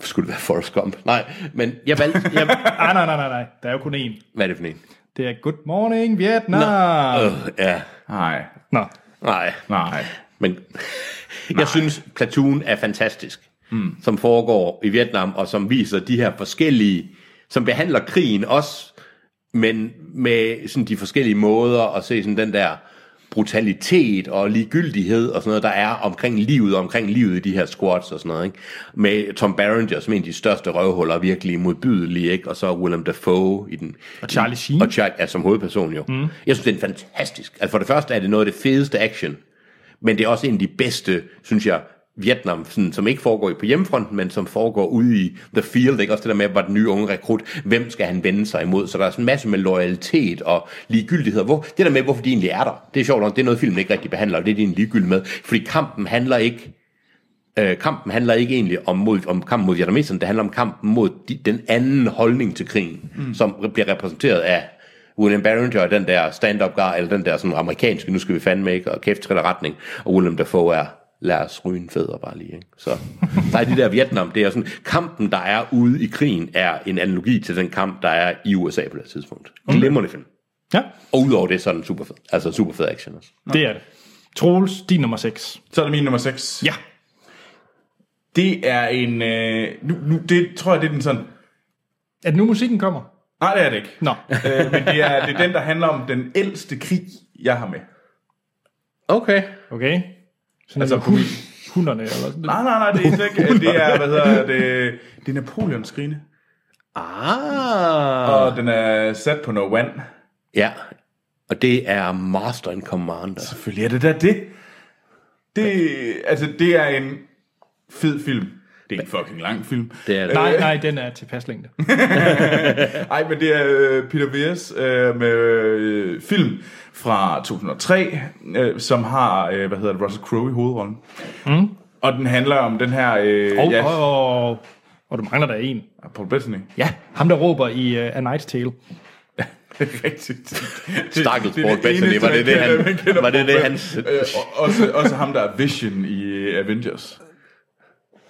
S2: skulle det være Forrest Gump? Nej, men jeg valgte... Jeg,
S1: Ej, Ah, nej, nej, nej, nej. Der er jo kun én.
S2: hvad er det for en?
S1: Det er Good Morning Vietnam. Nå.
S2: Øh, ja,
S3: Nej,
S1: Nå.
S2: nej.
S3: nej.
S2: Men jeg synes, Platoon er fantastisk, mm. som foregår i Vietnam, og som viser de her forskellige, som behandler krigen også, men med sådan de forskellige måder at se sådan den der brutalitet og ligegyldighed og sådan noget, der er omkring livet og omkring livet i de her squads og sådan noget, ikke? Med Tom Berenger som en af de største røvhuller, virkelig modbydelig, ikke? Og så Willem Dafoe i den... Og
S1: Charlie Sheen.
S2: Og Charlie, ja, som hovedperson jo. Mm. Jeg synes, det er en fantastisk... Altså for det første er det noget af det fedeste action, men det er også en af de bedste, synes jeg, Vietnam, sådan, som ikke foregår på hjemmefronten, men som foregår ude i the field, ikke? også det der med, hvor den nye unge rekrut, hvem skal han vende sig imod, så der er sådan en masse med loyalitet og ligegyldighed, hvor, det der med, hvorfor de egentlig er der, det er sjovt nok, det er noget filmen ikke rigtig behandler, og det er de egentlig ligegyldige med, fordi kampen handler ikke øh, kampen handler ikke egentlig om, mod, om kampen mod vietnameserne, det handler om kampen mod de, den anden holdning til krigen, mm. som re- bliver repræsenteret af William Barringer, den der stand-up guy, eller den der sådan amerikanske, nu skal vi fandme ikke, og kæft triller retning, og William Dafoe er, lad os ryge en fædre bare lige. Ikke? Så der er de der Vietnam, det er sådan, kampen der er ude i krigen, er en analogi til den kamp, der er i USA på det her tidspunkt. Glimrende film.
S1: Ja,
S2: Og udover det, så er den super fed. Altså super fed action også.
S1: det er det. Troels, din nummer 6.
S3: Så er det min nummer 6.
S1: Ja.
S3: Det er en... Øh, nu, nu, det tror jeg, det er den sådan...
S1: Er det nu musikken kommer?
S3: Nej, det er det ikke.
S1: Nå.
S3: øh, men det er, det er den, der handler om den ældste krig, jeg har med.
S2: Okay.
S1: Okay. Sådan
S3: Altså,
S1: altså, hund, hunderne eller sådan
S3: Nej, nej, nej, det er
S2: <laughs>
S3: slet ikke. Det er, hvad hedder det, det er Napoleons skrine.
S2: Ah.
S3: Og den er sat på noget vand.
S2: Ja, og det er Master altså. and Commander.
S3: Selvfølgelig er det da det. Det, altså, det er en fed film. Det er en fucking lang film.
S2: Det er det.
S1: Nej, nej, den er tilpas <laughs> længde.
S3: Ej, men det er øh, Peter Weers øh, med øh, film fra 2003, øh, som har, øh, hvad hedder det, Russell Crowe i hovedrollen. Mm. Og den handler om den her, øh,
S1: Og,
S3: ja,
S1: og, og, og du mangler der en.
S3: Paul Bettany. <laughs>
S1: Ja, ham der råber i uh, A Night's Tale.
S3: Rigtigt.
S2: <laughs> Stakkels Paul Bettany, var det det, han- var det det, hans-
S3: Øh, og- også, også ham, der er Vision i øh, Avengers.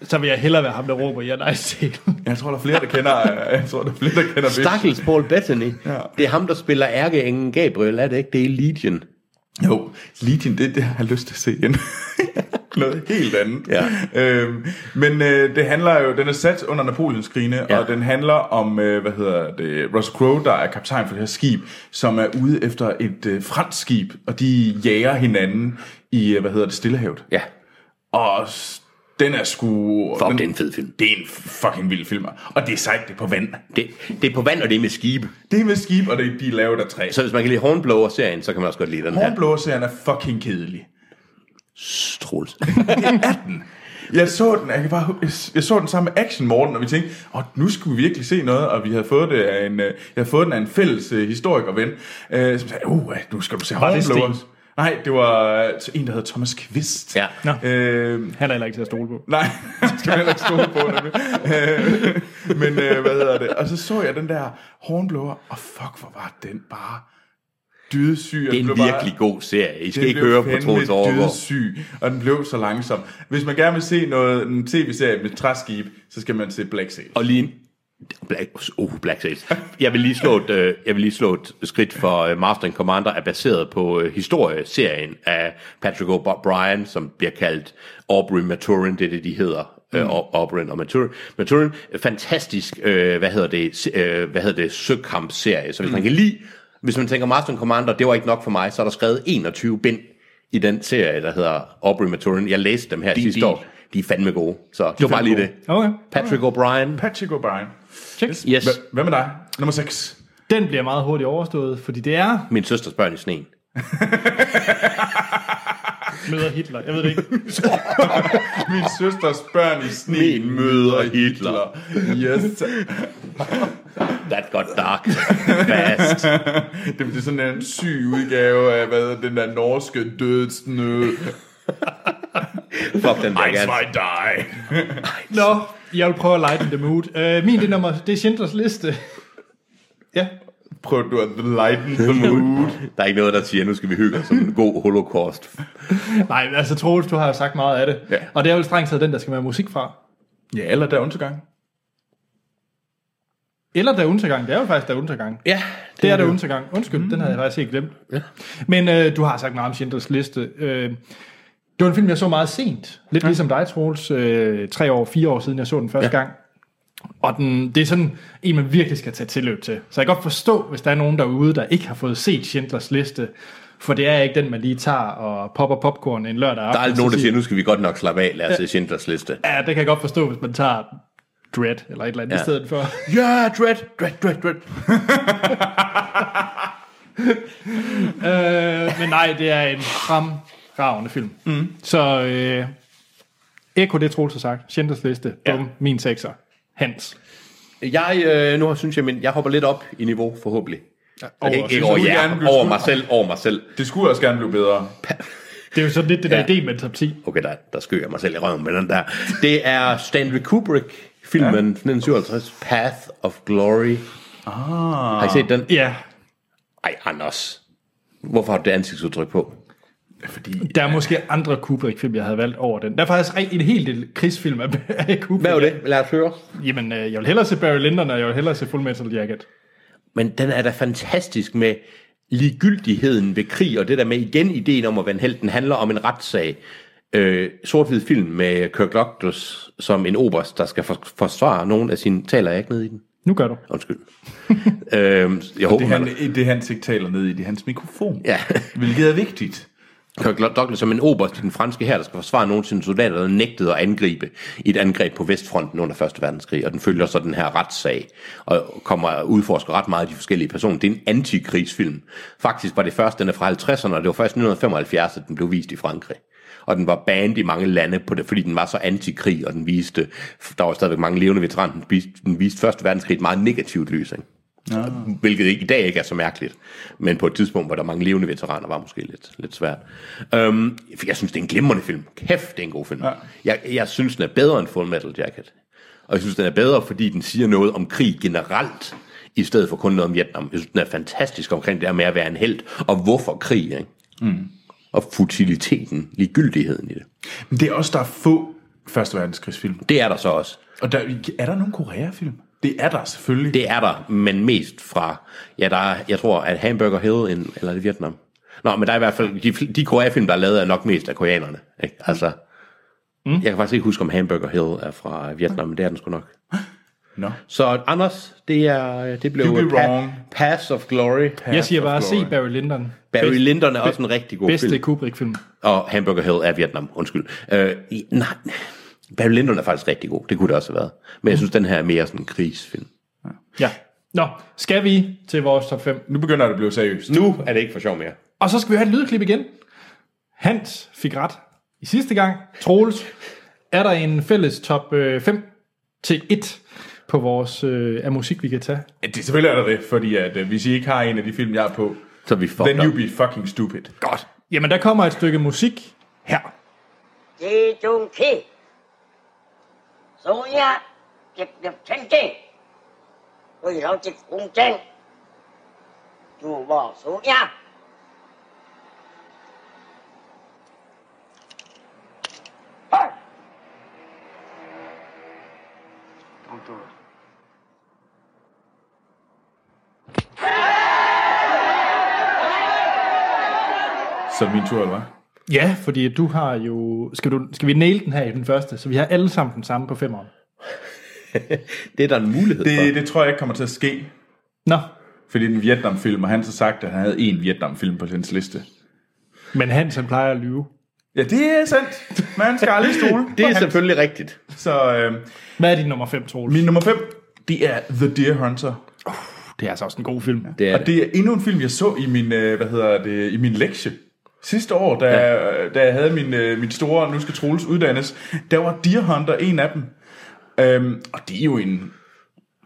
S1: Så vil jeg hellere være ham, der råber i A Night's Tale. <laughs>
S3: Jeg tror, der er flere, der kender, øh, jeg tror, der er flere, der kender Vision.
S2: Stakkels Paul Bettany. ja. Det er ham, der spiller ærkeengen Gabriel, er det ikke? Det er Legion.
S3: Jo, Legion, det, det har jeg lyst til at se igen. <laughs> Noget helt andet.
S2: Ja.
S3: Øhm, men øh, det handler jo, den er sat under Napoleons krigene, ja.
S2: Ja.
S3: og den handler om, øh, hvad hedder det, Russell Crowe, der er kaptajn for det her skib, som er ude efter et øh, fransk skib, og de jager hinanden i, øh, hvad hedder det, Stillehavet.
S2: Ja,
S3: Og s- den er sgu...
S2: fuck,
S3: den,
S2: det er en fed film.
S3: det er en fucking vild film. Og det er sejt, det er på vand.
S2: Det, det er på vand, og det er med skibe.
S3: Det er med skib, og det, de er lavet af træ.
S2: Så hvis man kan lide Hornblower-serien, så kan man også godt lide den her.
S3: Hornblåseren er fucking kedelig.
S2: Troels.
S3: Jeg så den, jeg, kan bare, jeg, jeg så den sammen med Action Morten, og vi tænkte, åh, nu skulle vi virkelig se noget, og vi havde fået det af en, øh, jeg havde fået den af en fælles øh, historikerven, øh, som sagde, uh, nu skal du se
S1: det Sten?
S3: Hornblowers. Nej, det var øh, en, der hedder Thomas Kvist.
S2: Ja.
S1: Nå.
S3: Øh,
S1: Han er heller ikke til at stole på.
S3: Nej, <laughs> det skal man heller ikke stole på. nemlig. Øh, Men øh, hvad hedder det? Og så så jeg den der hornblower, og fuck, hvor var den bare dydesyg.
S2: Det er en virkelig god serie. I skal ikke høre på Troels Overgaard.
S3: dydesyg, og den blev så langsom. Hvis man gerne vil se noget, en tv-serie med træskib, så skal man se Black Sails.
S2: Og lige en... Black, oh, Black Sails. Jeg vil lige slå et, øh, jeg vil lige slå et skridt for øh, Master and Commander er baseret på øh, historieserien af Patrick O'Brien, som bliver kaldt Aubrey Maturin, det er det, de hedder. Mm. Aubrey og Maturin. Maturin. Fantastisk, øh, hvad hedder det, se- øh, hvad hedder det, søkampserie. Så hvis mm. man kan lide, hvis man tænker Master and Commander, det var ikke nok for mig, så er der skrevet 21 bind i den serie, der hedder Aubrey Maturin. Jeg læste dem her de, sidste
S5: de-
S2: år. De er fandme gode. Så det var bare lige
S3: fandme
S2: det.
S1: Okay,
S2: Patrick O'Brien,
S3: Patrick O'Brien.
S1: check.
S2: Yes.
S3: Hva- Hvad med dig? Nummer 6.
S1: Den bliver meget hurtigt overstået, fordi det er
S2: Min søsters børn i sneen.
S1: møder Hitler. Jeg ved det ikke.
S3: Min søsters børn i sne
S2: Min møder Hitler.
S3: Yes. <laughs>
S2: That got dark fast.
S3: Det, det er sådan en syg udgave af, hvad hedder den der norske dødsnød.
S2: Fuck den der gerne.
S3: I die.
S1: Nå, jeg vil prøve at lighten the mood. Øh, min det er nummer, det er Schindlers liste. ja,
S3: Prøv du at lighten the
S2: <laughs>
S3: mood.
S2: Der er ikke noget, der siger, nu skal vi hygge os som en god holocaust.
S1: nej, altså Troels, du har jo sagt meget af det.
S3: Ja.
S1: Og det er jo strengt taget den, der skal være musik fra.
S3: ja, eller der er undergang.
S1: Eller der er undergang. Det er jo faktisk der er undergang.
S2: Ja,
S1: Det er der undergang. Undskyld, mm. den havde jeg faktisk helt glemt. Ja. Men øh, du har sagt meget om Schindlers Liste. Øh, det var en film, jeg så meget sent. Lidt ja. ligesom dig, Troels. Øh, tre år, fire år siden, jeg så den første ja. gang. Og den, det er sådan en, man virkelig skal tage tilløb til. Så jeg kan godt forstå, hvis der er nogen derude, der ikke har fået set Schindlers Liste. For det er ikke den, man lige tager og popper popcorn en lørdag aften.
S2: Der er aldrig nogen, der
S1: og så
S2: siger, nu skal vi godt nok slappe af, lad os se Schindlers liste.
S1: Ja, det kan jeg godt forstå, hvis man tager Dread eller et eller andet ja.
S2: Ja.
S1: i stedet for.
S2: Ja, yeah, dread, dread, dread, dread.
S1: Øh, men nej, det er en fremragende film. Mm. Så øh, Eko, det Troels har sagt. Schindlers Liste.
S2: Ja.
S1: Bum, min sekser. Hans.
S2: Jeg, øh, nu synes jeg, men jeg hopper lidt op i niveau, forhåbentlig.
S1: over-
S2: Over, ikke,
S1: synes
S2: ikke over,
S3: du
S2: jer,
S3: gerne, du
S2: over
S3: skulle-
S2: mig selv, over mig selv.
S3: Det skulle også gerne blive bedre.
S1: Det er jo sådan lidt det der
S2: Ja.
S1: idé med top 10.
S2: Okay, der, der skøger jeg mig selv i røven med den der. Det er Stanley Kubrick, filmen ja. 1957, Path of Glory. Ah. Har I set den?
S1: Ja,
S2: Ej, Anders. Hvorfor har du det ansigtsudtryk på?
S1: der er måske andre Kubrick-film, jeg havde valgt over den. Der er faktisk rigtig- en hel del krigsfilm af af Kubrick.
S2: Hvad var det? Lad os høre.
S1: Jamen, øh, jeg vil hellere se Barry Lyndon, og jeg vil hellere se Full Metal Jacket.
S2: Men den er da fantastisk med ligegyldigheden ved krig, og det der med igen ideen om at være en held. Den handler om en retssag. Øh, sort-hvid film med Kirk Douglas som en oberst, der skal for- forsvare nogen af sine... Taler jeg ikke ned i den?
S1: Nu gør du.
S2: <laughs> Undskyld. øhm, jeg håber,
S3: Det
S2: man...
S3: han, det han ikke taler ned i, det er hans mikrofon.
S2: Ja.
S3: Hvilket er vigtigt.
S2: Kirk Douglas som en oberst i den franske her, der skal forsvare nogle af sine soldater, der nægtede at angribe i et angreb på Vestfronten under 1. verdenskrig, og den følger så den her retssag, og kommer og udforsker ret meget af de forskellige personer. Det er en antikrigsfilm. Faktisk var det først, den er fra 50'erne, og det var først 1975, at den blev vist i Frankrig. Og den var banned i mange lande, på det, fordi den var så antikrig, og den viste, der var stadigvæk mange levende veteraner, den viste, den viste 1. verdenskrig i et meget negativt lys. Ikke? Hvilket ikke- i dag ikke er så mærkeligt, men på et tidspunkt, hvor der er mange levende veteraner, var måske lidt, lidt svært. Øhm, for jeg synes, det er en glimrende film. Kæft, det er en god film. Ja. Jeg, jeg synes, den er bedre end Full Metal Jacket. Og jeg synes, den er bedre, fordi den siger noget om krig generelt, i stedet for kun noget om Vietnam. Jeg synes, den er fantastisk omkring det her med at være en held, og hvorfor krig, ikke? Mm. Og futiliteten, ligegyldigheden i det.
S3: Men det er også, der er få Første Verdenskrigsfilm.
S2: Det er der så også.
S3: Og der, er der nogen Korea-film? Det er der selvfølgelig.
S2: Det er der, men mest fra, ja, der er, jeg tror, at Hamburger Hill, en, eller er det Vietnam? Nå, men der er i hvert fald, de, de koreafilm, der er lavet, er nok mest af koreanerne. Ikke? Altså, mm. jeg kan faktisk ikke huske, om Hamburger Hill er fra Vietnam, men det er den sgu nok.
S3: Nå.
S2: Så Anders, det, er, det blev
S3: You be wrong.
S2: Pass of Glory.
S1: Jeg siger bare,
S3: for
S1: se
S3: glory.
S1: Barry Lyndon.
S2: Barry
S1: Bedst-
S2: Lyndon er også en rigtig god
S1: Bedste
S2: film.
S1: Kubrick-film.
S2: Og Hamburger Hill er Vietnam, undskyld. Øh, i- nej, Barry Lyndon er faktisk rigtig god. Det kunne det også have været. Men jeg synes, den her er mere sådan en krigsfilm.
S1: Ja. Nå, skal vi til vores top 5?
S3: Nu begynder det at blive seriøst.
S2: Nu er det ikke for sjov mere.
S1: Og så skal vi have et lydklip igen. Hans fik ret i sidste gang. Troels er der en fælles top øh, 5 til 1 på vores øh, af musik, vi kan tage.
S3: Ja, Det, selvfølgelig er der det, fordi at, øh, hvis I ikke har en af de film, jeg er på,
S2: Så er vi fucked
S3: then
S2: up.
S3: you be fucking stupid.
S2: Godt.
S1: Jamen, der kommer et stykke musik her.
S6: Ye Jong Ki. So ya, chịch nhập chân chi. Rồi rau chịch cung chân. Dù bỏ số ya. Hey! Don't do it.
S3: Så er det min tur, eller hvad?
S1: Ja, fordi du har jo... Skal, du, skal vi nail den her i den første? Så vi har alle sammen den samme på femmeren.
S2: Det er der en mulighed det,
S3: Det,
S2: for.
S3: det tror jeg ikke kommer til at ske,
S1: Nå,
S3: fordi det er en Vietnamfilm, og han så sagt, at han havde én Vietnamfilm på hans liste.
S1: men Hans, han plejer at lyve.
S3: Ja, det er sandt. Man skal aldrig stole.
S2: <laughs> Det er selvfølgelig rigtigt.
S3: Så øh,
S1: Hvad er din nummer 5, Troels?
S3: min nummer 5, det er The Deer Hunter.
S1: Det er altså også en god film. Ja.
S2: Det er
S3: Og det er endnu en film, jeg så i min, øh, hvad hedder det, i min lektie. Sidste år, da, ja. da jeg havde min, øh, min store, nu skal Troels uddannes, der var Deer Hunter en af dem. Øhm, og det er jo en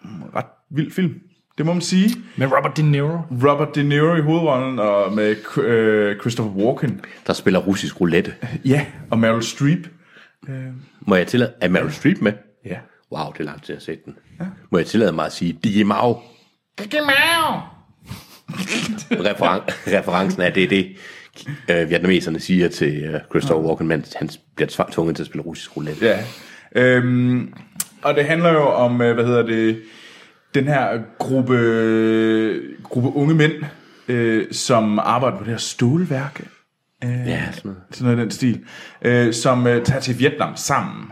S3: mm, ret vild film. Det må man sige.
S1: Med Robert De Niro.
S3: Robert De Niro i hovedrollen, og med øh, Christopher Walken.
S2: Der spiller russisk roulette.
S3: Ja, og Meryl Streep.
S2: Må jeg tillade... Er Meryl Streep med?
S3: Ja.
S2: Wow, det er lang tid, jeg har set den. Må jeg tillade mig at sige DJ Mao? Referen- referencen er det, er det øh, vietnameserne siger til øh, Christopher Walken, men han bliver tvang- tvunget til at spille russisk roulette.
S3: Ja. Øhm, og det handler jo om, øh, hvad hedder det, den her gruppe, gruppe unge mænd, øh, som arbejder på det her stålværk,
S2: ja sådan noget.
S3: sådan noget i den stil, øh, som øh, tager til Vietnam sammen.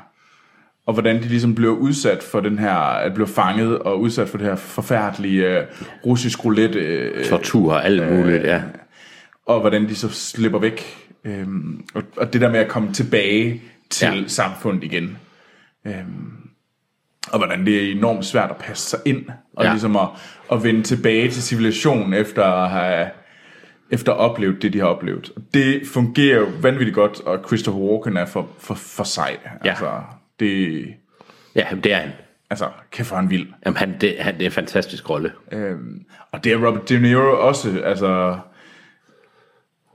S3: Og hvordan de ligesom blev udsat for den her, at blev fanget og udsat for det her forfærdelige øh, russisk roulette. Øh,
S2: Tortur og alt muligt, ja.
S3: og hvordan de så slipper væk. Øhm, og, og det der med at komme tilbage til
S2: Ja.
S3: ja. samfundet igen. Øhm, og hvordan det er enormt svært at passe sig ind, og
S2: Ja.
S3: ja. ligesom at, at vende tilbage til civilisationen efter at have efter at have oplevet det, de har oplevet. Det fungerer jo vanvittigt godt, og Christopher Walken er for, for, for sej.
S2: Ja.
S3: Altså, det,
S2: Ja, jamen, det er han.
S3: altså, kæft for han vild.
S2: Jamen, han, det, han, det er en fantastisk rolle.
S3: Øhm, og det er Robert De Niro også, altså...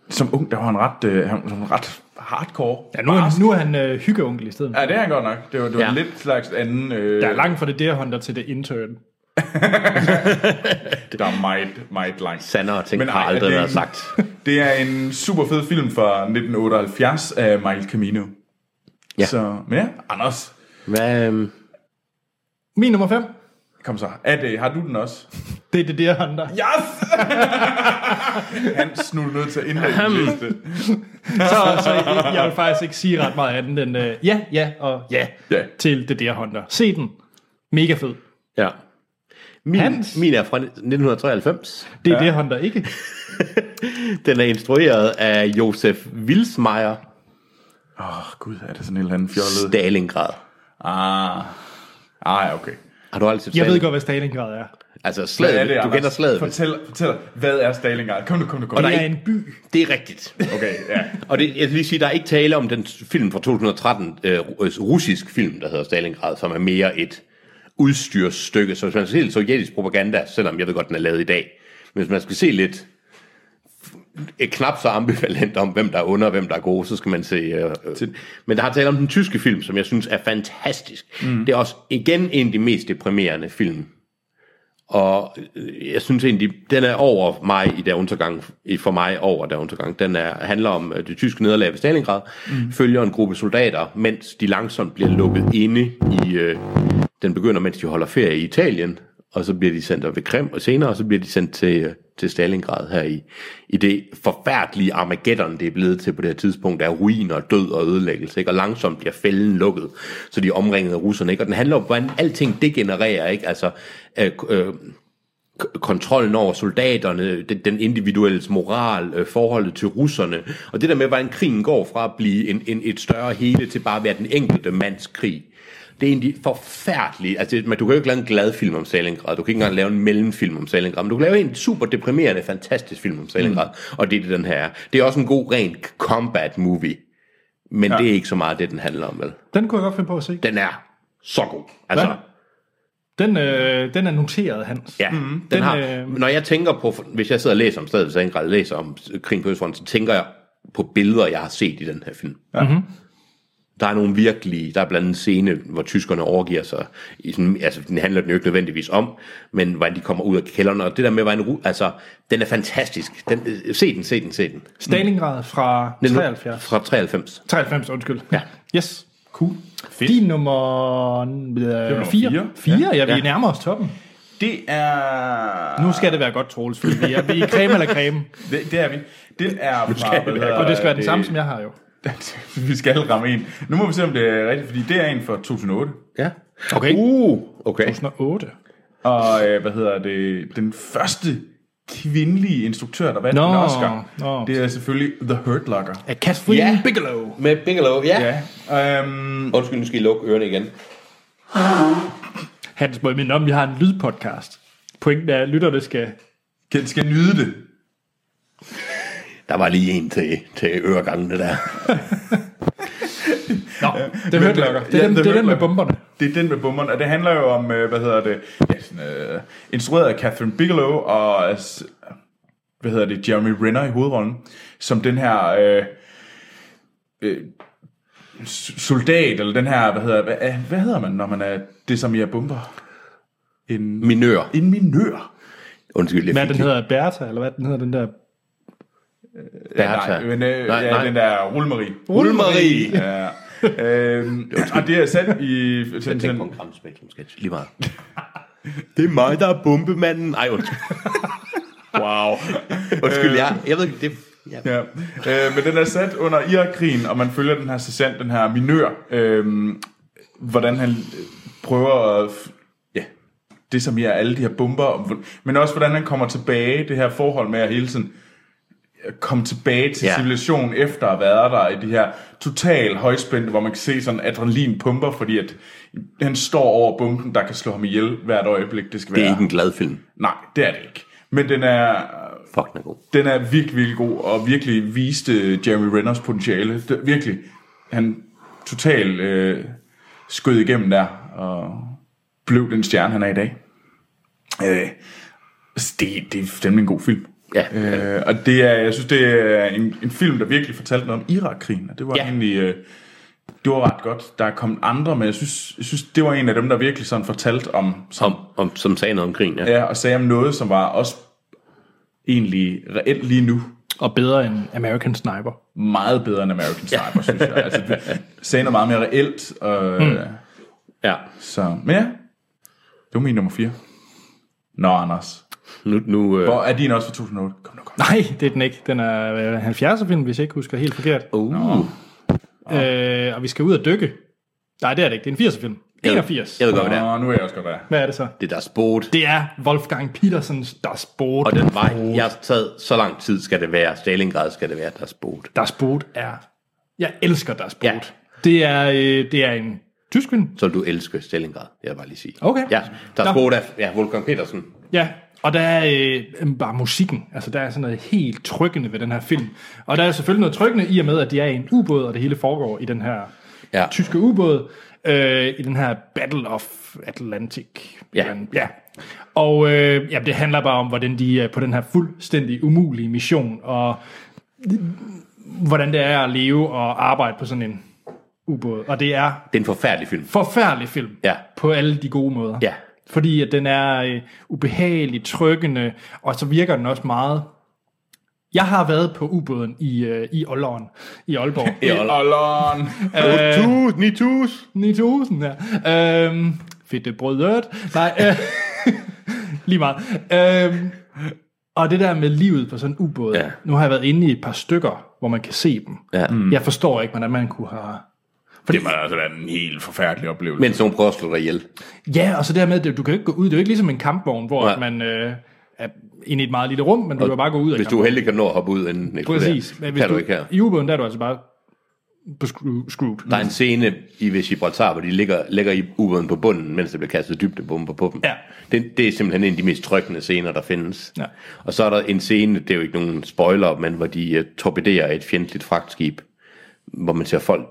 S3: Som ung, der var han ret, øh, han, han var ret hardcore.
S1: Ja, nu er, han- nu er han øh, hyggeonkel i stedet.
S3: Ja, det er han godt nok. Det var, det var
S2: Ja.
S3: ja. lidt slags anden... Øh,
S1: Der er langt fra det der Hunter til det intern.
S3: Der er meget, meget langt.
S2: Sandere ting
S3: Men
S2: har
S3: ej, er
S2: aldrig
S3: det
S2: været
S3: en-
S2: sagt.
S3: <laughs> Det er en super fed film fra 1978 af Michael Camino.
S2: Ja.
S3: Så, men ja, Anders,
S2: Hvad, øhm,
S1: Min nummer 5,
S3: kom så. Er det, har du den også?
S1: det er det der Hunter. Ja.
S3: Yes! <laughs> Hans, nu er du nødt til at indlægge den liste.
S1: Så, så jeg, jeg vil faktisk ikke sige ret meget andet end øh, ja, ja og ja,
S3: Ja.
S1: til det der Hunter. Se den. Mega fed.
S2: ja. Min,
S1: Hans?
S2: min er fra 1993.
S1: Det er ja. det Hunter ikke.
S2: Den er instrueret af Josef Wilsmeyer,
S3: Åh, oh, gud, er det sådan en eller anden fjollet?
S2: Stalingrad.
S3: Ah, ah, ja, okay.
S2: Har du aldrig set
S1: Jeg ved
S2: Stalingrad?
S1: godt, hvad Stalingrad er.
S2: Altså
S3: Hvad
S2: slaget, du
S3: Anders?
S2: kender slaget. hvis-
S3: Fortæl, fortæl, hvad er Stalingrad? Kom nu, kom nu, kom nu.
S2: der
S1: Det er
S2: ikke-
S1: en by.
S2: Det er rigtigt.
S3: Okay, ja.
S2: Og det, jeg vil lige sige, der er ikke tale om den film fra 2013, øh, russisk film, der hedder Stalingrad, som er mere et udstyrsstykke. Så hvis man skal se lidt sovjetisk propaganda, selvom jeg ved godt, den er lavet i dag, men hvis man skal se lidt øh, knap så ambivalent om, hvem der er under og hvem der er gode, så skal man se... Øh, øh. Men der har tale om den tyske film, som jeg synes er fantastisk. Mm. Det er også igen en af de mest deprimerende film, og øh, jeg synes egentlig, den er over mig i der undergang, i- for mig over der undergang. Den er, handler om øh, det tyske nederlag ved Stalingrad, mm. følger en gruppe soldater, mens de langsomt bliver lukket inde i, øh, den begynder, mens de holder ferie i Italien, og så bliver de sendt op ved Krim, og senere så bliver de sendt til, øh, til Stalingrad her i, i det forfærdelige Armageddon, det er blevet til på det her tidspunkt, der er ruiner, død og ødelæggelse, ikke? og langsomt bliver fælden lukket, så de er omringet af russerne, ikke? og den handler om, hvordan alting degenererer, ikke? altså øh, øh, k- kontrollen over soldaterne, den, den individuelle moral, øh, forholdet til russerne, og det der med, hvordan krigen går fra at blive en, en, et større hele til bare at være den enkelte mands krig. Det er egentlig forfærdeligt. Altså, det- men du kan jo ikke lave en glad film om Stalingrad. Du kan ikke engang lave en mellemfilm om Stalingrad. Men du kan lave en super deprimerende, fantastisk film om Stalingrad. Mm. Og det er det, den her er. Det er også en god, ren combat movie Men ja. det er ikke så meget det, den handler om, vel?
S1: Den kunne jeg godt finde på at se.
S2: Den er så god. Altså,
S1: Hvad? Den, øh, den er noteret, Hans.
S2: Ja, mm-hmm. den,
S1: Den,
S2: den har,
S1: øh,
S2: øh... Når jeg tænker på, hvis jeg sidder og læser om stedet, så jeg grad læser om krigen på Østfronten, så tænker jeg på billeder, jeg har set i den her film. Ja. Mm-hmm. Der er nogle virkelige, der er blandt andet en scene, hvor tyskerne overgiver sig. I sådan, altså, den handler den jo ikke nødvendigvis om, men hvordan de kommer ud af kælderne. Og det der med, hvordan, ru- altså, den er fantastisk. Den, øh, se den, se den, se den.
S1: Stalingrad fra 73.
S2: Fra 93.
S1: 93, undskyld. Ja. Yes.
S3: Cool.
S1: Fedt. Din nummer
S3: nummer
S1: 4. 4,
S3: fire.
S1: ja. ja, vi ja. nærmer os toppen.
S3: Det er...
S1: Nu skal det være godt, Troels, fordi vi er, vi er creme eller creme.
S3: Det, det er vi. Den er fra... hvad hedder
S1: Og det skal være den samme, som jeg har jo.
S3: <laughs> vi skal ramme en. Nu må vi se, om det er rigtigt, fordi det er en fra 2008.
S2: Ja.
S1: Okay.
S2: Uh, okay.
S1: 2008.
S3: Og øh, hvad hedder det? Den første kvindelige instruktør, der vandt
S1: Nå,
S3: no. en Oscar.
S1: nå.
S3: Det er selvfølgelig The Hurt Locker.
S1: Af Kathleen
S2: Ja.
S1: Bigelow.
S2: Med Bigelow, ja. ja.
S3: Ja. Øhm,
S2: Undskyld, nu skal I lukke ørerne igen.
S1: Hans må jeg minde om, vi har en lydpodcast. Pointen er, at lytterne skal...
S3: kan, skal nyde det.
S2: Der var lige en til, til øregangene der.
S1: Nå, det er
S3: Men-
S1: hørtlokker. Det
S3: Ja,
S1: er dem,
S3: The
S1: det er dem med
S3: Hurt Locker.
S1: bomberne.
S3: Det er den med bomberne, og det handler jo om, øh, hvad hedder det, ja, sådan, øh, instrueret af Catherine Bigelow og, øh, s- hvad hedder det, Jeremy Renner i hovedrollen, som den her øh, øh, s- soldat, eller den her, hvad hedder, hvad, øh, hvad hedder man, når man er det, som jeg bomber? En,
S2: Minør.
S3: en minør.
S2: Undskyld, jeg
S1: Hvad er
S2: fik
S1: den
S2: det.
S1: hedder? Bertha, eller hvad er den hedder, den der...
S2: Bertha.
S3: Nej, men, øh, nej,
S2: nej,
S3: ja,
S2: nej.
S3: den der Rullemarie.
S2: Rullemarie. <laughs>
S3: Ja. øhm, og det er sat i... Sådan,
S2: Tænk på en
S3: sådan,
S2: Gram Spektrum sketch. Lige meget. <laughs> det er mig, der er bombemanden. Ej, undskyld. <laughs> wow. Undskyld, jeg, jeg ved ikke, det... Ja.
S3: Ja, øh, men den er sat under Irakkrigen, og man følger den her sergeant, den her minør, øh, hvordan han øh, prøver at f-
S2: ja.
S3: det, som er alle de her bomber, men også hvordan han kommer tilbage, det her forhold med at hele tiden øh, komme tilbage til
S2: Ja.
S3: ja. civilisationen efter at have været der i de her total højspændte, hvor man kan se sådan adrenalin pumper, fordi at han står over bomben, der kan slå ham ihjel hvert øjeblik, det skal
S2: Det
S3: være.
S2: er ikke en glad film.
S3: Nej, det er det ikke. Men den er
S2: Fuck, den er god.
S3: den er virkelig, virkelig god, og virkelig viste Jeremy Renners potentiale. Det, virkelig. Han totalt øh, skød igennem der, og blev den stjerne, han er i dag. Øh, så det, det er fandme en god film.
S2: Ja.
S3: Øh, og det er, jeg synes, det er en, en film, der virkelig fortalte noget om Irakkrigen, og det var
S2: Ja.
S3: ja. egentlig... Øh, det var ret godt. Der er kommet andre, men jeg synes, jeg synes, det var en af dem, der virkelig sådan fortalte om
S2: Som, om, som sagde noget om krigen, ja.
S3: ja, og sagde om noget, som var også egentlig reelt lige nu.
S1: Og bedre end American Sniper.
S3: Meget bedre end American Sniper, ja. synes jeg. Altså, det sagde noget meget mere reelt. Og, mm.
S2: Hmm. ja.
S3: så, men ja, det var min nummer 4. Nå, Anders.
S2: Nu, nu, øh,
S3: Hvor er din også fra 2008? Kom nu, kom.
S1: Nej, det er den ikke. Den er øh, 70'er film, hvis jeg ikke husker helt forkert.
S2: uh,
S1: Øh, og vi skal ud og dykke. Nej, det er det ikke. Det er en 80'er film. 81.
S2: jeg ved godt, hvad det er.
S3: Nå, nu er jeg også godt der.
S1: Hvad er det så?
S2: Det er deres båd.
S1: Det er Wolfgang Petersens Das Boot.
S2: Og den vej, jeg har taget så lang tid, skal det være. Stalingrad skal det være deres båd.
S1: Das Boot er... Jeg elsker Das Boot.
S2: Ja.
S1: Ja. Det, er, øh, det er en tysk film.
S2: Så du elsker Stalingrad, jeg vil bare lige sige.
S1: Okay.
S2: Ja,
S1: Nå.
S2: deres båd er ja, Wolfgang Petersen.
S1: Ja, og der er øh, bare musikken. Altså, der er sådan noget helt trykkende ved den her film. Og der er selvfølgelig noget trykkende i og med, at de er i en ubåd, og det hele foregår i den her
S2: Ja.
S1: tyske ubåd. Øh, I den her Battle of Atlantic.
S2: Ja.
S1: Eller- ja. Og øh, jamen, det handler bare om, hvordan de er på den her fuldstændig umulige mission, og hvordan det er at leve og arbejde på sådan en ubåd. Og det er
S2: Det er en forfærdelig film.
S1: forfærdelig film.
S2: Ja.
S1: På alle de gode måder.
S2: Ja.
S1: Fordi at den er øh, ubehagelig, trykkende, og så virker den også meget... Jeg har været på ubåden i, øh, i Aalborg. I Aalborg.
S2: <laughs> I Øh, Aalborg.
S3: Alon.
S2: Tus, ni tus.
S1: 9000, ja. Øhm, fedt det brød Nej, øh, <laughs> lige meget. Øhm, og det der med livet på sådan en ubåd.
S2: Ja.
S1: Nu har jeg været inde i et par stykker, hvor man kan se dem.
S2: Ja. Mm.
S1: Jeg forstår ikke, hvordan man kunne have...
S3: Det var altså været en helt forfærdelig oplevelse.
S2: Mens nogen prøver at slå dig ihjel.
S1: Ja, og så dermed, det, du kan jo ikke gå ud. Det er jo ikke ligesom en kampvogn, hvor
S2: Nej.
S1: ja. man øh, er inde i et meget lille rum, men du kan bare gå ud af
S2: Hvis du er heldig, kan du nå at hoppe ud inden den eksploderer.
S1: Præcis. Men
S2: Kan
S1: hvis
S2: du,
S1: du,
S2: ikke her.
S1: I ubåden, der er du altså bare på screw, screwed.
S2: Der er en scene i ved Gibraltar, hvor de ligger, ligger i ubåden på bunden, mens der bliver kastet dybdebomber på dem.
S1: Ja.
S2: Det, det er simpelthen en af de mest trykkende scener, der findes.
S1: Ja.
S2: Og øh, så er der en scene, det er jo ikke nogen spoiler, men hvor de uh, torpederer et fjendtligt fragtskib hvor man ser folk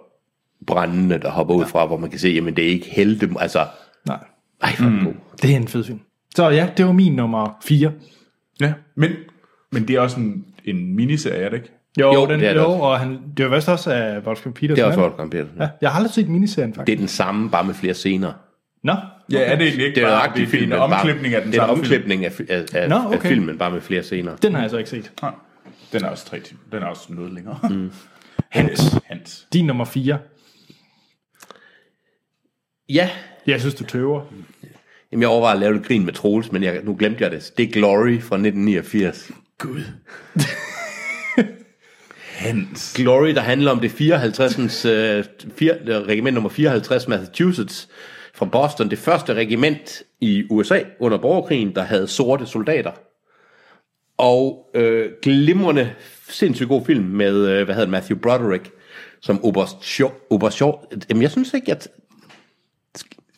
S2: brændende, der hopper ud fra, hvor man kan se, jamen det er ikke helte, altså,
S1: Nej,
S2: ej, hvor mm. god.
S1: det er en fed film. Så ja, det var min nummer 4.
S3: Ja, men, men det er også en, en miniserie, er det ikke?
S1: Jo, jo,
S2: Jo,
S1: den,
S2: det er det
S1: jo
S2: også.
S1: og han, det var vist også af Wolfgang Petersen.
S2: Det er også
S1: ikke?
S2: Wolfgang Petersen.
S1: Ja, jeg har aldrig set miniserien, faktisk.
S2: Det er den samme, bare med flere scener.
S1: Nå,
S3: Ja, er det egentlig ikke
S2: Det er
S3: bare,
S2: nøjagtigt
S3: det, det er
S2: filmen.
S3: en
S2: bare-
S3: omklipning af den
S2: det er en
S3: samme film?
S2: omklipning af, fi- af, af,
S1: Nå,
S2: af
S1: okay.
S2: filmen, bare med flere scener.
S1: den har jeg så ikke set.
S3: Nej, Ah, Den er også tre timer. Den er også noget længere. Mm. Hans. Hans.
S1: Din nummer 4.
S2: Ja,
S1: Jeg synes, du tøver.
S2: Jamen, jeg overvejede at lave lidt grin med Troels, men jeg, nu glemte jeg det. Det er Glory fra 1989.
S3: Gud. Hans.
S2: Glory, der handler om det 54. Øh, fir, øh, regiment nummer 54, Massachusetts, fra Boston. Det første regiment i USA under borgerkrigen, der havde sorte soldater. Og øh, glimrende, sindssygt god film med, øh, hvad hedder det, Matthew Broderick, som Oberst Shaw. Oberst Shaw. Jamen, jeg synes ikke, at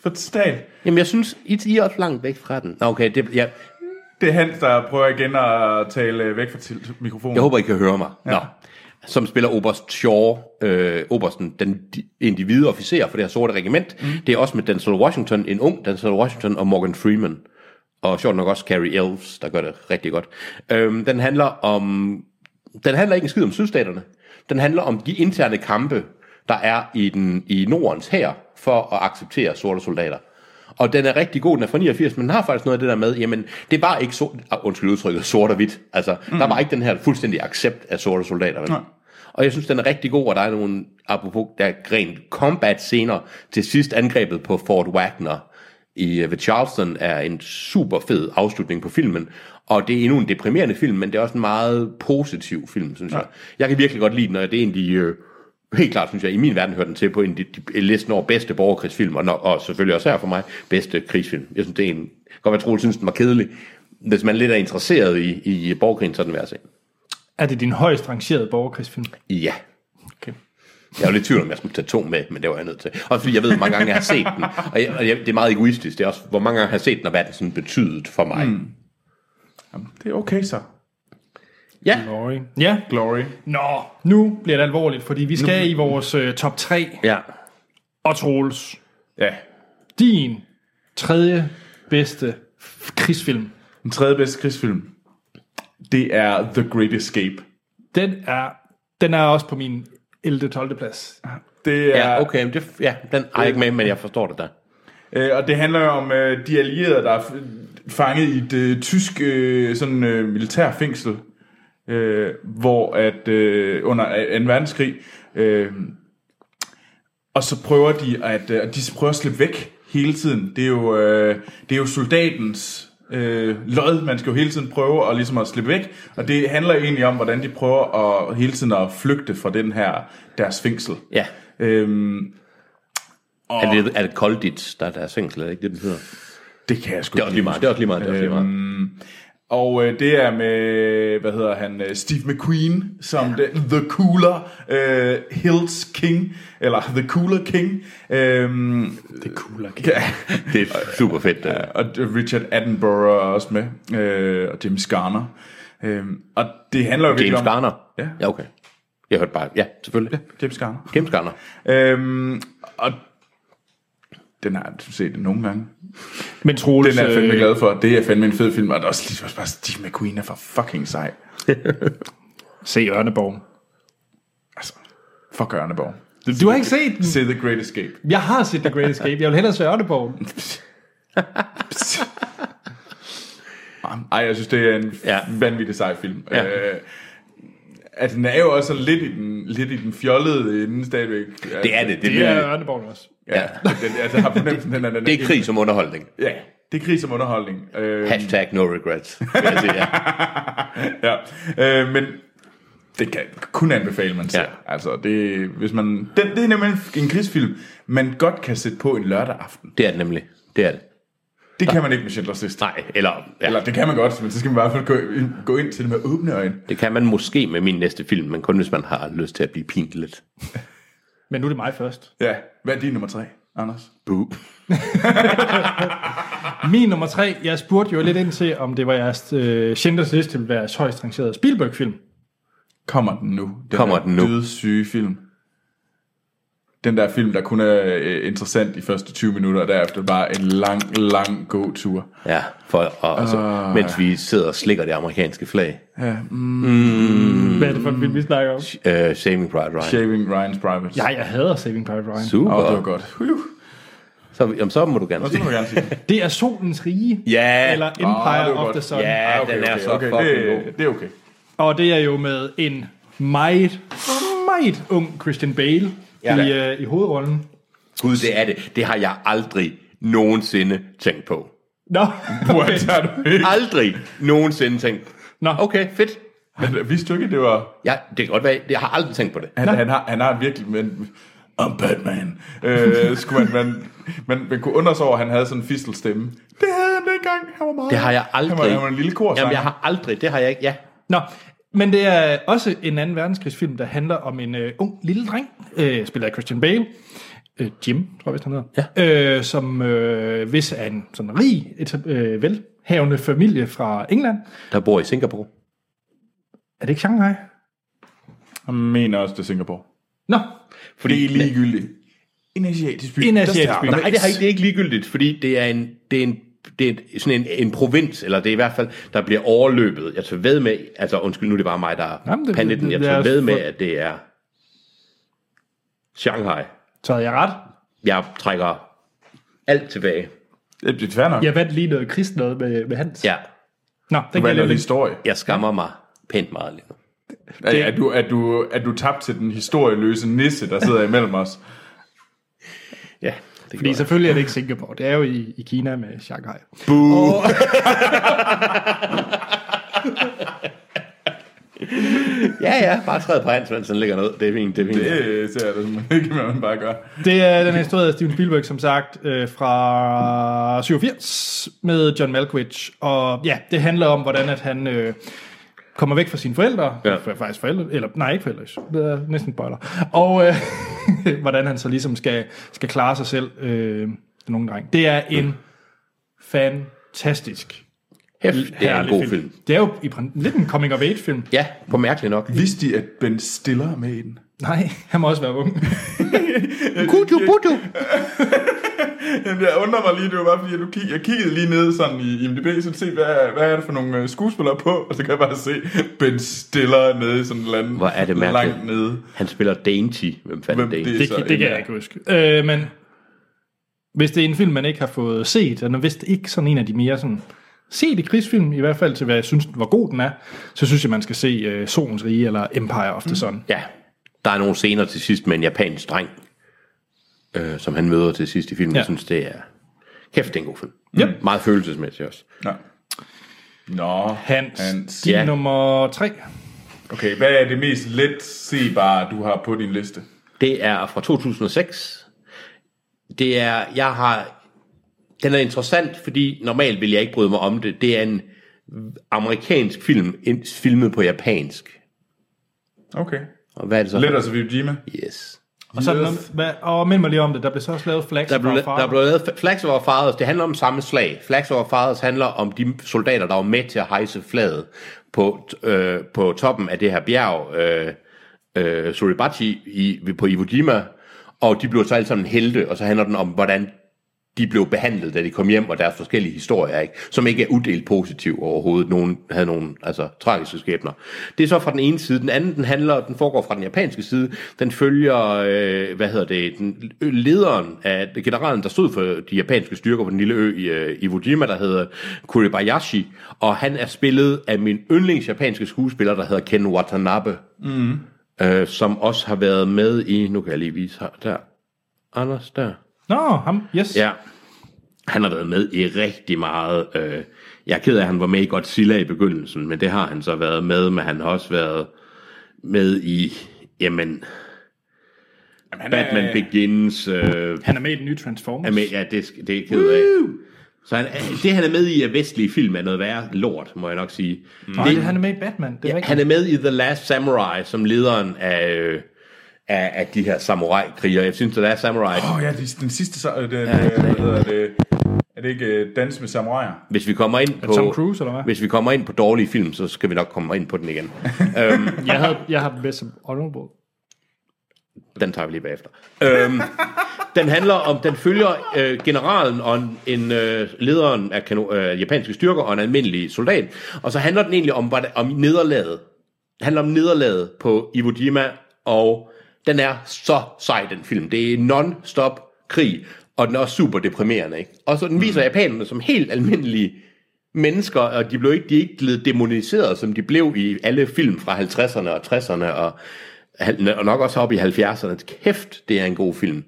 S3: Forstæt.
S2: Jamen, jeg synes, I, I er også langt væk fra den. Nå, Okay, det, jeg,
S3: Det er Hans, der prøver igen at tale øh, væk fra til- mikrofonen.
S2: jeg håber, I kan høre mig. Ja. Nå. Som spiller Oberst Shaw, øh, Obersten, den di- individe officer for det her sorte regiment. Mm. Det er også med Denzel Washington, en ung Denzel Washington og Morgan Freeman. Og sjovt nok også Carrie Elves, der gør det rigtig godt. Øhm, den handler om... Den handler ikke en skid om sydstaterne. Den handler om de interne kampe, der er i, den, i Nordens her for at acceptere sorte soldater. Og den er rigtig god, den er fra 89, men den har faktisk noget af det der med, jamen, det var ikke sort, ah, undskyld udtrykket, sort og hvidt. Altså, mm. der var ikke den her fuldstændig accept af sorte soldater. Vel? Og jeg synes, den er rigtig god, og der er nogle, apropos, der er rent combat scener til sidst angrebet på Fort Wagner i øh, ved Charleston er en super fed afslutning på filmen, og det er endnu en deprimerende film, men det er også en meget positiv film, synes ja. jeg. Jeg kan virkelig godt lide den, og det er en af de, øh, helt klart synes jeg, i min verden hører den til på en af de, de, listen over bedste borgerkrigsfilm, og, når, og selvfølgelig også her for mig, bedste krigsfilm. Jeg synes, det er en, godt være troligt, synes den var kedelig. Hvis man lidt er interesseret i, i borgerkrigen, så er den værd at se.
S1: Er det din højst rangerede borgerkrigsfilm?
S2: Ja.
S1: Okay.
S2: Jeg var lidt i tvivl om, jeg skulle tage to med, men det var jeg nødt til. Også fordi jeg ved, hvor mange gange jeg har set den. Og, jeg, og jeg, det er meget egoistisk. Det er også, hvor mange gange jeg har set den, og hvad den sådan betydet for mig. Mm.
S3: Det er okay så.
S2: Ja,
S1: Glory. Ja.
S3: Glory.
S1: Nå, nu bliver det alvorligt, fordi vi skal i vores øh, top 3.
S2: Ja.
S1: Og Troels,
S3: Ja.
S1: din tredje bedste f- krigsfilm,
S3: Den tredje bedste krigsfilm. Det er The Great Escape.
S1: den er, den er også på min 11. 12. plads.
S3: Det er,
S2: Ja, okay, men det, ja, den er jeg ikke med, men jeg forstår det der.
S3: Øh, og det handler jo om øh, de allierede, der er f- fanget i et øh, tysk øh, sådan, øh, militærfængsel, øh, hvor at øh, under 2. verdenskrig, øh, og så prøver de at øh, og de prøver at slippe væk hele tiden. Det er jo, øh, det er jo soldatens øh, lod, man skal jo hele tiden prøve at, ligesom at slippe væk, og det handler egentlig om, hvordan de prøver at, hele tiden at flygte fra den her, deres fængsel.
S2: Ja.
S3: Øhm,
S2: Er det, er det Kolditz, der er deres fængsel, er det ikke det, den hedder?
S3: det kan jeg sgu
S2: Det er også lige meget, det er også lige meget, det er også lige meget.
S3: Og øh, det er med, hvad hedder han, øh, Steve McQueen, som ja. the, the Cooler øh, Hills King, eller The Cooler King. Øh, the Cooler King. Ja,
S2: Det er super fedt. øh, Det.
S3: og Richard Attenborough er også med, øh, og James Garner. Øh, og det handler jo virkelig
S2: James
S3: om...
S2: Garner?
S3: Ja.
S2: Ja, okay. Jeg hørte bare, ja, selvfølgelig.
S3: James Garner.
S2: James Garner.
S3: Øhm, og den har du set nogle gange.
S1: Men Troels,
S3: Den er jeg fandme
S1: øh,
S3: glad for. Det er fandme en fed film, og det er også lige bare Steve McQueen er for fucking sej.
S1: se Ørneborg.
S3: Altså, fuck Ørneborg.
S1: Du har ikke set
S2: Mm.
S1: den?
S3: Se The Great Escape.
S1: Jeg har set The Great Escape. Jeg vil hellere se Ørneborg.
S3: Ej, jeg synes, det er en
S2: Ja.
S3: ja. vanvittig sej film.
S2: Ja.
S3: Ja. Øh, at den er jo også lidt i den, lidt i den fjollede ende stadigvæk.
S2: Det er det, det
S1: Det
S2: er,
S1: er Ørneborg også.
S3: Ja, den, altså, jeg har fornemmelsen, den er...
S2: <laughs>
S3: Den
S2: det er krig som underholdning.
S3: Ja, det er krig som underholdning. Øh,
S2: Hashtag no regrets. vil jeg sige, <laughs> ja.
S3: ja. øh, men det kan kun anbefale, man ser.
S2: Ja.
S3: Ja. Altså, det, hvis man, den, det er nemlig en, en krigsfilm, man godt kan sætte på en lørdag aften.
S2: Det er det nemlig. Det er det.
S3: Det kan man ikke med Schindlers Liste.
S2: Nej, eller, ja,
S3: Eller det kan man godt, men så skal man i hvert fald gå, gå ind til det med åbne øjne.
S2: det kan man måske med min næste film, men kun hvis man har lyst til at blive pint lidt.
S1: Men nu er det mig først.
S3: Ja, hvad er din nummer tre, Anders?
S2: Boo.
S1: Min nummer tre, jeg spurgte jo lidt ind til, om det var jeres øh, Schindlers Liste ville være
S3: Mm.
S1: jeres højst rangerede Spielberg-film.
S3: Kommer den nu? Den
S2: Kommer
S3: her
S2: den nu?
S3: Dødssyge film. Den der film, der kun er øh, interessant i første 20 minutter, og derefter bare en lang, lang god tur.
S2: Ja, for, og, og så, mens vi sidder og slikker det amerikanske flag.
S1: Hvad er det for en film, vi snakker om?
S2: Uh, Saving Private Ryan.
S3: Shaving Ryan's Private.
S1: Ja, jeg hader Saving Private Ryan.
S2: Super.
S3: Åh, oh, det var godt. Huiu.
S2: Så, jamen, så må du gerne
S3: Og så
S2: sige.
S3: må jeg gerne sige det.
S1: Det er Solens Rige,
S2: Ja,
S1: eller Empire
S3: det
S1: oh,
S3: var
S1: of
S3: godt.
S1: the Sun.
S2: <laughs> ja, den er så
S3: okay,
S2: fucking god.
S3: det, det er <laughs> okay.
S1: Og det er jo med en meget, meget ung Christian Bale ja. i, øh, i hovedrollen.
S2: Gud, det er det. Det har jeg aldrig nogensinde tænkt på.
S1: Nå, okay.
S3: What er du ikke?
S2: Aldrig nogensinde tænkt.
S1: Nå.
S2: Okay, fedt.
S3: Han- Vidste du ikke, det var...
S2: Ja, det kan godt være. Jeg har aldrig tænkt på det.
S3: Han, han, har, han har virkelig... Men, I'm Batman. Øh, skulle man, man, man, man kunne undre sig over, at han havde sådan en fistelstemme. Det havde han dengang. Han var meget...
S2: Det har jeg aldrig.
S3: Han var, han var en lille kor.
S2: Jamen, jeg har aldrig. Det har jeg ikke. Ja.
S1: Nå, men det er også en anden verdenskrigsfilm, der handler om en øh, ung lille dreng, øh, spillet af Christian Bale, øh, Jim, tror jeg, vist, han hedder, ja. øh, som øh, hvis er en sådan rig, etab- øh, velhavende familie fra England.
S2: Der bor i Singapore.
S1: Er det ikke Shanghai?
S3: Jeg mener også, det er Singapore.
S1: Nå,
S3: Det er ligegyldigt. En asiatisk by.
S1: En
S3: Der
S1: asiatisk
S3: starter
S1: by.
S3: man.
S2: Nej, det, har ikke, det er ikke ligegyldigt, fordi det er en, det er en, det er en, sådan en, en provins, eller det er i hvert fald, der bliver overløbet. Jeg tager ved med, altså undskyld, nu er det bare mig, der
S1: Jamen,
S2: er
S1: det-
S2: panditten.
S1: det-
S2: Jeg
S1: det
S2: tager
S1: er
S2: ved med,
S1: for-
S2: at det er Shanghai.
S1: så havde jeg ret.
S2: Jeg trækker alt tilbage.
S3: Det er fair nok.
S1: Jeg vandt lige noget krist noget med, med Hans.
S2: Ja,
S1: Nå, den
S3: Du
S1: kan jeg
S3: valgte
S1: lave
S3: en
S1: lidt.
S3: historie.
S2: jeg skammer mig pænt meget lige nu.
S3: Det... Er, du, er, du, er du tabt til den historieløse nisse, der sidder imellem os?
S2: Ja, det
S1: Fordi
S2: Fordi så...
S1: selvfølgelig er det ikke Singapore, det er jo i, i Kina med Shanghai.
S2: Ja, ja, bare træde på hans, mens han ligger ned. Det er fint, det er fint. Det...
S3: <laughs> Det ser jeg da som ikke, hvad man bare gør.
S1: Det er den her historie af Steven Spielberg, som sagt, øh, fra 87 med John Malkovich. Og ja, det handler om, hvordan at han øh, kommer væk fra sine forældre.
S2: Ja.
S1: Ja. Faktisk forældre, eller nej, ikke forældre. Det er næsten spoiler. Og øh, <laughs> hvordan han så ligesom skal, skal klare sig selv, øh, den unge dreng. Det er en fantastisk
S2: Hæft, det er en
S1: herlig
S2: god film. film.
S1: Det er jo i, prin- lidt en coming-of-age-film.
S2: Ja, på mærkeligt nok.
S3: Vidste de, at Ben Stiller er med i den?
S1: Nej, han må også være ung.
S2: Kudu, budu.
S3: Jamen, jeg undrer mig lige, det var bare fordi, at du kig, jeg kiggede lige ned sådan i IMDb, så se, hvad, hvad er det for nogle øh, skuespillere på, og så kan jeg bare se Ben Stiller er nede i sådan en eller anden,
S2: Hvor er det mærkeligt.
S3: langt nede.
S2: Han spiller Dainty. Hvem fanden
S3: Hvem
S2: Dainty?
S3: det
S1: Det,
S3: Så
S1: kan- det kan
S3: en-
S1: jeg ikke huske. Øh, men hvis det er en film, man ikke har fået set, og hvis det ikke sådan en af de mere sådan set i krigsfilm, i hvert fald til hvad jeg synes, hvor god den er, så synes jeg, man skal se uh, Solens Rige eller Empire of the Sun. Mm.
S2: Ja, der er nogle scener til sidst med en japansk dreng, øh, som han møder til sidst i filmen. Ja.
S1: Ja.
S2: Jeg synes, det er... Kæft, det er en god film.
S1: Yep.
S2: Meget følelsesmæssigt også.
S3: Nå. Nå,
S1: Hans, Hans. din
S2: Ja.
S1: nummer tre.
S3: Okay, hvad er det mest let se bare, du har på din liste?
S2: Det er fra 2006. Det er... Jeg har... Den er interessant, fordi normalt vil jeg ikke bryde mig om det. Det er en amerikansk film, en- filmet på japansk.
S3: Okay.
S2: Og hvad er det så?
S3: Letters of Iwo Jima.
S2: Yes.
S1: Og så er der
S3: Yes.
S1: noget, hvad, og mind mig lige om det, der blev så også lavet Flags
S2: Der blev,
S1: fra
S2: der blev lavet Flags Over Fathers, det handler om samme slag. Flags Over Fathers handler om de soldater, der var med til at hejse flaget på, øh, på toppen af det her bjerg, øh, øh, Suribachi i, på Iwo Jima, og de blev så alle sammen helte, og så handler den om, hvordan de blev behandlet, da de kom hjem, og deres forskellige historier, ikke? som ikke er uddelt positiv overhovedet. Nogen havde nogle altså, tragiske skæbner. Det er så fra den ene side. Den anden, den handler, den foregår fra den japanske side. Den følger, øh, hvad hedder det, den, ø- lederen af generalen, der stod for de japanske styrker på den lille ø i øh, Iwo Jima, der hedder Kuribayashi, og han er spillet af min yndlings japanske skuespiller, der hedder Ken Watanabe, mm. øh, som også har været med i, nu kan jeg lige vise her, der, Anders, der,
S1: Nå, ham, yes.
S2: Ja. Han har været med i rigtig meget. Øh, jeg er ked af, at han var med i Godzilla i begyndelsen, men det har han så været med, men han har også været med i, jamen,
S3: Jamen, han
S2: Batman
S3: er,
S2: Begins. Øh,
S1: Han er med i den nye Transformers.
S2: er med, ja, det, sk- det er jeg ked af. Så han, øh, det, han er med i af vestlige film, er noget værre lort, må jeg nok sige.
S1: Mm. Nej, det, han er med i Batman, det er ja,
S2: Ja,
S1: rigtigt.
S2: han er med i The Last Samurai, som lederen af, øh, af, af de her samurai-kriger. Jeg synes, The Last Samurai,
S3: Åh oh, ja, det er den sidste, så, øh, den, ja, hvad hedder det, er det ikke øh, Dans med Samuraier?
S2: hvis vi kommer ind på...
S1: Tom Cruise, eller hvad?
S2: Hvis vi kommer ind på dårlige film, så skal vi nok komme ind på den igen.
S1: Jeg, havde, jeg har den bedst som Honorable.
S2: Den tager vi lige bagefter. Øhm, den handler om, den følger øh, generalen og en, en øh, lederen af kano, øh, japanske styrker og en almindelig soldat. Og så handler den egentlig om, hvad det, om nederlaget. Den handler om nederlaget på Iwo Jima, og den er så sej, den film. Det er non-stop krig, og den er også super deprimerende. Ikke? Og så den viser japanerne som helt almindelige mennesker, og de blev ikke, de er ikke blevet demoniseret, som de blev i alle film fra 50'erne og 60'erne, og, og nok også op i 70'erne. Kæft, det er en god film.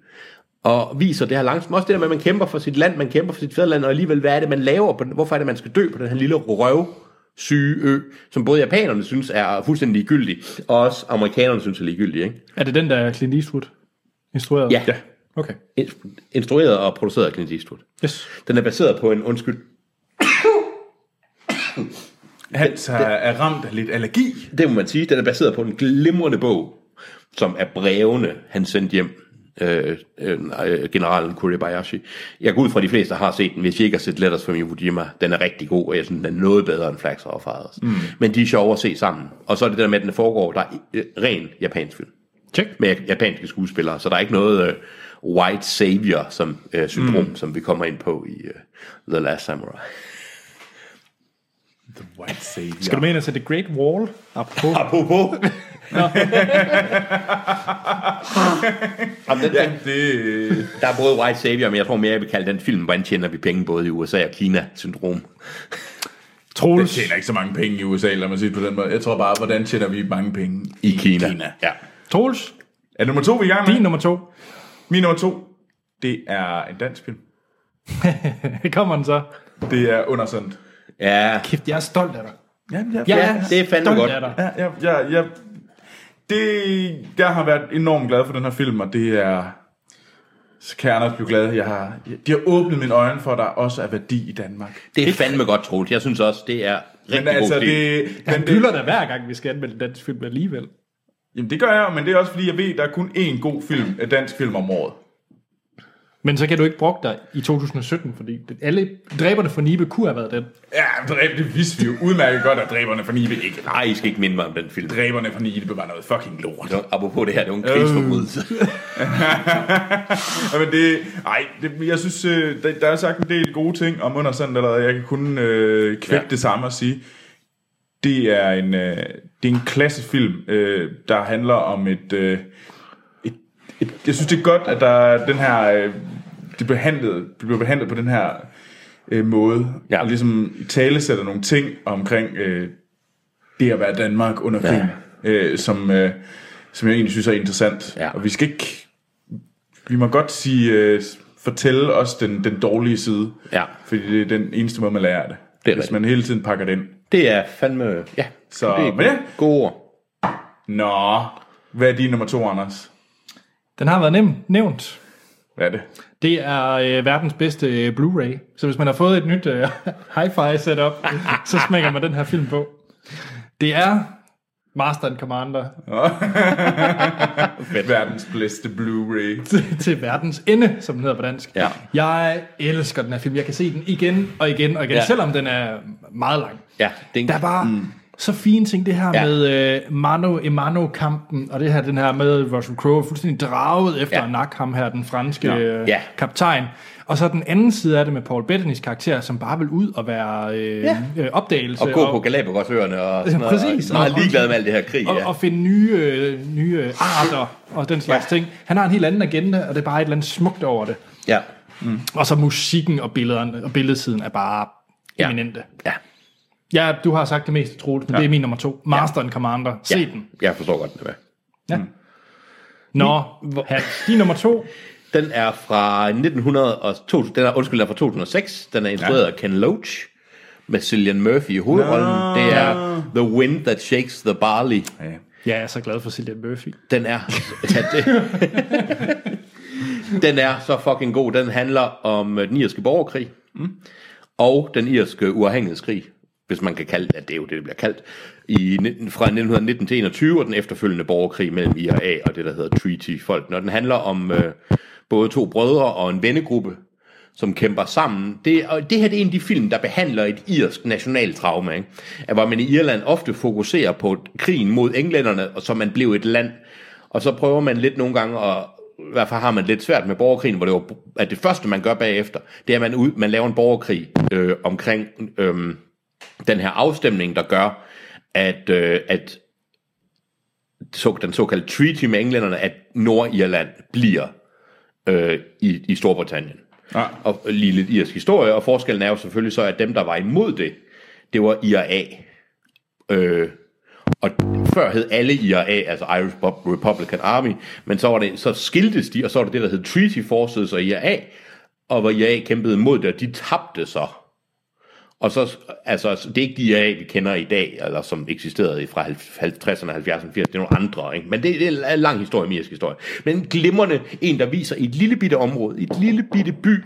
S2: Og viser det her langsomt. Også det der med, at man kæmper for sit land, man kæmper for sit fædreland, og alligevel, hvad er det, man laver? På den, hvorfor er det, man skal dø på den her lille røv? syge ø, som både japanerne synes er fuldstændig ligegyldig, og også amerikanerne synes er ligegyldig, ikke?
S1: Er det den, der er Clint Eastwood instrueret?
S2: Ja.
S1: Okay.
S2: In- Instrueret og produceret af Clint Eastwood.
S1: Yes.
S2: Den er baseret på en, undskyld,
S3: Hans er, er ramt af lidt allergi.
S2: det må man sige, den er baseret på en glimrende bog, som er brevene, han sendte hjem, øh, øh, øh, generalen Kuribayashi. Jeg går ud fra, at de fleste har set den. Hvis I ikke har set Letters from Iwo Jima, den er rigtig god, og jeg synes, den er noget bedre end Flags og Fathers. Mm. Men de er sjove at se sammen. Og så er det der med, at den foregår, der er øh, ren japansk film.
S1: Check.
S2: Med japanske skuespillere, så der er ikke noget øh, white savior som øh, syndrom, mm. som vi kommer ind på i øh, The Last Samurai.
S3: The White Savior.
S1: Skal du med ind og se The Great Wall? Apropos. <laughs>
S2: Apropos. Jamen, den,
S3: Ja, det... øh,
S2: Der er både White Savior, men jeg tror mere, jeg vil kalde den film, hvordan tjener vi penge både i USA og Kina-syndrom.
S3: Den
S1: Troels.
S3: tjener ikke så mange penge i USA, lad mig sige det på den måde. Jeg tror bare, hvordan tjener vi mange penge
S2: I Kina.
S3: Kina.
S2: Ja.
S1: Troels.
S3: Er nummer to, vi er i gang med?
S1: Din nummer to.
S3: Min nummer to, det er en dansk film.
S1: Det kommer den så.
S3: Det er Undersendt.
S2: Ja.
S1: Kæft, jeg er stolt af dig.
S3: Jamen, jeg,
S1: Jeg
S2: Ja, det er fandme
S1: stolt
S2: godt.
S1: af dig.
S3: Ja, jeg, jeg, jeg, det, jeg har været enormt glad for den her film, og det er... Så kan Anders blive glad. Jeg har, de har åbnet mine øjne for, at der også er værdi i Danmark.
S2: Det er fandme godt, Troels. Jeg synes også, det er rigtig
S3: Men altså,
S2: god det...
S3: det,
S1: Han
S3: men
S1: hylder
S3: det,
S1: dig hver gang, vi skal anmelde en dansk film alligevel.
S3: jamen, det gør jeg, men det er også fordi, jeg ved, der er kun én god film, øh, dansk film om året.
S1: Men så kan du ikke brokke dig i 2017, fordi det- alle dræberne for Nibe kunne have været den.
S3: Ja, dræb, det vidste vi jo udmærket godt, at dræberne fra Nibe ikke
S2: Nej, I skal ikke minde mig om den film.
S3: dræberne fra Nibe var noget fucking lort.
S2: Så, apropos det her, det er jo en
S3: Øh.
S2: krigsforbrydelse.
S3: Ja, men det, ej, det, jeg synes, øh, der, der er sagt en del gode ting om undersandt allerede. Jeg kan kun øh, kvække
S2: Ja.
S3: ja. det samme og sige, det er en, øh, det er en klassefilm, øh, der handler om et, øh, et, et... Jeg synes, det er godt, at der er den her... Øh, det behandlet, bliver behandlet på den her øh, måde.
S2: Ja.
S3: Ja. Og ligesom i tale sætter nogle ting omkring øh, det at være Danmark under krigen, ja. øh, som, øh, som jeg egentlig synes er interessant.
S2: Ja.
S3: Og vi skal ikke vi må godt sige, øh, fortælle os den, den dårlige side.
S2: Ja.
S3: Fordi det er den eneste måde, man lærer det.
S2: Det er
S3: hvis
S2: rigtigt.
S3: man hele tiden pakker den.
S2: Det er fandme... Ja,
S3: Så,
S2: det er
S3: men ja.
S2: gode ord.
S3: Nå, hvad er din nummer to, Anders?
S1: Den har været nem, nævnt.
S3: Hvad er det?
S1: Det er øh, verdens bedste øh, Blu-ray. Så hvis man har fået et nyt øh, <laughs> hi-fi setup, så smækker man den her film på. Det er Master and Commander
S3: Verdens bedste Blu-ray.
S1: til, til verdens ende, som den hedder på dansk.
S2: Ja.
S1: Jeg elsker den her film. Jeg kan se den igen og igen og igen,
S2: Ja.
S1: ja. selvom den er meget lang.
S2: Ja, det er en...
S1: Der er bare mm. så fine ting, det her
S2: Ja.
S1: ja. med øh, Mano Emano-kampen, og det her, den her med Russell Crowe, fuldstændig draget efter
S2: Ja.
S1: ja. at nakke ham her, den franske ja. Øh,
S2: Ja.
S1: kaptajn. Og så den anden side af det med Paul Bettanys karakter, som bare vil ud og være øh,
S2: Ja.
S1: ja. øh, opdagelse.
S2: Og gå på Galapagosøerne og sådan noget.
S1: Præcis.
S2: Og meget ligeglad med alt det her krig,
S1: og,
S2: ja.
S1: og finde nye, øh, nye øh, arter og den slags
S2: Ja.
S1: ja. ting. Han har en helt anden agenda, og det er bare et eller andet smukt over det.
S2: Ja.
S1: Og så musikken og billederne, og billedsiden er bare
S2: Ja.
S1: ja. eminente.
S2: Ja.
S1: Ja, du har sagt det meste, Troels, men ja. det er min nummer to. Master and Commander. Se
S2: ja.
S1: den.
S2: Jeg forstår godt, den er med.
S1: Nå, Hans, din nummer to.
S2: Den er fra 1900 og to, den er, undskyld, den er fra 2006. Den er instrueret ja. af Ken Loach med Cillian Murphy i hovedrollen. No. Det er The Wind That Shakes the Barley.
S1: Ja, jeg er så glad for Cillian Murphy.
S2: Den er... Ja, det, den er så fucking god. Den handler om øh, den irske borgerkrig mm. og den irske uafhængighedskrig, hvis man kan kalde det, ja, det er jo det, det bliver kaldt, i, nitten- fra 1919 til 21 og den efterfølgende borgerkrig mellem IRA og det, der hedder Treaty-folk. Når den handler om øh, både to brødre og en vennegruppe, som kæmper sammen. Det, og det her det er en af de film, der behandler et irsk nationaltrauma, ikke? At, hvor man i Irland ofte fokuserer på krigen mod englænderne, og så man blev et land, Og så prøver man lidt nogle gange at i hvert fald har man lidt svært med borgerkrigen, hvor det var, at det første, man gør bagefter, det er, at man, ud, man laver en borgerkrig øh, omkring øh, den her afstemning, der gør, at, øh, at så, den såkaldte treaty med englænderne, at Nordirland bliver øh, i, i Storbritannien.
S3: Ja.
S2: Og lige lidt irsk historie, og forskellen er jo selvfølgelig så, at dem, der var imod det, det var IRA. Øh, og før hed alle IRA, altså Irish Pub- Republican Army, men så, var det, så skiltes de, og så var det det, der hed Treaty Forces og IRA, og hvor IRA kæmpede imod det, og de tabte så. Og så, altså, det er ikke de IRA, vi kender i dag, eller som eksisterede fra 50'erne, 70'erne, 80'erne, det er nogle andre, ikke? Men det, det er en lang historie, mirisk historie. Men en glimrende en, der viser i et lille bitte område, i et lille bitte by,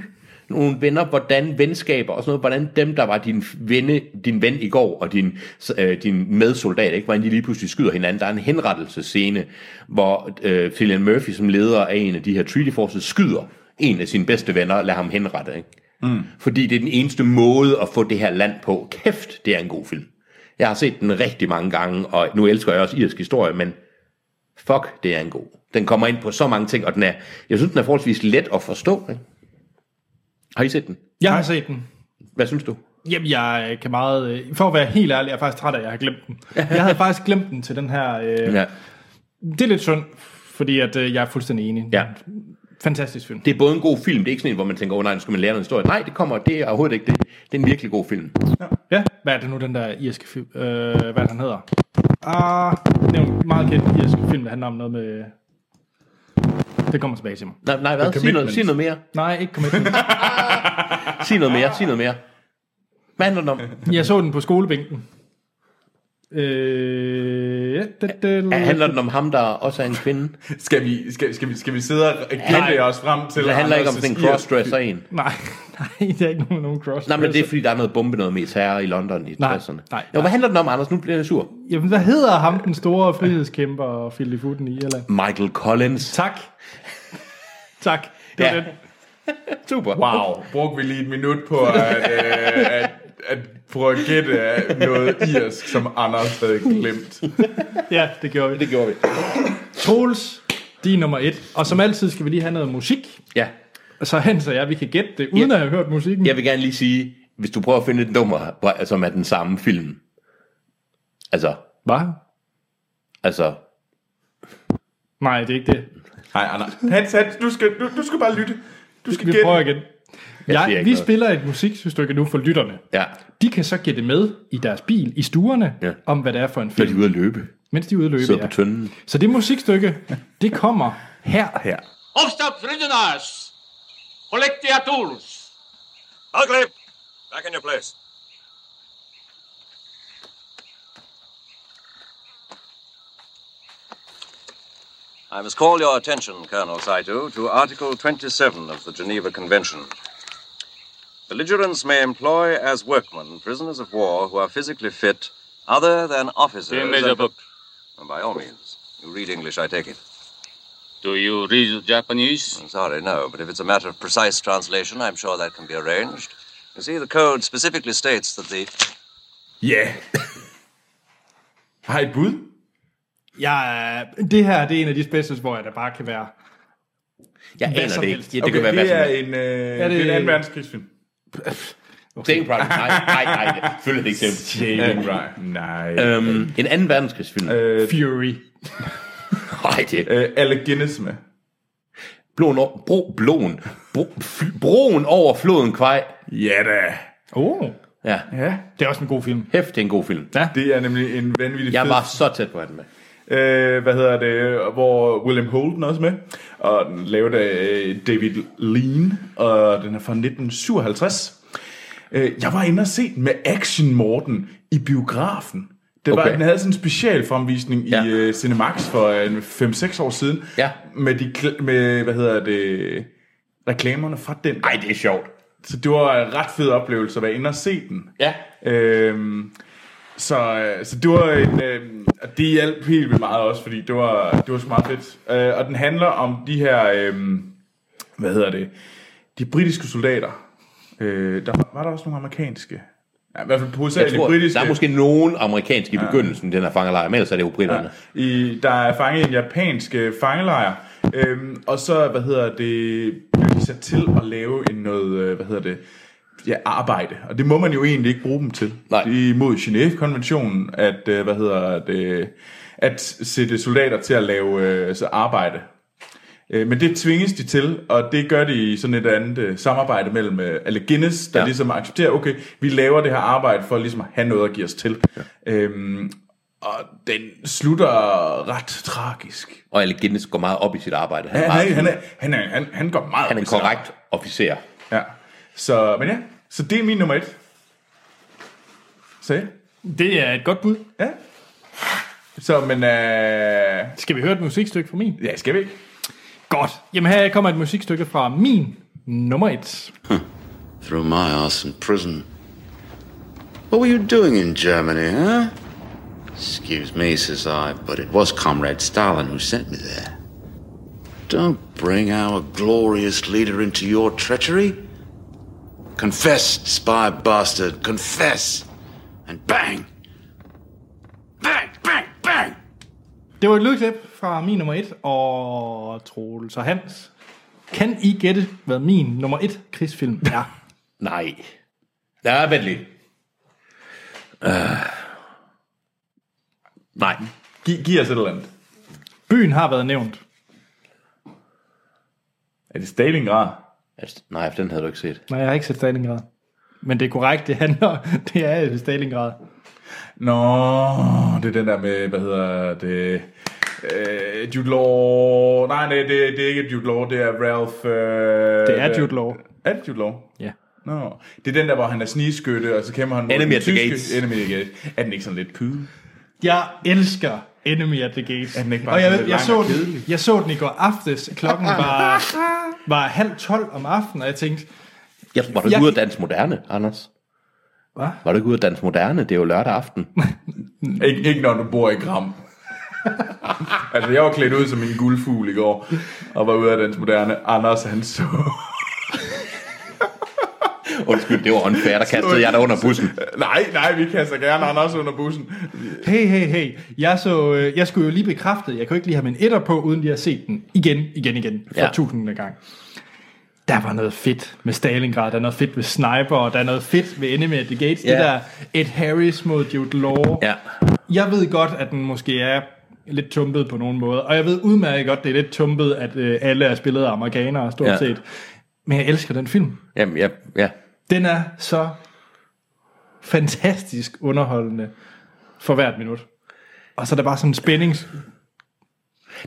S2: nogle venner, hvordan venskaber og sådan noget, hvordan dem, der var din, venne, din ven i går, og din, øh, din medsoldat, ikke? hvordan de lige pludselig skyder hinanden. Der er en henrettelsescene, hvor øh, Cillian Murphy, som leder af en af de her Treaty Forces, skyder en af sine bedste venner og lader ham henrette. Ikke? Mm. Fordi det er den eneste måde at få det her land på. Kæft, det er en god film. Jeg har set den rigtig mange gange, og nu elsker jeg også irsk historie, men fuck, det er en god. Den kommer ind på så mange ting, og den er, jeg synes, den er forholdsvis let at forstå. Ikke? Har I set den?
S1: Jeg har set den.
S2: Hvad synes du?
S1: Jamen, jeg øh, kan meget... øh, For at være helt ærlig, jeg er faktisk træt af, at jeg har glemt den. Jeg havde faktisk glemt den til den her... Øh,
S2: Ja.
S1: Det er lidt synd, fordi at, øh, jeg er fuldstændig enig.
S2: ja.
S1: Fantastisk film.
S2: Det er både en god film, det er ikke sådan en, hvor man tænker, åh oh, nej, nu skal man lære noget historie. Nej, det kommer, det er overhovedet ikke det. Det er en virkelig god film.
S1: Ja, hvad er det nu, den der irske film? Øh, hvad er det, han hedder? Ah, det er jo en meget kendt irsk film, der handler om noget med... Det kommer tilbage til mig.
S2: Nej, nej hvad? Sig noget,
S3: Commitment.
S2: sig noget mere.
S1: Nej, ikke Commitment. <laughs>
S2: Sig noget mere, sig noget mere. Hvad handler den
S3: <laughs>
S2: om?
S1: Jeg så den på skolebænken. Øh, ja, det, det,
S2: Ja,
S1: <laughs>
S2: handler den om ham, der også er en kvinde?
S3: Skal vi, skal, skal vi, skal vi sidde og gemme os frem til...
S2: Det handler ikke om
S3: Anders'
S2: sådan en
S3: irske-
S2: crossdresser en.
S1: Nej, nej, det er ikke nogen, nogen cross.
S2: Nej, men det er fordi, der er noget bombe noget med terror i London i
S1: Nej,
S2: 60'erne.
S1: nej,
S2: Jo,
S1: nej.
S2: hvad handler den om, Anders? Nu bliver jeg sur.
S1: Jamen, hvad hedder ham, den store frihedskæmper og Philip Footen i Irland?
S2: Michael Collins.
S1: Tak. <laughs> tak. Det var
S2: Ja.
S1: ja. den.
S2: Super.
S3: Wow, brugte vi lige et minut på at, øh, at, at prøve at gætte af noget irsk, som Anders havde glemt.
S1: Ja, det gjorde vi.
S2: Det gjorde vi.
S1: Troels, de er nummer et. Og som altid skal vi lige have noget musik.
S2: Ja.
S1: Så Hans og jeg, vi kan gætte det, uden
S2: Ja.
S1: at have hørt musikken.
S2: Jeg vil gerne lige sige, hvis du prøver at finde et nummer, hvor- som er den samme film. Altså,
S1: Hvad?
S2: altså,
S1: Nej, det er ikke det.
S3: Hej, Anders. Hans, Hans, du skal, du, du skal bare lytte. Du skal
S1: Vi prøver
S3: gætte.
S1: igen. Jeg,
S2: siger
S1: jeg,
S2: ikke
S1: vi
S2: noget.
S1: spiller et musikstykke nu for lytterne.
S2: ja.
S1: De kan så gætte med i deres bil, i stuerne,
S2: Ja.
S1: ja. om hvad det er for en
S2: Når de
S1: film,
S2: er ude at løbe,
S1: mens de er ude at løbe.
S2: sidder
S1: Ja.
S2: på tønden.
S1: Så det musikstykke, det kommer her.
S3: Her.
S7: Hofstad prisoners! Collect your tools!
S8: Ugly! Back in your place. I must call your attention, Colonel Saito, to Article 27 of the Geneva Convention. Belligerents may employ as workmen prisoners of war who are physically fit other than officers.
S7: Same as a
S8: and-
S7: book.
S8: By all means. You read English, I take it.
S7: Do you read Japanese?
S8: I'm sorry, no, but if it's a matter of precise translation, I'm sure that can be arranged. You see, the code specifically states that the
S3: Ja. Har I et bud?
S1: Ja, det her det er en af de specials, hvor jeg da bare kan være...
S2: Jeg
S1: Hvad
S2: aner
S1: som
S2: det ikke.
S1: helst.
S2: Ja, det kan være hvad
S3: det
S2: som
S3: er
S2: helst.
S3: en, øh, det...
S1: Er det-
S3: det er en anden verdenskrigsfilm.
S2: Det er ikke Private Nej, nej, nej. det- Selvfølgelig <laughs> er det ikke det.
S3: Saving Ryan. Nej. Øh.
S2: Øhm, en anden verdenskrigsfilm.
S1: Fury.
S2: Nej, det er
S3: Øh, Alec Guinness med.
S2: Blåen over, bro, blåen, bro, fl- broen over floden Kvej.
S3: Ja da.
S1: Oh,
S2: Ja,
S3: Ja.
S1: det er også en god film.
S2: hæft, det er en god film.
S3: Det er nemlig en vanvittig
S2: Jeg
S3: fed
S2: var så tæt på at have den med.
S3: øh, hvad hedder det, hvor William Holden også er med, og den lavet af øh, David Lean, og den er fra 1957. Øh, jeg var inde og se den med Action Morten i biografen. Det var,
S2: Okay.
S3: okay. Den havde sådan en special fremvisning
S2: Ja.
S3: ja. i uh, Cinemax for øh, 5-6 år siden,
S2: Ja.
S3: med, de, kl- med, hvad hedder det, reklamerne fra den.
S2: Ej, det er sjovt.
S3: Så det var en ret fed oplevelse at være inde og se den.
S2: Ja.
S3: Øhm, så, øh, så det var en, øh, og det hjalp helt vildt meget også, fordi det var, det var så meget fedt. Øh, og den handler om de her, øh, hvad hedder det, de britiske soldater. Øh, der var der også nogle amerikanske. Ja, I hvert fald på USA,
S2: Jeg
S3: det
S2: tror,
S3: britiske.
S2: der er måske nogen amerikanske i begyndelsen, den her fangelejr, men ellers er det jo britterne.
S3: I, der er fanget i en japansk øh, fangelejr. Øhm, og så, hvad hedder det, blev de sat til at lave en noget, øh, hvad hedder det, ja, arbejde. Og det må man jo egentlig ikke bruge dem til.
S2: Nej.
S3: Det er imod Genève-konventionen, at, øh, hvad hedder det, at sætte soldater til at lave øh, så arbejde. Øh, Men det tvinges de til, og det gør de i sådan et andet øh, samarbejde mellem øh, alle Guinness, der ja.
S2: Ja.
S3: ligesom accepterer, okay, vi laver det her arbejde for ligesom at have noget at give os til. Ja. Øhm, og den slutter ret tragisk.
S2: Og Alec Guinness går meget op i sit arbejde. Han
S3: Ja,
S2: er,
S3: han,
S2: meget,
S3: er, han, er, han, er, han, han går meget
S2: han er
S3: op
S2: en
S3: i sit
S2: korrekt officer.
S3: arbejde. Ja. Så, men ja, så det er min nummer et. Så ja.
S1: Det er et godt bud.
S3: ja. Så, men øh,
S1: Skal vi høre et musikstykke fra min?
S3: ja, skal vi ikke?
S1: Godt. Jamen her kommer et musikstykke fra min nummer et.
S9: Through my arse in prison. What were you doing in Germany, huh? Excuse me, says I, but it was Comrade Stalin who sent me there. Don't bring our glorious leader into your treachery. Confess, spy bastard, confess! And bang! Bang, bang, bang!
S1: Det var et lydklip fra min nummer et, og Troels og Hans. Kan I gætte, hvad min nummer et krigsfilm er?
S2: Nej. Nej, vent lige. Øh. nej.
S3: Gi- giv os et eller andet.
S1: Byen har været nævnt.
S3: Er det Stalingrad?
S2: Altså, Nej, for den havde du ikke set.
S1: Nej, jeg har ikke set Stalingrad. Men det er korrekt, det handler, det er Stalingrad.
S3: Nå, det er den der med, hvad hedder det... Øh, Jude Law... Nej, nej, det, det er ikke Jude Law, det er Ralph... Øh,
S1: Det er Jude Law.
S3: Er det Jude Law?
S1: Ja.
S3: Nå, det er den der, hvor han er snigeskytte, og så kæmper han mod
S2: Enemy
S3: den
S2: at the
S3: tyske-
S2: gates.
S3: Enemy at the gates. Er den ikke sådan lidt pyde?
S1: Jeg elsker Enemy at the Gates.
S3: Er den ikke bare
S1: og jeg,
S3: sådan
S1: ved,
S3: lidt
S1: jeg,
S3: lang
S1: så
S3: og
S1: den,
S3: kedelig?
S1: jeg så den i går aftes. Klokken var, var halv tolv om aftenen, og jeg tænkte,
S2: Jeg, var du ikke
S1: Jeg-
S2: ude at danse moderne, Anders?
S1: Hva?
S2: Var du ikke ude at danse moderne? Det er jo lørdag
S3: <laughs>
S2: aften.
S3: Ikke, ikke når du bor i Gram. altså, jeg var klædt ud som en guldfugl i går, og var ude af den moderne. Anders, han så...
S2: Undskyld, det var unfair, der kastede jeg dig under
S3: <laughs>
S2: bussen.
S3: nej, nej, vi kaster gerne Anders under bussen.
S1: hey, hey, hey, jeg, så, øh, jeg skulle jo lige bekræfte, jeg kunne ikke lige have min etter på, uden lige at have set den igen, igen, igen, for ja.
S2: Ja.
S1: tusindende gang. Der var noget fedt med Stalingrad, der er noget fedt ved Sniper, og der er noget fedt ved Enemy at the Gates, ja. det
S2: Ja.
S1: der Ed Harris mod Jude Law.
S2: Ja.
S1: Jeg ved godt, at den måske er lidt tumpet på nogen måde, og jeg ved udmærket godt, det er lidt tumpet, at øh, alle er spillet af amerikanere stort ja.
S2: Ja.
S1: set. Men jeg elsker den film.
S2: Jamen, ja, ja.
S1: Den er så fantastisk underholdende for hvert minut. Og så er der bare sådan en spænding.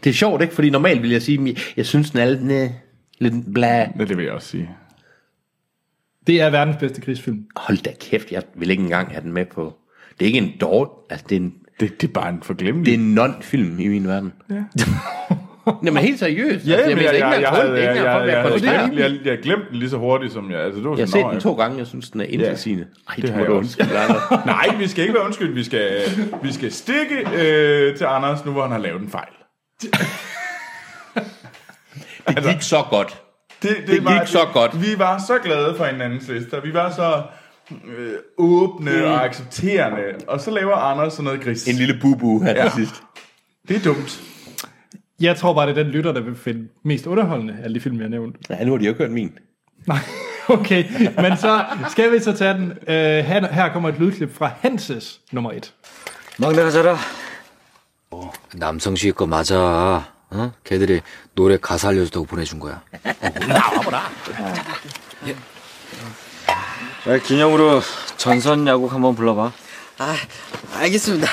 S2: Det er sjovt, ikke? Fordi normalt vil jeg sige, jeg, jeg synes, den er lidt, næ, lidt bla.
S3: Ja, det vil jeg også sige.
S1: Det er verdens bedste krigsfilm.
S2: Hold da kæft, jeg vil ikke engang have den med på. Det er ikke en dårlig... Altså, det er en,
S3: Det, det er bare en forglemmelig...
S2: det er en non-film i min verden. <laughs> Ja. Jamen, helt seriøst.
S3: Ja,
S2: altså,
S3: men
S2: mener
S3: jeg, jeg, jeg,
S2: ikke
S3: jeg,
S2: engang kun-
S3: havde-
S2: det er
S3: jeg,
S2: ikke
S3: jeg,
S2: engang kun,
S3: jeg,
S2: at
S3: havde
S2: det er
S3: glemt-
S2: rimeligt.
S3: jeg, jeg glemte den lige så hurtigt, som jeg... Altså, det var
S2: Jeg har
S3: sådan,
S2: set
S3: "Nå,
S2: den
S3: ja."
S2: to gange, jeg synes, den er indtilsigende. Ej,
S3: har
S2: det må
S3: jeg
S2: du
S3: også.
S2: undskylde,
S3: <laughs>
S2: Anders.
S3: Nej, vi skal ikke være undskyld. Vi skal, vi skal stikke øh, til Anders, nu hvor han har lavet en fejl.
S2: Det gik
S3: Altså-
S2: så godt.
S3: Det, det,
S2: gik så godt.
S3: Vi var så glade for hinandens lister. Vi var så øh, åbne mm. og accepterende. Og så laver Anders sådan noget gris.
S2: En lille bubu her
S3: Ja.
S2: til sidst.
S3: Det er dumt.
S1: Jeg tror bare, det er den lytter, der vil finde mest underholdende af alle de film, jeg har nævnt. <laughs>
S2: Nej, nu har de jo ikke hørt min.
S1: Nej, okay. Men så skal vi så tage den. Øh, her, her kommer et lydklip fra Hanses nummer et.
S10: 막 나가자라. 어, 남성식 거 맞아. 어? 걔들이 노래 가사 알려줬다고 보내준 거야. 나와보라. 네, 기념으로 전선 야곡 한번 불러봐.
S11: 알겠습니다.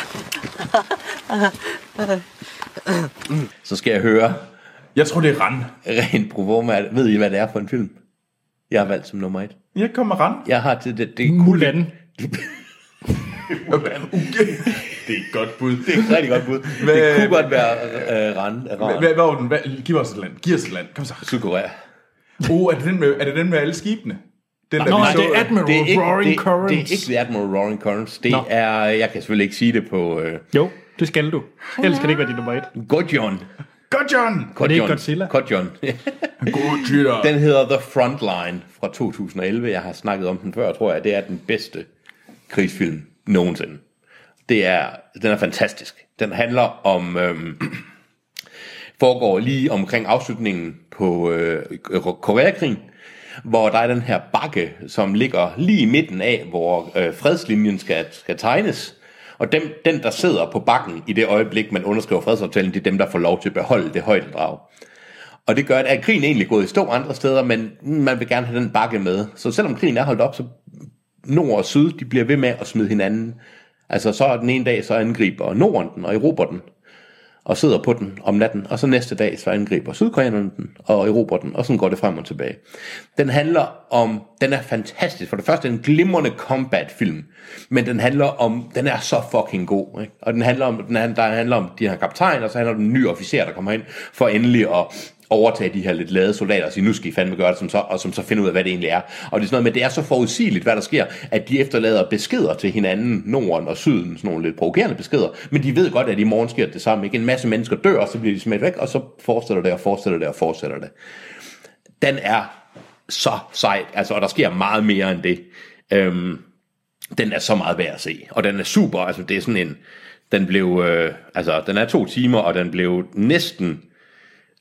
S2: Så skal jeg høre
S3: Jeg tror, det er Rand.
S2: rent proforma. Ved I, hvad det er for en film? Jeg har valgt som nummer et.
S3: Jeg kommer Rand.
S2: Jeg har til det, det er kul-
S1: Mulan.
S3: <laughs> Det er et godt bud.
S2: Det er et rigtig godt bud.
S3: Hvad-
S2: det kunne godt være øh, Rand.
S3: Hvad,
S2: Rand.
S3: hvad var den? Hvad, giv os et land. Giv os et land. Kom så.
S2: Sydkorea.
S3: Oh, er det den med, er det den med alle skibene? Den, der
S1: Nå,
S3: vi
S1: nej,
S3: så,
S1: det er Admiral
S2: Det er ikke,
S1: Roaring
S2: det,
S1: Currents.
S2: det er ikke The Admiral Roaring Currents. Det
S1: Nå.
S2: er, jeg kan selvfølgelig ikke sige det på øh,
S1: Jo, det skal du. Ellers kan det ikke være din nummer et.
S2: Godjon.
S3: Godt, John!
S1: det ikke
S2: Godjon.
S1: Godzilla?
S2: Godjon.
S3: God, Jytter.
S2: Den hedder The Frontline fra 2011. Jeg har snakket om den før, tror jeg. Det er den bedste krigsfilm nogensinde. Det er, den er fantastisk. Den handler om, øhm, foregår lige omkring afslutningen på øh, Koreakrigen, hvor der er den her bakke, som ligger lige i midten af, hvor øh, fredslinjen skal, skal tegnes. Og dem, den, der sidder på bakken i det øjeblik, man underskriver fredsaftalen, det er dem, der får lov til at beholde det højdedrag. Og det gør, at krigen er egentlig gået i stå andre steder, men man vil gerne have den bakke med. Så selvom krigen er holdt op, så nord og syd, de bliver ved med at smide hinanden. Altså så er den ene dag, så angriber Norden den og erobrer den, og sidder på den om natten, og så næste dag, så angriber sydkoreanerne den og erobrer den, og sådan går det frem og tilbage. Den handler om, den er fantastisk, for det første er en glimrende combat-film, men den handler om, den er så fucking god, ikke? og den handler om, den han- der handler om de her kaptajner, og så handler den om en ny officer, der kommer ind for endelig at overtage de her lidt lade soldater og sige, nu skal I fandme gøre det, som så, og som så finder ud af, hvad det egentlig er. Og det er sådan noget med, det er så forudsigeligt, hvad der sker, at de efterlader beskeder til hinanden, Norden og Syden, sådan nogle lidt provokerende beskeder, men de ved godt, at i morgen sker det samme. Ikke? En masse mennesker dør, og så bliver de smidt væk, og så fortsætter det, og fortsætter det, og fortsætter det. Den er så sejt, altså, og der sker meget mere end det. Øhm, den er så meget værd at se, og den er super, altså det er sådan en, den blev, øh, altså den er to timer, og den blev næsten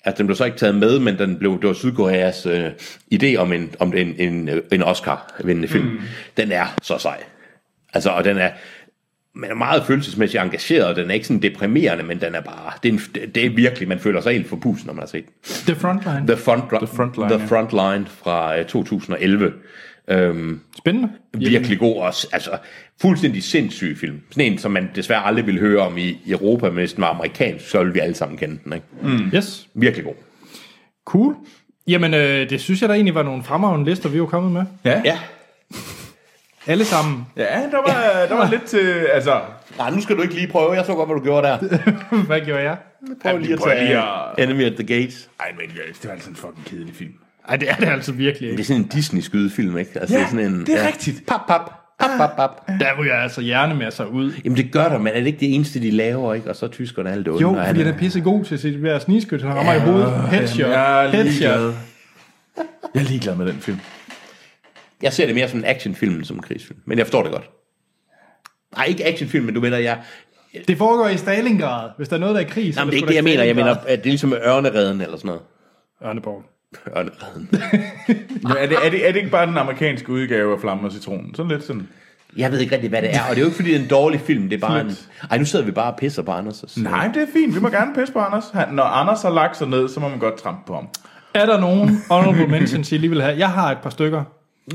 S2: at den blev så ikke taget med, men den blev, det var Sydkoreas øh, idé om en, om en, en, øh, en Oscar-vindende film.
S12: Mm.
S2: Mm. Den er så sej. Altså, og den er, man er meget følelsesmæssigt engageret, og den er ikke sådan deprimerende, men den er bare, det er, en, det er virkelig, man føler sig helt forpusen, når man har set den.
S1: The Frontline.
S2: The Front, the front Line, the
S1: ja.
S2: front line fra øh, 2011. Øhm,
S1: Spændende.
S2: Virkelig god også. Altså, fuldstændig sindssyg film. Sådan en, som man desværre aldrig ville høre om i i Europa, men hvis den var amerikansk, så ville vi alle sammen kende den. Ikke?
S1: Mm. Yes.
S2: Virkelig god.
S1: Cool. Jamen, øh, det synes jeg da egentlig var nogle fremragende lister, vi var kommet med.
S3: Ja.
S2: ja.
S1: <laughs> Alle sammen.
S3: Ja, der var, der var lidt til... Altså...
S2: Nej, nu skal du ikke lige prøve. Jeg så godt, hvad du gjorde der.
S1: Hvad gjorde jeg? <laughs>
S2: Prøv lige at tage Enemy at the Gates.
S3: Ej, Enemy at the Gates, det var altså en fucking kedelig film.
S1: Ej, det er det altså virkelig
S2: Det
S1: ikke.
S2: er sådan en Disney-skydefilm, ikke? Altså, det er sådan en, ja.
S3: rigtigt.
S2: Pap, pap. Pap, pap, pap.
S1: Der ryger altså hjernemasser ud.
S2: Jamen det gør der, men er det ikke det eneste, de laver, ikke? Og så er tyskerne alt det onde,
S1: Jo,
S2: og
S1: fordi
S2: han
S1: den er pisse god til sit være snigskyt. Han rammer i hovedet. Headshot.
S3: Jeg er
S1: Headshot.
S3: ligeglad. Jeg er ligeglad med den film.
S2: Jeg ser det mere som en actionfilm end som en krigsfilm, men jeg forstår det godt. Nej, ikke actionfilm, men du mener, jeg...
S1: Det foregår i Stalingrad. Hvis der er noget, der er i krig, så
S2: Nej,
S1: er
S2: men det er ikke
S1: sgu
S2: det,
S1: da
S2: jeg mener. Jeg mener,
S1: Stalingrad.
S2: at det er ligesom Ørnereden eller sådan noget.
S1: Ørneborg.
S2: Ørnereden.
S3: Men er, det, er, det, er det ikke bare den amerikanske udgave af Flammen og Citronen? Sådan lidt sådan...
S2: <laughs> Jeg ved ikke rigtig, hvad det er, og det er jo ikke, fordi det er en dårlig film. Det er bare en... Ej, nu sidder vi bare og pisser på Anders. Så...
S3: Nej, det er fint. Vi må gerne pisse på Anders. Han, når Anders har lagt sig ned, så må man godt trampe <laughs> på ham.
S1: Er der nogen honorable mentions, I lige vil have? Jeg har et par stykker.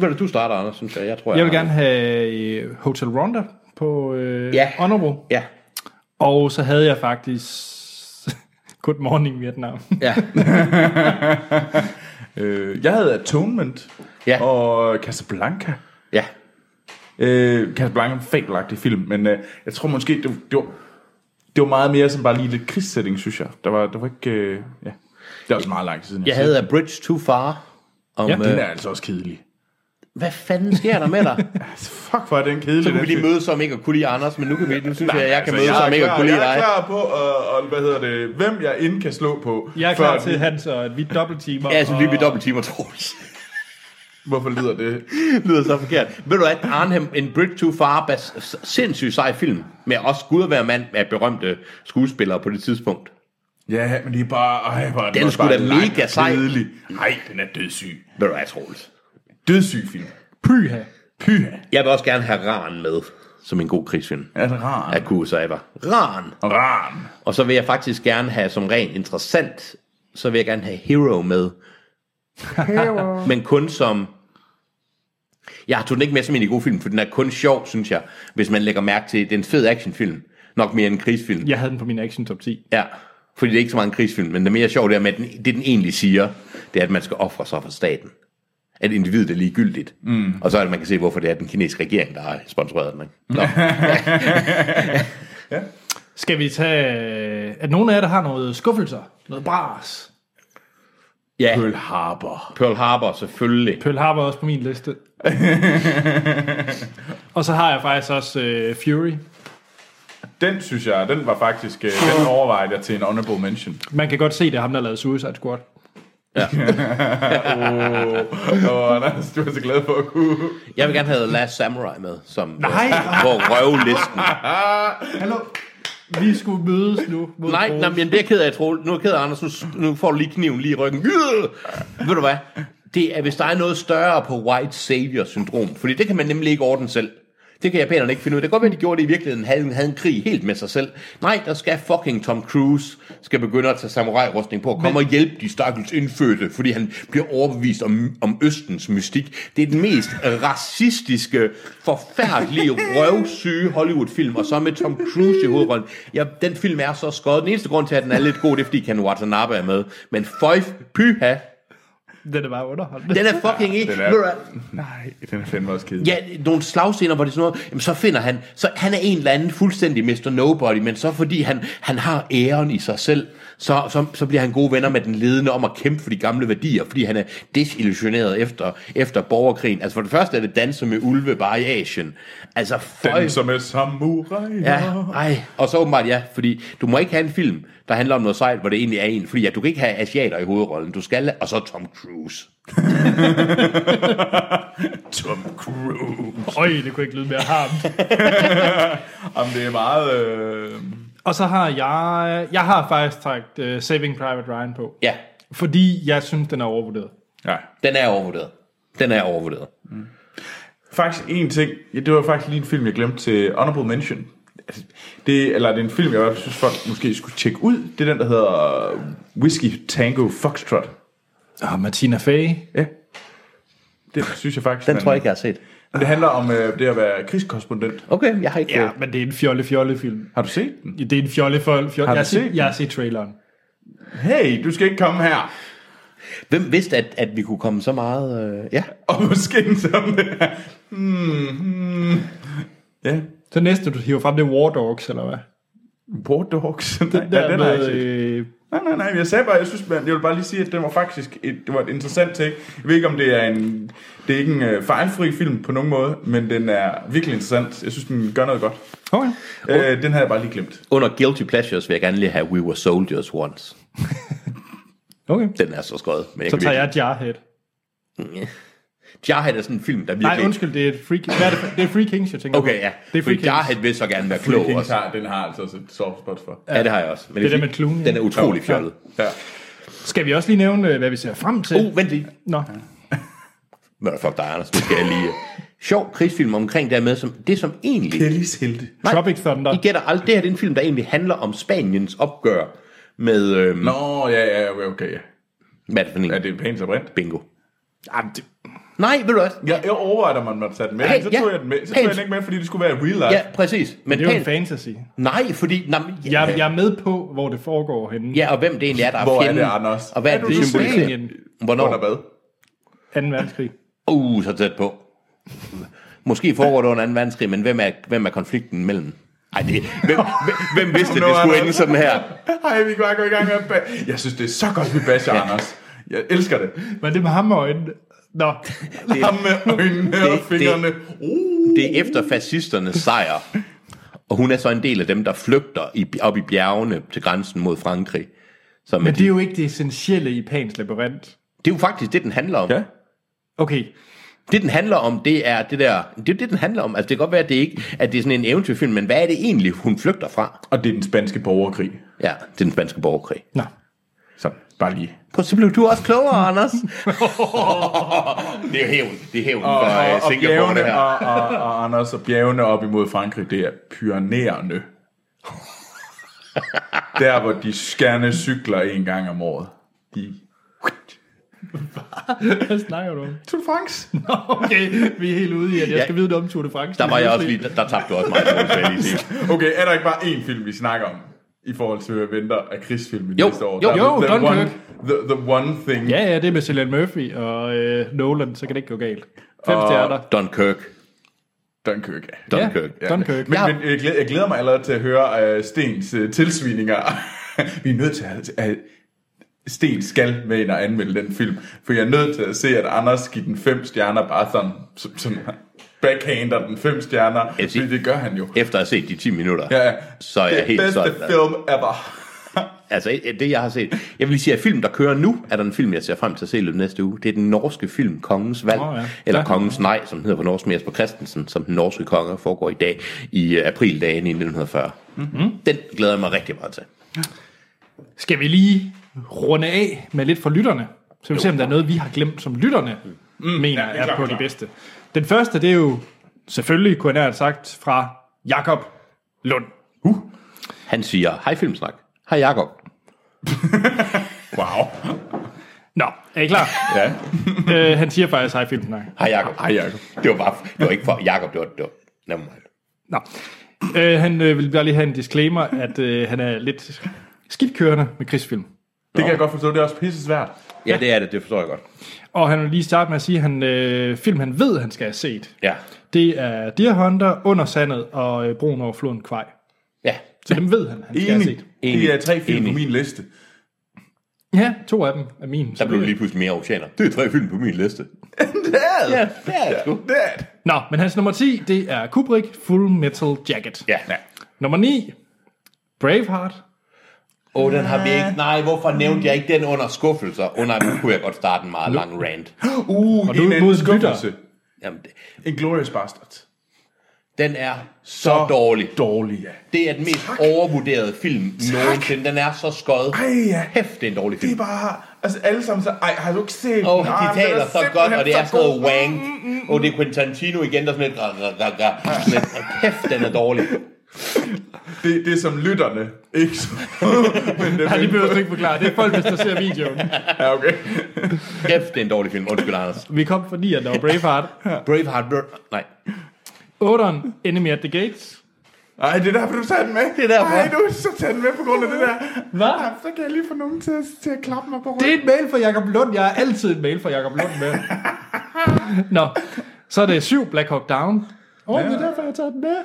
S2: Ved du, du starter, Anders, synes jeg. Jeg tror,
S1: Jeg vil gerne have øh, Hotel Rwanda på øh,
S2: Ja.
S1: honorable.
S2: Ja.
S1: Og så havde jeg faktisk <laughs> Good Morning Vietnam.
S2: Ja.
S3: Øh, jeg havde Atonement
S2: ja.
S3: og Casablanca.
S2: <laughs> Ja.
S3: Øh, Casablanca er en fabelagtig film, men øh, jeg tror måske, det, det, var, det var meget mere som bare lige lidt krigssætning, synes jeg. Der var, der var ikke... Øh, ja. Det er også meget lang tid siden,
S2: Jeg
S3: har
S2: havde
S3: set
S2: A Bridge Too Far. Om,
S3: den. ja, den er
S2: øh,
S3: altså også kedelig.
S2: Hvad fanden sker der med <laughs> dig?
S3: Fuck, hvor er den kedelig.
S2: Så kunne
S3: den
S2: vi lige
S3: film.
S2: mødes om ikke at kunne lide Anders, men nu, kan vi, nu synes jeg, at jeg kan
S3: altså,
S2: mødes om
S3: er
S2: ikke at
S3: klar-
S2: kunne lide
S3: Jeg er
S2: dig.
S3: klar på, øh, og, og, hvad hedder det, hvem jeg end kan slå på.
S1: <laughs> Jeg er klar
S3: før
S1: til
S3: vi-
S1: Hans og at vi dobbelttimer.
S2: Ja, så lige vi
S1: og-
S2: dobbelt timer, Troels. <laughs>
S3: Hvorfor lyder det?
S2: lyder så forkert. Ved du at Arnhem, en Bridge Too Far, bas, s- sindssygt sej film, med også Gud at være mand af berømte skuespillere på det tidspunkt.
S3: Ja, men det er bare... Ej, hvor er
S2: Den
S3: også
S2: skulle
S3: bare
S2: da
S3: lang
S2: mega
S3: og
S2: sej.
S3: kedelig. Nej, den er dødssyg.
S2: Ved du hvad, Troels?
S3: Dødssyg film.
S1: Pyha.
S3: Pyha.
S2: Jeg vil også gerne have Ran med, som en god krigsfilm.
S3: Er det rar?
S2: Af Kurosawa. Ran.
S3: Ran.
S2: Og så vil jeg faktisk gerne have, som rent interessant, så vil jeg gerne have Hero med. <laughs> Men kun som... Jeg tog den ikke med som en af de gode film, for den er kun sjov, synes jeg, hvis man lægger mærke til, det er en fed actionfilm. Nok mere end en krigsfilm.
S1: Jeg havde den på min action top 10.
S2: Ja, fordi det er ikke så meget en krigsfilm, men det er mere sjovt der med, at den, det den egentlig siger, det er, at man skal ofre sig for staten. At individet er ligegyldigt. Mm. Og så er det, man kan se, hvorfor det er den kinesiske regering, der har sponsoreret den. Ikke? Nå.
S1: Skal vi tage... øh, At nogen af jer, der har noget skuffelser? Noget bras?
S2: <laughs> Ja.
S3: Pearl Harbor.
S2: Pearl Harbor, selvfølgelig.
S1: Pearl Harbor er også på min
S2: <laughs>
S1: liste. og så har jeg faktisk også øh, Fury.
S3: Den synes jeg, den var faktisk... øh, Den overvejede jeg til en honorable mention. <laughs>
S1: Man kan godt se, det er ham, der lavede Suicide Squad.
S2: Ja.
S3: Åh, oh, Anders, du er så glad for at kunne.
S2: Jeg vil gerne have Last Samurai med, som
S1: <laughs> Nej.
S2: på røvlisten.
S1: Hallo? Vi skulle mødes nu. mod
S2: Nej,
S1: Troels.
S2: nej, men det er ked af, Troel. Nu er jeg ked af, Anders. Nu, s- nu får du lige kniven lige i ryggen. Gyd! Ved du hvad? Det er, hvis der er noget større på white savior-syndrom, fordi det kan man nemlig ikke ordne selv. Det kan japanerne ikke finde ud af. Det kan godt være, de gjorde det i virkeligheden, havde, havde en krig helt med sig selv. Nej, der skal fucking Tom Cruise skal begynde at tage samurai-rustning på og komme og hjælpe de stakkels indfødte, fordi han bliver overbevist om, om Østens mystik. Det er den mest racistiske,
S3: <laughs>
S2: forfærdelige, røvsyge Hollywood-film, og så med Tom Cruise i hovedrollen. Ja, den film er så skød. Den eneste grund til, at den er lidt god, det er, fordi Ken Watanabe er med. Men føj, pyha,
S1: Den er bare underholdende.
S2: den er fucking ikke...
S3: Den
S2: Ja,
S3: er-
S2: er...
S3: Nej, den er fandme også kedelig.
S2: Ja, nogle slagscener, hvor det er sådan noget, jamen, så finder han, så han er en eller anden fuldstændig Mr. Nobody, men så fordi han, han har æren i sig selv, så, så, så bliver han gode venner med den ledende om at kæmpe for de gamle værdier, fordi han er desillusioneret efter, efter borgerkrigen. Altså for det første er det danser med ulve bare i Asien. Altså føj,
S3: Den som er samurai.
S2: Ja, ej. Og så åbenbart ja, fordi du må ikke have en film, der handler om noget sejt, hvor det egentlig er en. Fordi ja, du kan ikke have asiater i hovedrollen. Du skal, og så Tom Cruise.
S3: Tom Cruise.
S1: Øj, det kunne ikke lyde mere harmt.
S3: Jamen, det er meget... Øh...
S1: Og så har jeg... Jeg har faktisk trækt uh, Saving Private Ryan på.
S2: Ja,
S1: Fordi jeg synes, den er overvurderet.
S3: Ja.
S2: den er overvurderet. Den er overvurderet.
S3: Faktisk en ting, ja, det var faktisk lige en film, jeg glemte til Honorable Mention. Altså, Det, eller det er en film, jeg i hvert fald synes, folk måske skulle tjekke ud. Det er den, der hedder øh, Whiskey Tango Foxtrot.
S1: Og Martina Fey.
S3: Ja. Det synes jeg faktisk.
S2: Den
S3: man-
S2: tror jeg ikke, jeg har set.
S3: Det handler om øh, det at være krigskorrespondent.
S2: Okay, jeg har ikke
S1: Ja, men det er en fjolle-fjolle-film.
S3: Har du set den?
S1: Det er en fjolle-fjolle... Fjolle.
S3: Har
S1: Jeg,
S3: du
S1: har
S3: set
S1: set,
S3: den?
S1: jeg har set traileren.
S3: Hey, du skal ikke komme her.
S2: Hvem vidste, at, at vi kunne komme så meget... Øh, ja.
S3: Og måske sådan der. Hmm, hmm. Ja,
S1: Så næste, du hiver frem, det er War Dogs, eller hvad?
S3: War Dogs. Den,
S1: Den der
S3: ja, den har jeg
S1: med...
S3: ikke set.
S1: Øh,
S3: Nej, nej, nej, jeg sagde bare, jeg synes, man, jeg vil bare lige sige, at den var faktisk et, det var et interessant take. Jeg ved ikke, om det er en, det er ikke en øh, fejlfri film på nogen måde, men den er virkelig interessant. Jeg synes, den gør noget godt.
S1: okay.
S3: Øh, den havde jeg bare lige glemt.
S2: Under Guilty Pleasures vil jeg gerne lige have We Were Soldiers Once.
S1: okay.
S2: Den er så skød. Men jeg
S1: Så
S2: kan
S1: tager jeg Jarhead.
S2: virkelig- Jarhead er sådan en film, der virkelig...
S1: Nej, undskyld, det er Free Kings. Hvad er det, for- det er Free Kings, jeg tænker
S2: Okay,
S1: på.
S2: ja.
S1: Det er Free
S2: Fordi
S1: Kings.
S2: Jarhead vil så gerne være
S3: Free
S2: klog
S3: Kings
S2: også.
S3: har, den har altså også et soft spot for.
S2: Ja, det har jeg også. Men
S1: Det er
S2: fint.
S1: der med Clooney,
S2: Den
S1: ja.
S2: er utrolig fjollet.
S3: Ja.
S1: Skal vi også lige nævne, øh, hvad vi ser frem til?
S2: Uh, vent lige.
S1: Nå.
S2: Hvad er der fuck dig, Anders? Nu skal jeg lige... Sjov krigsfilm omkring det med, som, det som egentlig...
S3: Kellys helte.
S2: Nej,
S1: Tropic Thunder.
S2: I gætter alt. Det her det er en film, der egentlig handler om Spaniens opgør med... Øhm,
S3: Nå, ja, ja, okay, okay, ja.
S2: Hvad er det for en?
S3: Er det pænt så brint?
S2: Bingo.
S1: Jamen, det,
S2: Nej, ved du hvad?
S3: Jeg, jeg overvejede, om man måtte tage den med,
S2: Hey,
S3: hey, så
S2: ja.
S3: tog jeg den med. Så tog
S2: Hey.
S3: jeg den ikke med, fordi det skulle være real life.
S2: Ja, præcis. Men
S1: det er jo
S2: pænt-
S1: en fantasy.
S2: Nej, fordi... Nej, men-
S1: Jeg, jeg er med på, hvor det foregår henne.
S2: Ja, og hvem det egentlig er, der er
S3: Hvor er
S2: fjenden.
S3: det, Anders?
S2: Og hvad er
S3: Er
S2: det,
S3: du
S2: det
S3: i
S2: symboliserer?
S1: Spanien?
S3: Under
S2: Hvornår?
S3: hvad?
S1: 2. verdenskrig.
S2: Uh, så tæt på. Måske foregår det under 2. verdenskrig, men hvem er, hvem er konflikten mellem? Ej, det, hvem, hvem,
S3: <laughs>
S2: hvem vidste, at
S3: Nu
S2: det
S3: er
S2: skulle
S3: der-
S2: ende sådan her?
S3: Hej, vi kan bare gå i gang med at ba- Jeg synes, det er så godt, vi basher, ja. Anders. Jeg elsker det.
S1: Men det er med ham og øjnene. Nå.
S3: Ham med øjnene
S2: det-
S3: og
S2: det-
S3: fingrene. Uh.
S2: Det er efter fascisternes sejr. Og hun er så en del af dem, der flygter i, op i bjergene til grænsen mod Frankrig. Så
S1: Men
S2: men
S1: det
S2: de,
S1: er jo ikke det essentielle i Pans labyrint.
S2: det er jo faktisk det, den handler om. Ja.
S1: Okay,
S2: Det, den handler om, det er det der... Det er det, den handler om. Altså, det kan godt være, at det ikke at det er sådan en eventyrfilm, men hvad er det egentlig, hun flygter fra?
S3: Og det er den spanske borgerkrig.
S2: Ja, det er den spanske borgerkrig.
S1: nå.
S3: Så bare lige.
S2: Prøv, så blev du også klogere, <laughs> Anders. det er hævn. Det er hævn
S3: Og, og,
S2: for øh,
S3: og
S2: Singapore, det
S3: bjergene,
S2: her.
S3: og, og, og Anders og bjergene op imod Frankrig, det er pyrenæerne. Der, hvor de skærne cykler en gang om året. De...
S1: Hvad snakker du om?
S3: Tour de France.
S1: <laughs> Nå, okay, vi er helt ude i, at jeg
S2: Ja.
S1: skal vide det om Tour de France.
S2: Der var jeg også lige... Der, der tabte du også mig, Troels, vil jeg lige
S3: <laughs>
S2: sige.
S3: Okay, er der ikke bare én film, vi snakker om? I forhold til, hvad jeg venter af krigsfilm i
S2: Jo,
S3: næste år.
S2: jo,
S3: Der er
S1: jo,
S3: the, the, one,
S1: Dunkirk.
S3: the, the one thing.
S1: Ja, ja, det er med Cillian Murphy og øh, Nolan, så kan det ikke gå galt. Fem stjerner.
S2: Dunkirk.
S3: Dunkirk, ja.
S2: Dunkirk.
S1: Ja, Dunkirk.
S3: Men,
S1: Ja.
S3: men jeg, glæder, jeg glæder mig allerede til at høre uh, Stens uh, tilsvininger. <laughs> Vi er nødt til at... at Sten skal med ind og anmelde den film, for jeg er nødt til at se, at Anders giver den fem stjerner bare sådan, som, som backhander den fem stjerner,
S2: vil sige-
S3: fordi det gør han jo.
S2: Efter at have set de 10 minutter,
S3: Ja, ja.
S2: så er jeg
S3: det
S2: helt øh, altså.
S3: bedste
S2: solgt.
S3: film ever. <laughs>
S2: Altså eh, det, jeg har set. Jeg vil lige sige, at film, der kører nu, er der en film, jeg ser frem til at se i løbet af næste uge. Det er den norske film Kongens Valg,
S1: Nå,
S2: oh,
S1: ja.
S2: ja. eller
S1: Ja.
S2: Kongens Nej, som den hedder på norsk med Jesper Christensen, som den norske konge foregår i dag, i øh, aprildagen i 1940. Mm-hmm. Den glæder jeg mig rigtig meget til.
S1: Skal vi lige runde af med lidt for lytterne? Så vi ser, om der er noget, vi har glemt, som lytterne mm, mener
S3: ja,
S1: ja,
S3: det
S1: er,
S3: er klart,
S1: på
S3: klart.
S1: de bedste. Den første, det er jo selvfølgelig, kunne jeg nært sagt, fra Jakob Lund.
S2: Han siger, hej Filmsnak. Hej Jakob. wow.
S1: Nå, er I klar?
S2: Ja.
S1: øh, han siger faktisk, hej Filmsnak.
S2: Hej Jakob. Hej Jakob. Det var bare, det var ikke for Jakob, det var, det var nevermind.
S1: Nå. Øh, han øh, vil bare lige have en disclaimer, at øh, han er lidt skidtkørende med krigsfilm.
S3: Det kan jeg godt forstå, det er også pisse svært.
S2: Ja, det er det, det forstår jeg godt.
S1: Og han vil lige starte med at sige, at han, øh, film han ved, han skal have set,
S2: Ja.
S1: det er Deer Hunter, Under Sandet og øh, Broen over floden Kvej.
S2: Ja.
S1: Så dem ved han, han skal have
S3: Enig.
S1: set.
S3: Det er tre film
S2: Enig.
S3: på min liste.
S1: Ja, to af dem er mine.
S2: Der blev lige pludselig mere oceaner. Det er tre film på min liste.
S3: Det er
S2: det er det sgu.
S3: det. er det.
S1: Nå, men hans nummer 10, det er Kubrick, Full Metal Jacket.
S2: Ja.
S1: Nummer 9, <laughs> Braveheart.
S2: Åh, oh, den har vi
S3: Øh.
S2: ikke. Nej, hvorfor nævnte jeg ikke den under skuffelser? Åh oh, nej, nu kunne jeg godt starte en meget lang rant.
S3: Uh,
S1: Og
S3: en
S1: du er
S3: anden
S1: mod
S3: skuffelse.
S2: Jamen, det-
S3: En Glorious Bastard.
S2: den er så dårlig.
S3: Dårlig, ja.
S2: Det er den mest overvurderede film nogensinde. Den er så skød.
S3: Ej, ja.
S2: Hæft, det er en dårlig
S3: Det
S2: film.
S3: er bare... Altså, alle sammen så... Ej, har du ikke set den?
S2: Åh, oh,
S3: Ej,
S2: de
S3: men den
S2: taler
S3: er
S2: så godt,
S3: simpelthen
S2: og det er
S3: så
S2: sådan noget
S3: god. Mm,
S2: wank. Åh, oh, det er Quentin Tarantino igen, der er sådan lidt... ra- ra- ra- ra- Sådan lidt kæft, den er dårlig.
S3: Det, det er som lytterne, ikke som... <laughs> men det
S1: Nej, det behøver du ikke forklare. Det er folk, hvis der ser videoen.
S3: Ja, okay.
S2: Kæft, det er en dårlig film. Undskyld, Anders.
S1: Vi kom for 9'eren, der var Braveheart.
S2: Braveheart... Br- Nej.
S1: 8'eren, Enemy at the Gates.
S3: Ej, det er derfor, du tager den med.
S2: Det er derfor.
S3: Ej, du er så tager den med på grund af det der.
S1: Hvad?
S3: Ej, så kan jeg lige få nogen til at, til at klappe mig på
S1: Det
S3: ryggen.
S1: er en mail fra Jakob Lund. Jeg har altid en mail fra Jakob Lund <laughs> med. Nå, så er det 7, Black Hawk Down. Åh, oh, det er derfor, jeg tager den med.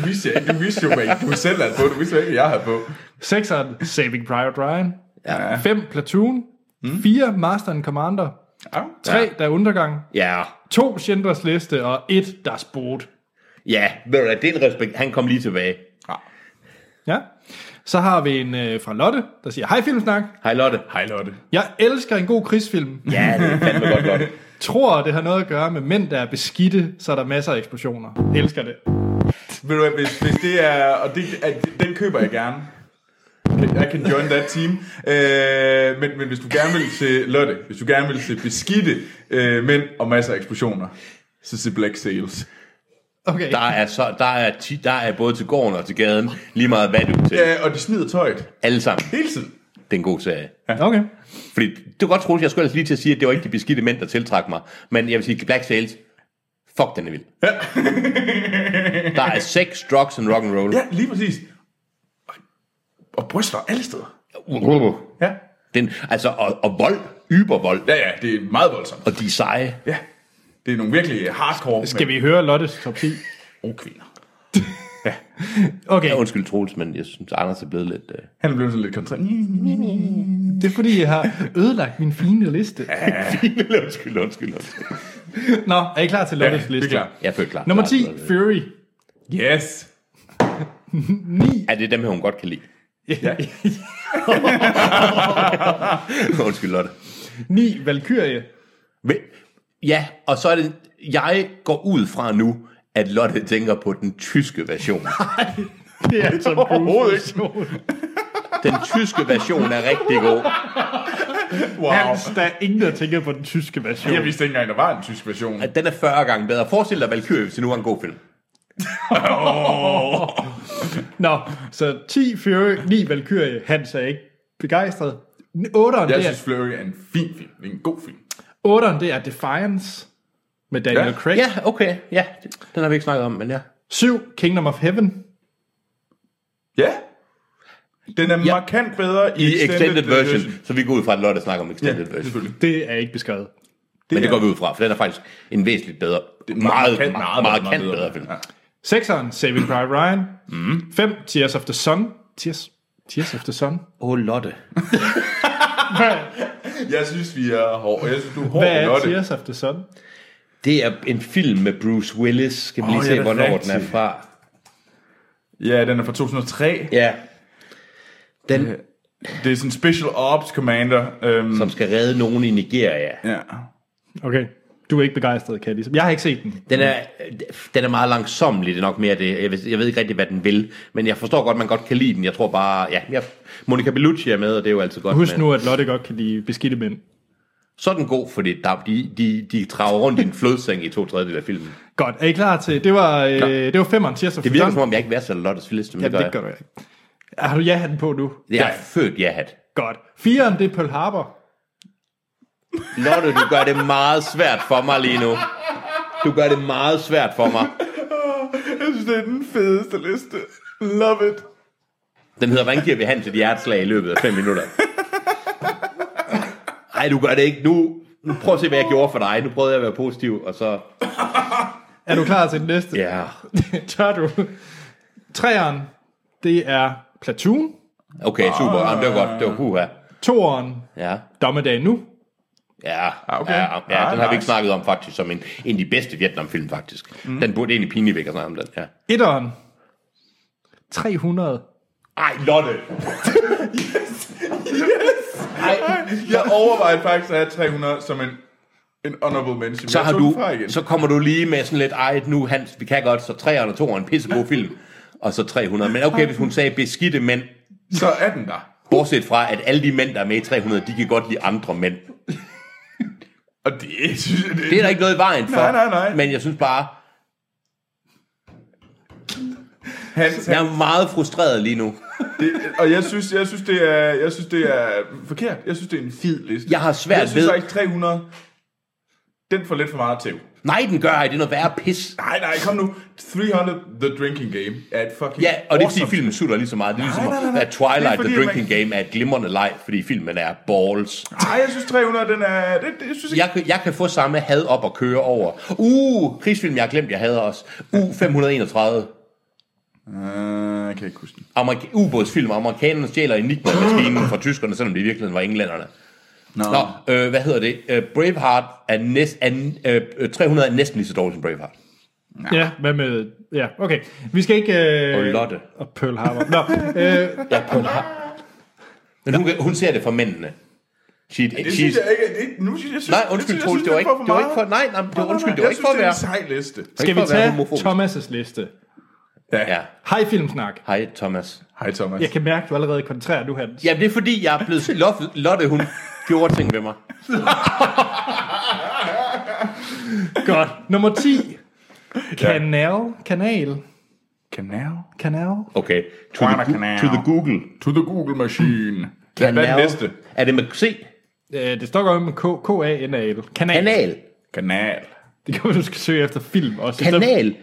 S3: Du vidste, jeg, ikke. du vidste jo, hvad I- du selv havde på. Du vidste jo ikke, hvad jeg havde på.
S1: 6'eren, Saving Private Ryan. 5, Platoon. 4, Master and Commander.
S3: Ja.
S1: 3, Der er undergang.
S2: Ja.
S1: To Schindlers liste og et Das Boot.
S2: Ja, ved du hvad, det er en respekt. Han kom lige tilbage.
S1: Ja. Så har vi en øh, fra Lotte, der siger, Hej Filmsnak,
S2: Hej Lotte.
S3: Hej, Lotte.
S1: jeg elsker en god krigsfilm.
S2: Ja, det er fandme godt, Lotte.
S1: Tror, det har noget at gøre med mænd, der er beskidte, så er der masser af eksplosioner. Elsker det.
S3: Ved du hvad, hvis, hvis det er... Og det, at, den køber jeg gerne. I can join that team. Øh, men, men hvis du gerne vil se Lotte, hvis du gerne vil se beskidte øh, mænd og masser af eksplosioner, så se Black Sails.
S1: Okay.
S2: Der er, så, der, er ti, der er både til gården og til gaden lige meget hvad du til.
S3: Ja, Øh, og de smider tøjet.
S2: Alle sammen.
S3: Hele tiden.
S2: Det er en god serie.
S1: Okay.
S2: Fordi du kan godt tro, at jeg skulle ellers lige til at sige, at det var ikke de beskidte mænd, der tiltrak mig. Men jeg vil sige, Black Sails, fuck den er vild. <laughs> der er sex, drugs and rock and roll.
S3: Ja, lige præcis. Og, og bryster alle steder. Ja.
S2: Den, altså, og, og vold, ybervold,
S3: Ja, ja, det er meget voldsomt.
S2: og de er seje.
S3: Ja. Det er nogle virkelig hardcore
S1: Skal vi høre Lottes top 10?
S3: mænd og kvinder.
S1: Okay.
S2: Ja, undskyld Troels, men jeg synes, Anders er blevet lidt... Øh,
S3: Han blev sådan lidt kontra.
S1: Det er fordi, jeg har ødelagt min fine liste.
S2: undskyld, undskyld, undskyld, undskyld.
S1: Nå, er I klar til Lottes
S3: det er
S1: liste?
S3: klart.
S2: Jeg følte klar.
S1: Nummer
S2: klar,
S1: 10,
S2: klar, klar.
S1: Fury.
S3: Yes.
S1: 9.
S2: Ja, det er dem her, hun godt kan lide. <laughs>
S3: Ja.
S2: Undskyld, Lotte.
S1: 9, Valkyrie.
S2: Men, ja, og så er det... Jeg går ud fra nu, at Lotte tænker på den tyske version.
S1: Det er altså
S2: Overhovedet
S1: ikke.
S2: Den tyske version er rigtig god.
S3: Wow.
S1: Der er ingen, der tænker på den tyske version.
S3: Jeg vidste ikke engang, der var en tysk version.
S2: At Den er 40 gange bedre. Forestil dig Valkyrie, hvis det nu var en god film.
S1: Nå, så 10 Fury, 9 Valkyrie. Hans er ikke begejstret. 8'eren,
S3: Jeg
S1: det er,
S3: synes, Flurry er en fin film. Det er en god film.
S1: 8'eren, det er Defiance med Daniel
S3: Ja.
S1: Craig.
S2: Ja, okay. Ja, den har vi ikke snakket om, men ja.
S1: 7 Kingdom of Heaven.
S3: Ja. Den er markant bedre i,
S2: I extended version, så vi går ud fra, at Lotte snakker om extended
S3: Ja,
S2: version.
S3: selvfølgelig.
S1: Det er ikke beskrevet.
S2: Men det
S3: er-
S2: går vi ud fra, for den er faktisk en væsentligt bedre,
S3: Det
S2: det
S3: er
S2: er meget,
S3: markant-
S2: meget,
S3: meget,
S2: meget,
S3: meget
S2: meget, meget
S3: bedre.
S2: bedre, bedre film.
S3: Ja.
S1: 6'eren, Saving Private Ryan.
S3: Mm.
S1: 5 Tears of the Sun. Tears, Tears of the Sun.
S2: Åh, oh, Lotte.
S3: Jeg synes, vi er hård. Jeg synes, du er hård
S1: Hvad
S3: ved
S1: er
S3: Lotte.
S1: Tears of the Sun?
S2: Det er en film med Bruce Willis. Skal vi lige
S3: Åh,
S2: oh,
S3: ja,
S2: se,
S3: det er
S2: hvornår
S3: rigtigt.
S2: den er fra?
S3: Ja, den er fra 2003.
S2: Ja. Den,
S3: Det er sådan en special ops commander. Øhm,
S2: Som skal redde nogen i Nigeria.
S3: Ja.
S1: Okay. Du er ikke begejstret, kan jeg ligesom. Jeg har ikke set den.
S2: Den er, den er meget langsommelig, det er nok mere det. Jeg ved, jeg ved ikke rigtig, hvad den vil, men jeg forstår godt, man godt kan lide den. Jeg tror bare, ja, jeg, Monica Bellucci er med, og det er jo altid godt.
S1: Husk
S2: men-
S1: nu, at Lotte godt kan lide beskidte mænd.
S2: Så er den god, fordi der, de, de, de trager rundt i en flodseng i to tredjedel af filmen.
S1: Godt, er I klar til? Det var, øh, det var femmeren tirsdag.
S2: Det virker som om, jeg ikke værdsætter Lottes liste, men
S1: Ja, det
S2: jeg.
S1: gør du ikke. Har du ja-hatten på nu?
S2: Jeg er født ja-hat.
S1: Godt. Fireren, det er Pearl Harbor.
S2: Lotte, du gør det meget svært for mig lige nu. Du gør det meget svært for mig.
S3: Jeg synes, det er den fedeste liste. Love it.
S2: Den hedder, hvordan giver vi hand til et hjerteslag i løbet af 5 minutter? Nej, du gør det ikke nu. Nu prøv at se, hvad jeg gjorde for dig. Nu prøvede jeg at være positiv, og så...
S1: Er du klar til den næste? <laughs>
S2: Ja.
S1: Tør du? Treeren, det er Platoon.
S2: Okay, super. Jamen, det var godt. Det var huha.
S1: Toeren,
S2: Ja.
S1: Dommedag nu.
S2: Ja,
S1: okay.
S2: ja, ja,
S1: Ah,
S2: den har vi ikke
S1: nice.
S2: snakket om faktisk, som en, en af de bedste Vietnamfilm faktisk. Mm. Den burde egentlig pinligt væk at snakke om den, ja.
S1: Etteren, 300.
S2: Ej,
S3: <laughs>
S2: Lotte.
S3: Yes! Jeg overvejede faktisk at have 300 som en, en honorable mention. men
S2: Så,
S3: jeg
S2: har
S3: tog den
S2: du,
S3: fra igen.
S2: så kommer du lige med sådan lidt, ej, nu Hans, vi kan godt, så 300 og 200 en pissegod film, og så 300. Men okay, hvis hun sagde beskidte mænd,
S3: så er den der.
S2: Bortset fra, at alle de mænd, der er med i 300, de kan godt lide andre mænd.
S3: Og det, synes jeg,
S2: Det er der ikke noget i vejen for.
S3: Nej, nej, nej.
S2: Men jeg synes bare,
S3: Hans,
S2: jeg er meget frustreret lige nu.
S3: Det, og jeg synes, jeg synes, det er, jeg synes, det er forkert. Jeg synes, det er en fed liste.
S2: Jeg har svært
S3: Jeg synes
S2: ved-
S3: faktisk 300, den får lidt for meget til.
S2: Nej, den gør ej, det er noget værre pis.
S3: Nej, nej, kom nu. 300 The Drinking Game er et fucking
S2: Ja, og det er ikke,
S3: awesome.
S2: fordi filmen sutter lige så meget. Det er ligesom,
S3: Nej, nej, nej, nej.
S2: at Twilight
S3: Det er, fordi,
S2: The Drinking Game er et glimrende leg, fordi filmen er balls.
S3: Nej, jeg synes 300, den er... Det, det, jeg synes ikke...
S2: Jeg, kan- jeg kan få samme had op og køre over. Uh, krigsfilm, jeg har glemt, jeg hader også. Uh, 531.
S3: Uh, jeg kan ikke huske den.
S2: Amerik- ubådsfilm. Amerikanerne stjæler Enigma-maskinen fra tyskerne, selvom det i virkeligheden var englænderne.
S3: Nå.
S2: Nå, øh, hvad hedder det? Øh, Braveheart er, næst, er øh, 300 er næsten lige så dårlig som Braveheart.
S1: Ja, hvad med... Ja, okay. Vi skal ikke... Øh,
S2: Og Lotte.
S1: Og Pearl Harbor. Nå,
S2: <laughs>
S1: øh,
S2: Ja, Pearl Harbor. Men hun, hun ser det for mændene. She,
S3: Det
S2: she's,
S3: synes jeg ikke... Det, nu synes jeg... Synes,
S2: Nej, undskyld,
S3: jeg synes,
S2: Troels, det
S3: jeg
S2: var ikke-
S3: synes, for
S2: det var
S3: meget.
S2: ikke for- nej, nej, det var-
S3: nej,
S2: undskyld, det var
S3: jeg
S2: ikke for at
S3: synes,
S2: være-
S3: det er en sej liste.
S1: skal vi
S2: for at være
S1: tage
S2: homofobisk.
S1: Thomas' liste?
S2: ja.
S1: Hej Filmsnak.
S2: Hej, Thomas.
S3: Hej, Thomas.
S1: Jeg kan mærke, du allerede koncentrerer nu, Hans.
S2: Jamen, det er fordi, jeg er blevet... Lotte, Lotte hun gjorde ting ved mig.
S1: Godt. Nummer <laughs> 10. Kanal. Kanal.
S3: Kanal.
S1: Kanal.
S2: Okay. To the,
S3: Kanal.
S2: gu- to the Google.
S3: To the Google Machine. Hvad hvad er
S2: Kanal.
S3: den næste?
S2: Er det med C?
S1: Øh, det står godt med K- K-A-N-A-L. Kanal.
S2: Kanal.
S3: Kanal.
S1: Det kan være, du skal søge efter film også.
S2: Kanal.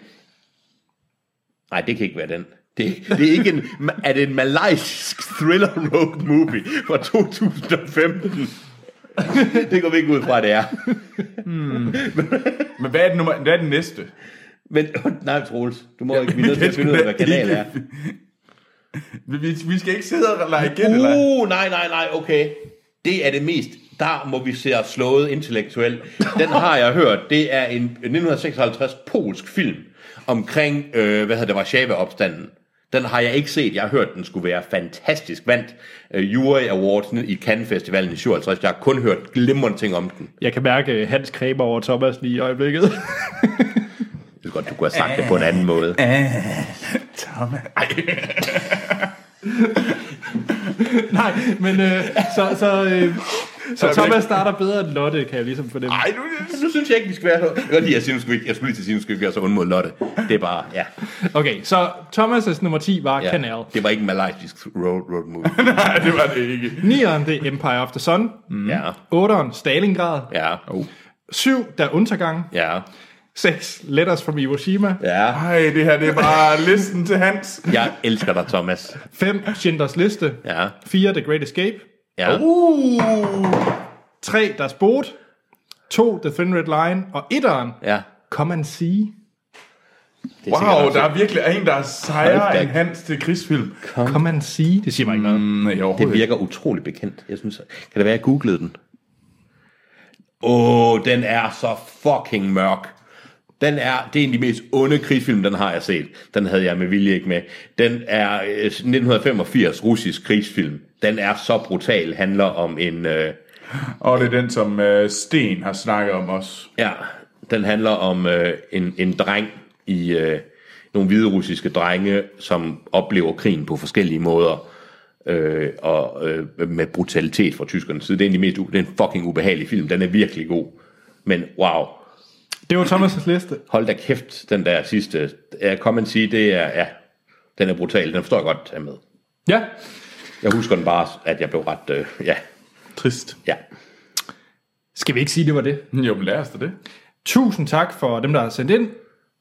S2: Nej, det kan ikke være den. Det, det er ikke en... Er det en malaysisk thriller road movie fra <laughs> 2015? Det går vi ikke ud fra, det er.
S3: Men hvad er, den nummer, hvad er den næste?
S2: Men, nej, Troels, du må ikke blive nødt til at finde <laughs> ud af, hvad kanal er.
S3: Vi, vi, vi skal ikke sidde og lege igen, eller?
S2: Uh, nej, nej, nej, okay. Det er det mest. Der må vi se os slået intellektuelt. Den har jeg hørt. Det er en 1956 polsk film omkring, øh, hvad hedder det, Warszawa-opstanden. Den har jeg ikke set. Jeg har hørt, den skulle være fantastisk. Vandt øh, Jury Awards i Cannes Festivalen i 57. Jeg har kun hørt glimrende ting om den.
S1: Jeg kan mærke øh, Hans kræber over Thomas lige i øjeblikket.
S2: Det er godt, du kunne have sagt det på en anden måde.
S3: Thomas.
S1: <laughs> Nej, men øh, så, så, øh, så
S3: Så er vi
S1: Thomas
S3: ikke-
S1: starter bedre end Lotte, kan jeg ligesom fornemme.
S3: Ej, nu, det
S2: Nu synes jeg ikke, vi skal være så... Jeg, kan godt lide, jeg, siger, nu skal vi ikke, jeg skulle lige til at sige, nu skal vi ikke være så ond mod Lotte. Det er bare, ja.
S1: Okay, så Thomas' nummer 10 var
S2: ja.
S1: Kanal.
S2: Det var ikke en malaysisk road, road movie.
S3: Nej, det var det ikke.
S1: 9'eren, det er Empire of the Sun.
S2: Ja,
S1: 8'eren, Stalingrad.
S2: ja. Oh.
S1: 7, der er Untergang.
S2: Ja.
S1: 6, Letters from Hiroshima.
S2: Ja.
S3: Nej, det her, det er bare listen til Hans. Uh.
S2: Jeg elsker dig, Thomas.
S1: 5, Schindlers Liste.
S2: Ja.
S1: 4, The Great Escape.
S2: Ja.
S1: 3, Das Boot. 2, The Thin Red Line. Og 1'eren,
S2: ja.
S1: Come and See.
S2: Det er sikkert
S3: Wow,
S2: også-
S3: der er virkelig en, der er
S2: Hold
S3: sejere
S2: da.
S3: end Hans til krigsfilm.
S1: Come and See. Det siger mig ikke noget.
S3: Nej,
S2: Det
S3: overhovedet ikke.
S2: virker utrolig bekendt. Jeg synes, kan det være, jeg googlede den? Åh, oh, den er så fucking mørk. Den er, det er en af de mest onde krigsfilm, den har jeg set. Den havde jeg med vilje ikke med. Den er øh, 1985 russisk krigsfilm. Den er så brutal, handler om en... Øh,
S3: og det er den, som øh, Sten har snakket om også.
S2: Ja, den handler om øh, en, en dreng i... Øh, nogle hvide russiske drenge, som oplever krigen på forskellige måder. Øh, og øh, med brutalitet fra tyskernes side. Det er en, af de mest, u- det er en fucking ubehagelig film. Den er virkelig god. Men wow,
S1: Det var Thomas' liste.
S2: Hold da kæft, den der sidste. Jeg kom og sige, det er, ja, den er brutal. Den forstår jeg godt at tage med.
S1: Ja.
S2: Jeg husker den bare, at jeg blev ret, øh, ja.
S3: Trist.
S2: Ja.
S1: Skal vi ikke sige, det var det?
S3: Jo, men lad os da det.
S1: Tusind tak for dem, der har sendt ind.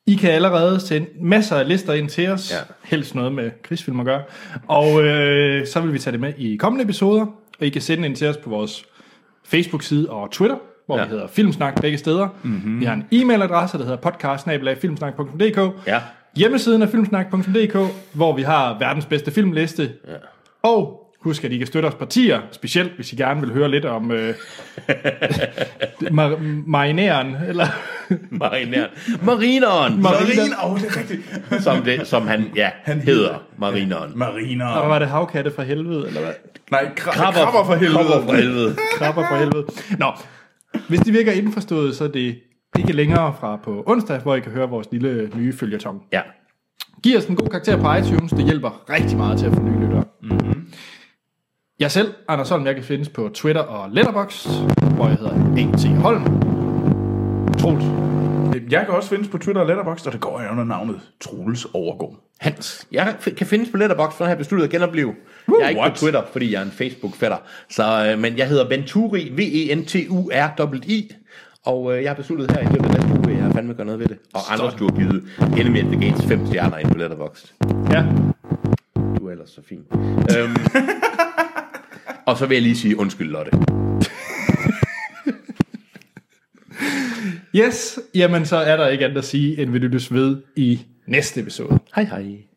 S1: I kan allerede sende masser af lister ind til os. Ja. Helst noget med krigsfilm at gøre. Og øh, så vil vi tage det med i kommende episoder. Og I kan sende ind til os på vores Facebook-side og Twitter, hvor ja. vi hedder Filmsnak begge steder. Mm-hmm. Vi har en e-mailadresse, der hedder podcast
S2: Ja.
S1: Hjemmesiden er filmsnak.dk, hvor vi har verdens bedste filmliste. Ja. Og husk, at I kan støtte os partier, specielt hvis I gerne vil høre lidt om <laughs> øh, mar- marineren, eller <laughs>
S2: Marineren. Marineren!
S3: Marine, åh, oh, det er rigtigt.
S2: Som, det, som han, ja, han hedder. Marineren.
S3: Mariner.
S1: og var det havkatte fra helvede, eller hvad?
S3: Nej, kra- krabber, krabber for helvede.
S2: Krabber for helvede.
S1: Krabber fra helvede. Nå, hvis de virker indforstået, så er det ikke længere fra på onsdag, hvor I kan høre vores lille nye følgetong.
S2: Ja.
S1: Giv os en god karakter på iTunes, det hjælper rigtig meget til at få nye lyttere. Mm-hmm. Jeg selv, Anders Holm, jeg kan findes på Twitter og Letterboxd, hvor jeg hedder A.T. Holm. Troels.
S3: Jeg kan også findes på Twitter og Letterboxd, og det går jeg under navnet Troels Overgaard.
S2: Hans. Jeg f- kan findes på Letterboxd, for jeg har besluttet at genopleve. jeg er ikke
S3: what?
S2: på Twitter, fordi jeg er en Facebook-fætter. Så, øh, men jeg hedder Venturi, E V-E-N-T-U-R-I. Og øh, jeg har besluttet her i løbet af næste uge, at jeg har fandme gør noget ved det. Og Anders, du har givet Enemy at the Gates 5 stjerner ind på Letterboxd.
S1: Ja.
S2: Du er ellers så fin. Øhm, og så vil jeg lige sige undskyld, Lotte.
S1: Yes, jamen så er der ikke andet at sige, end vi lyttes ved i næste episode.
S2: Hej hej.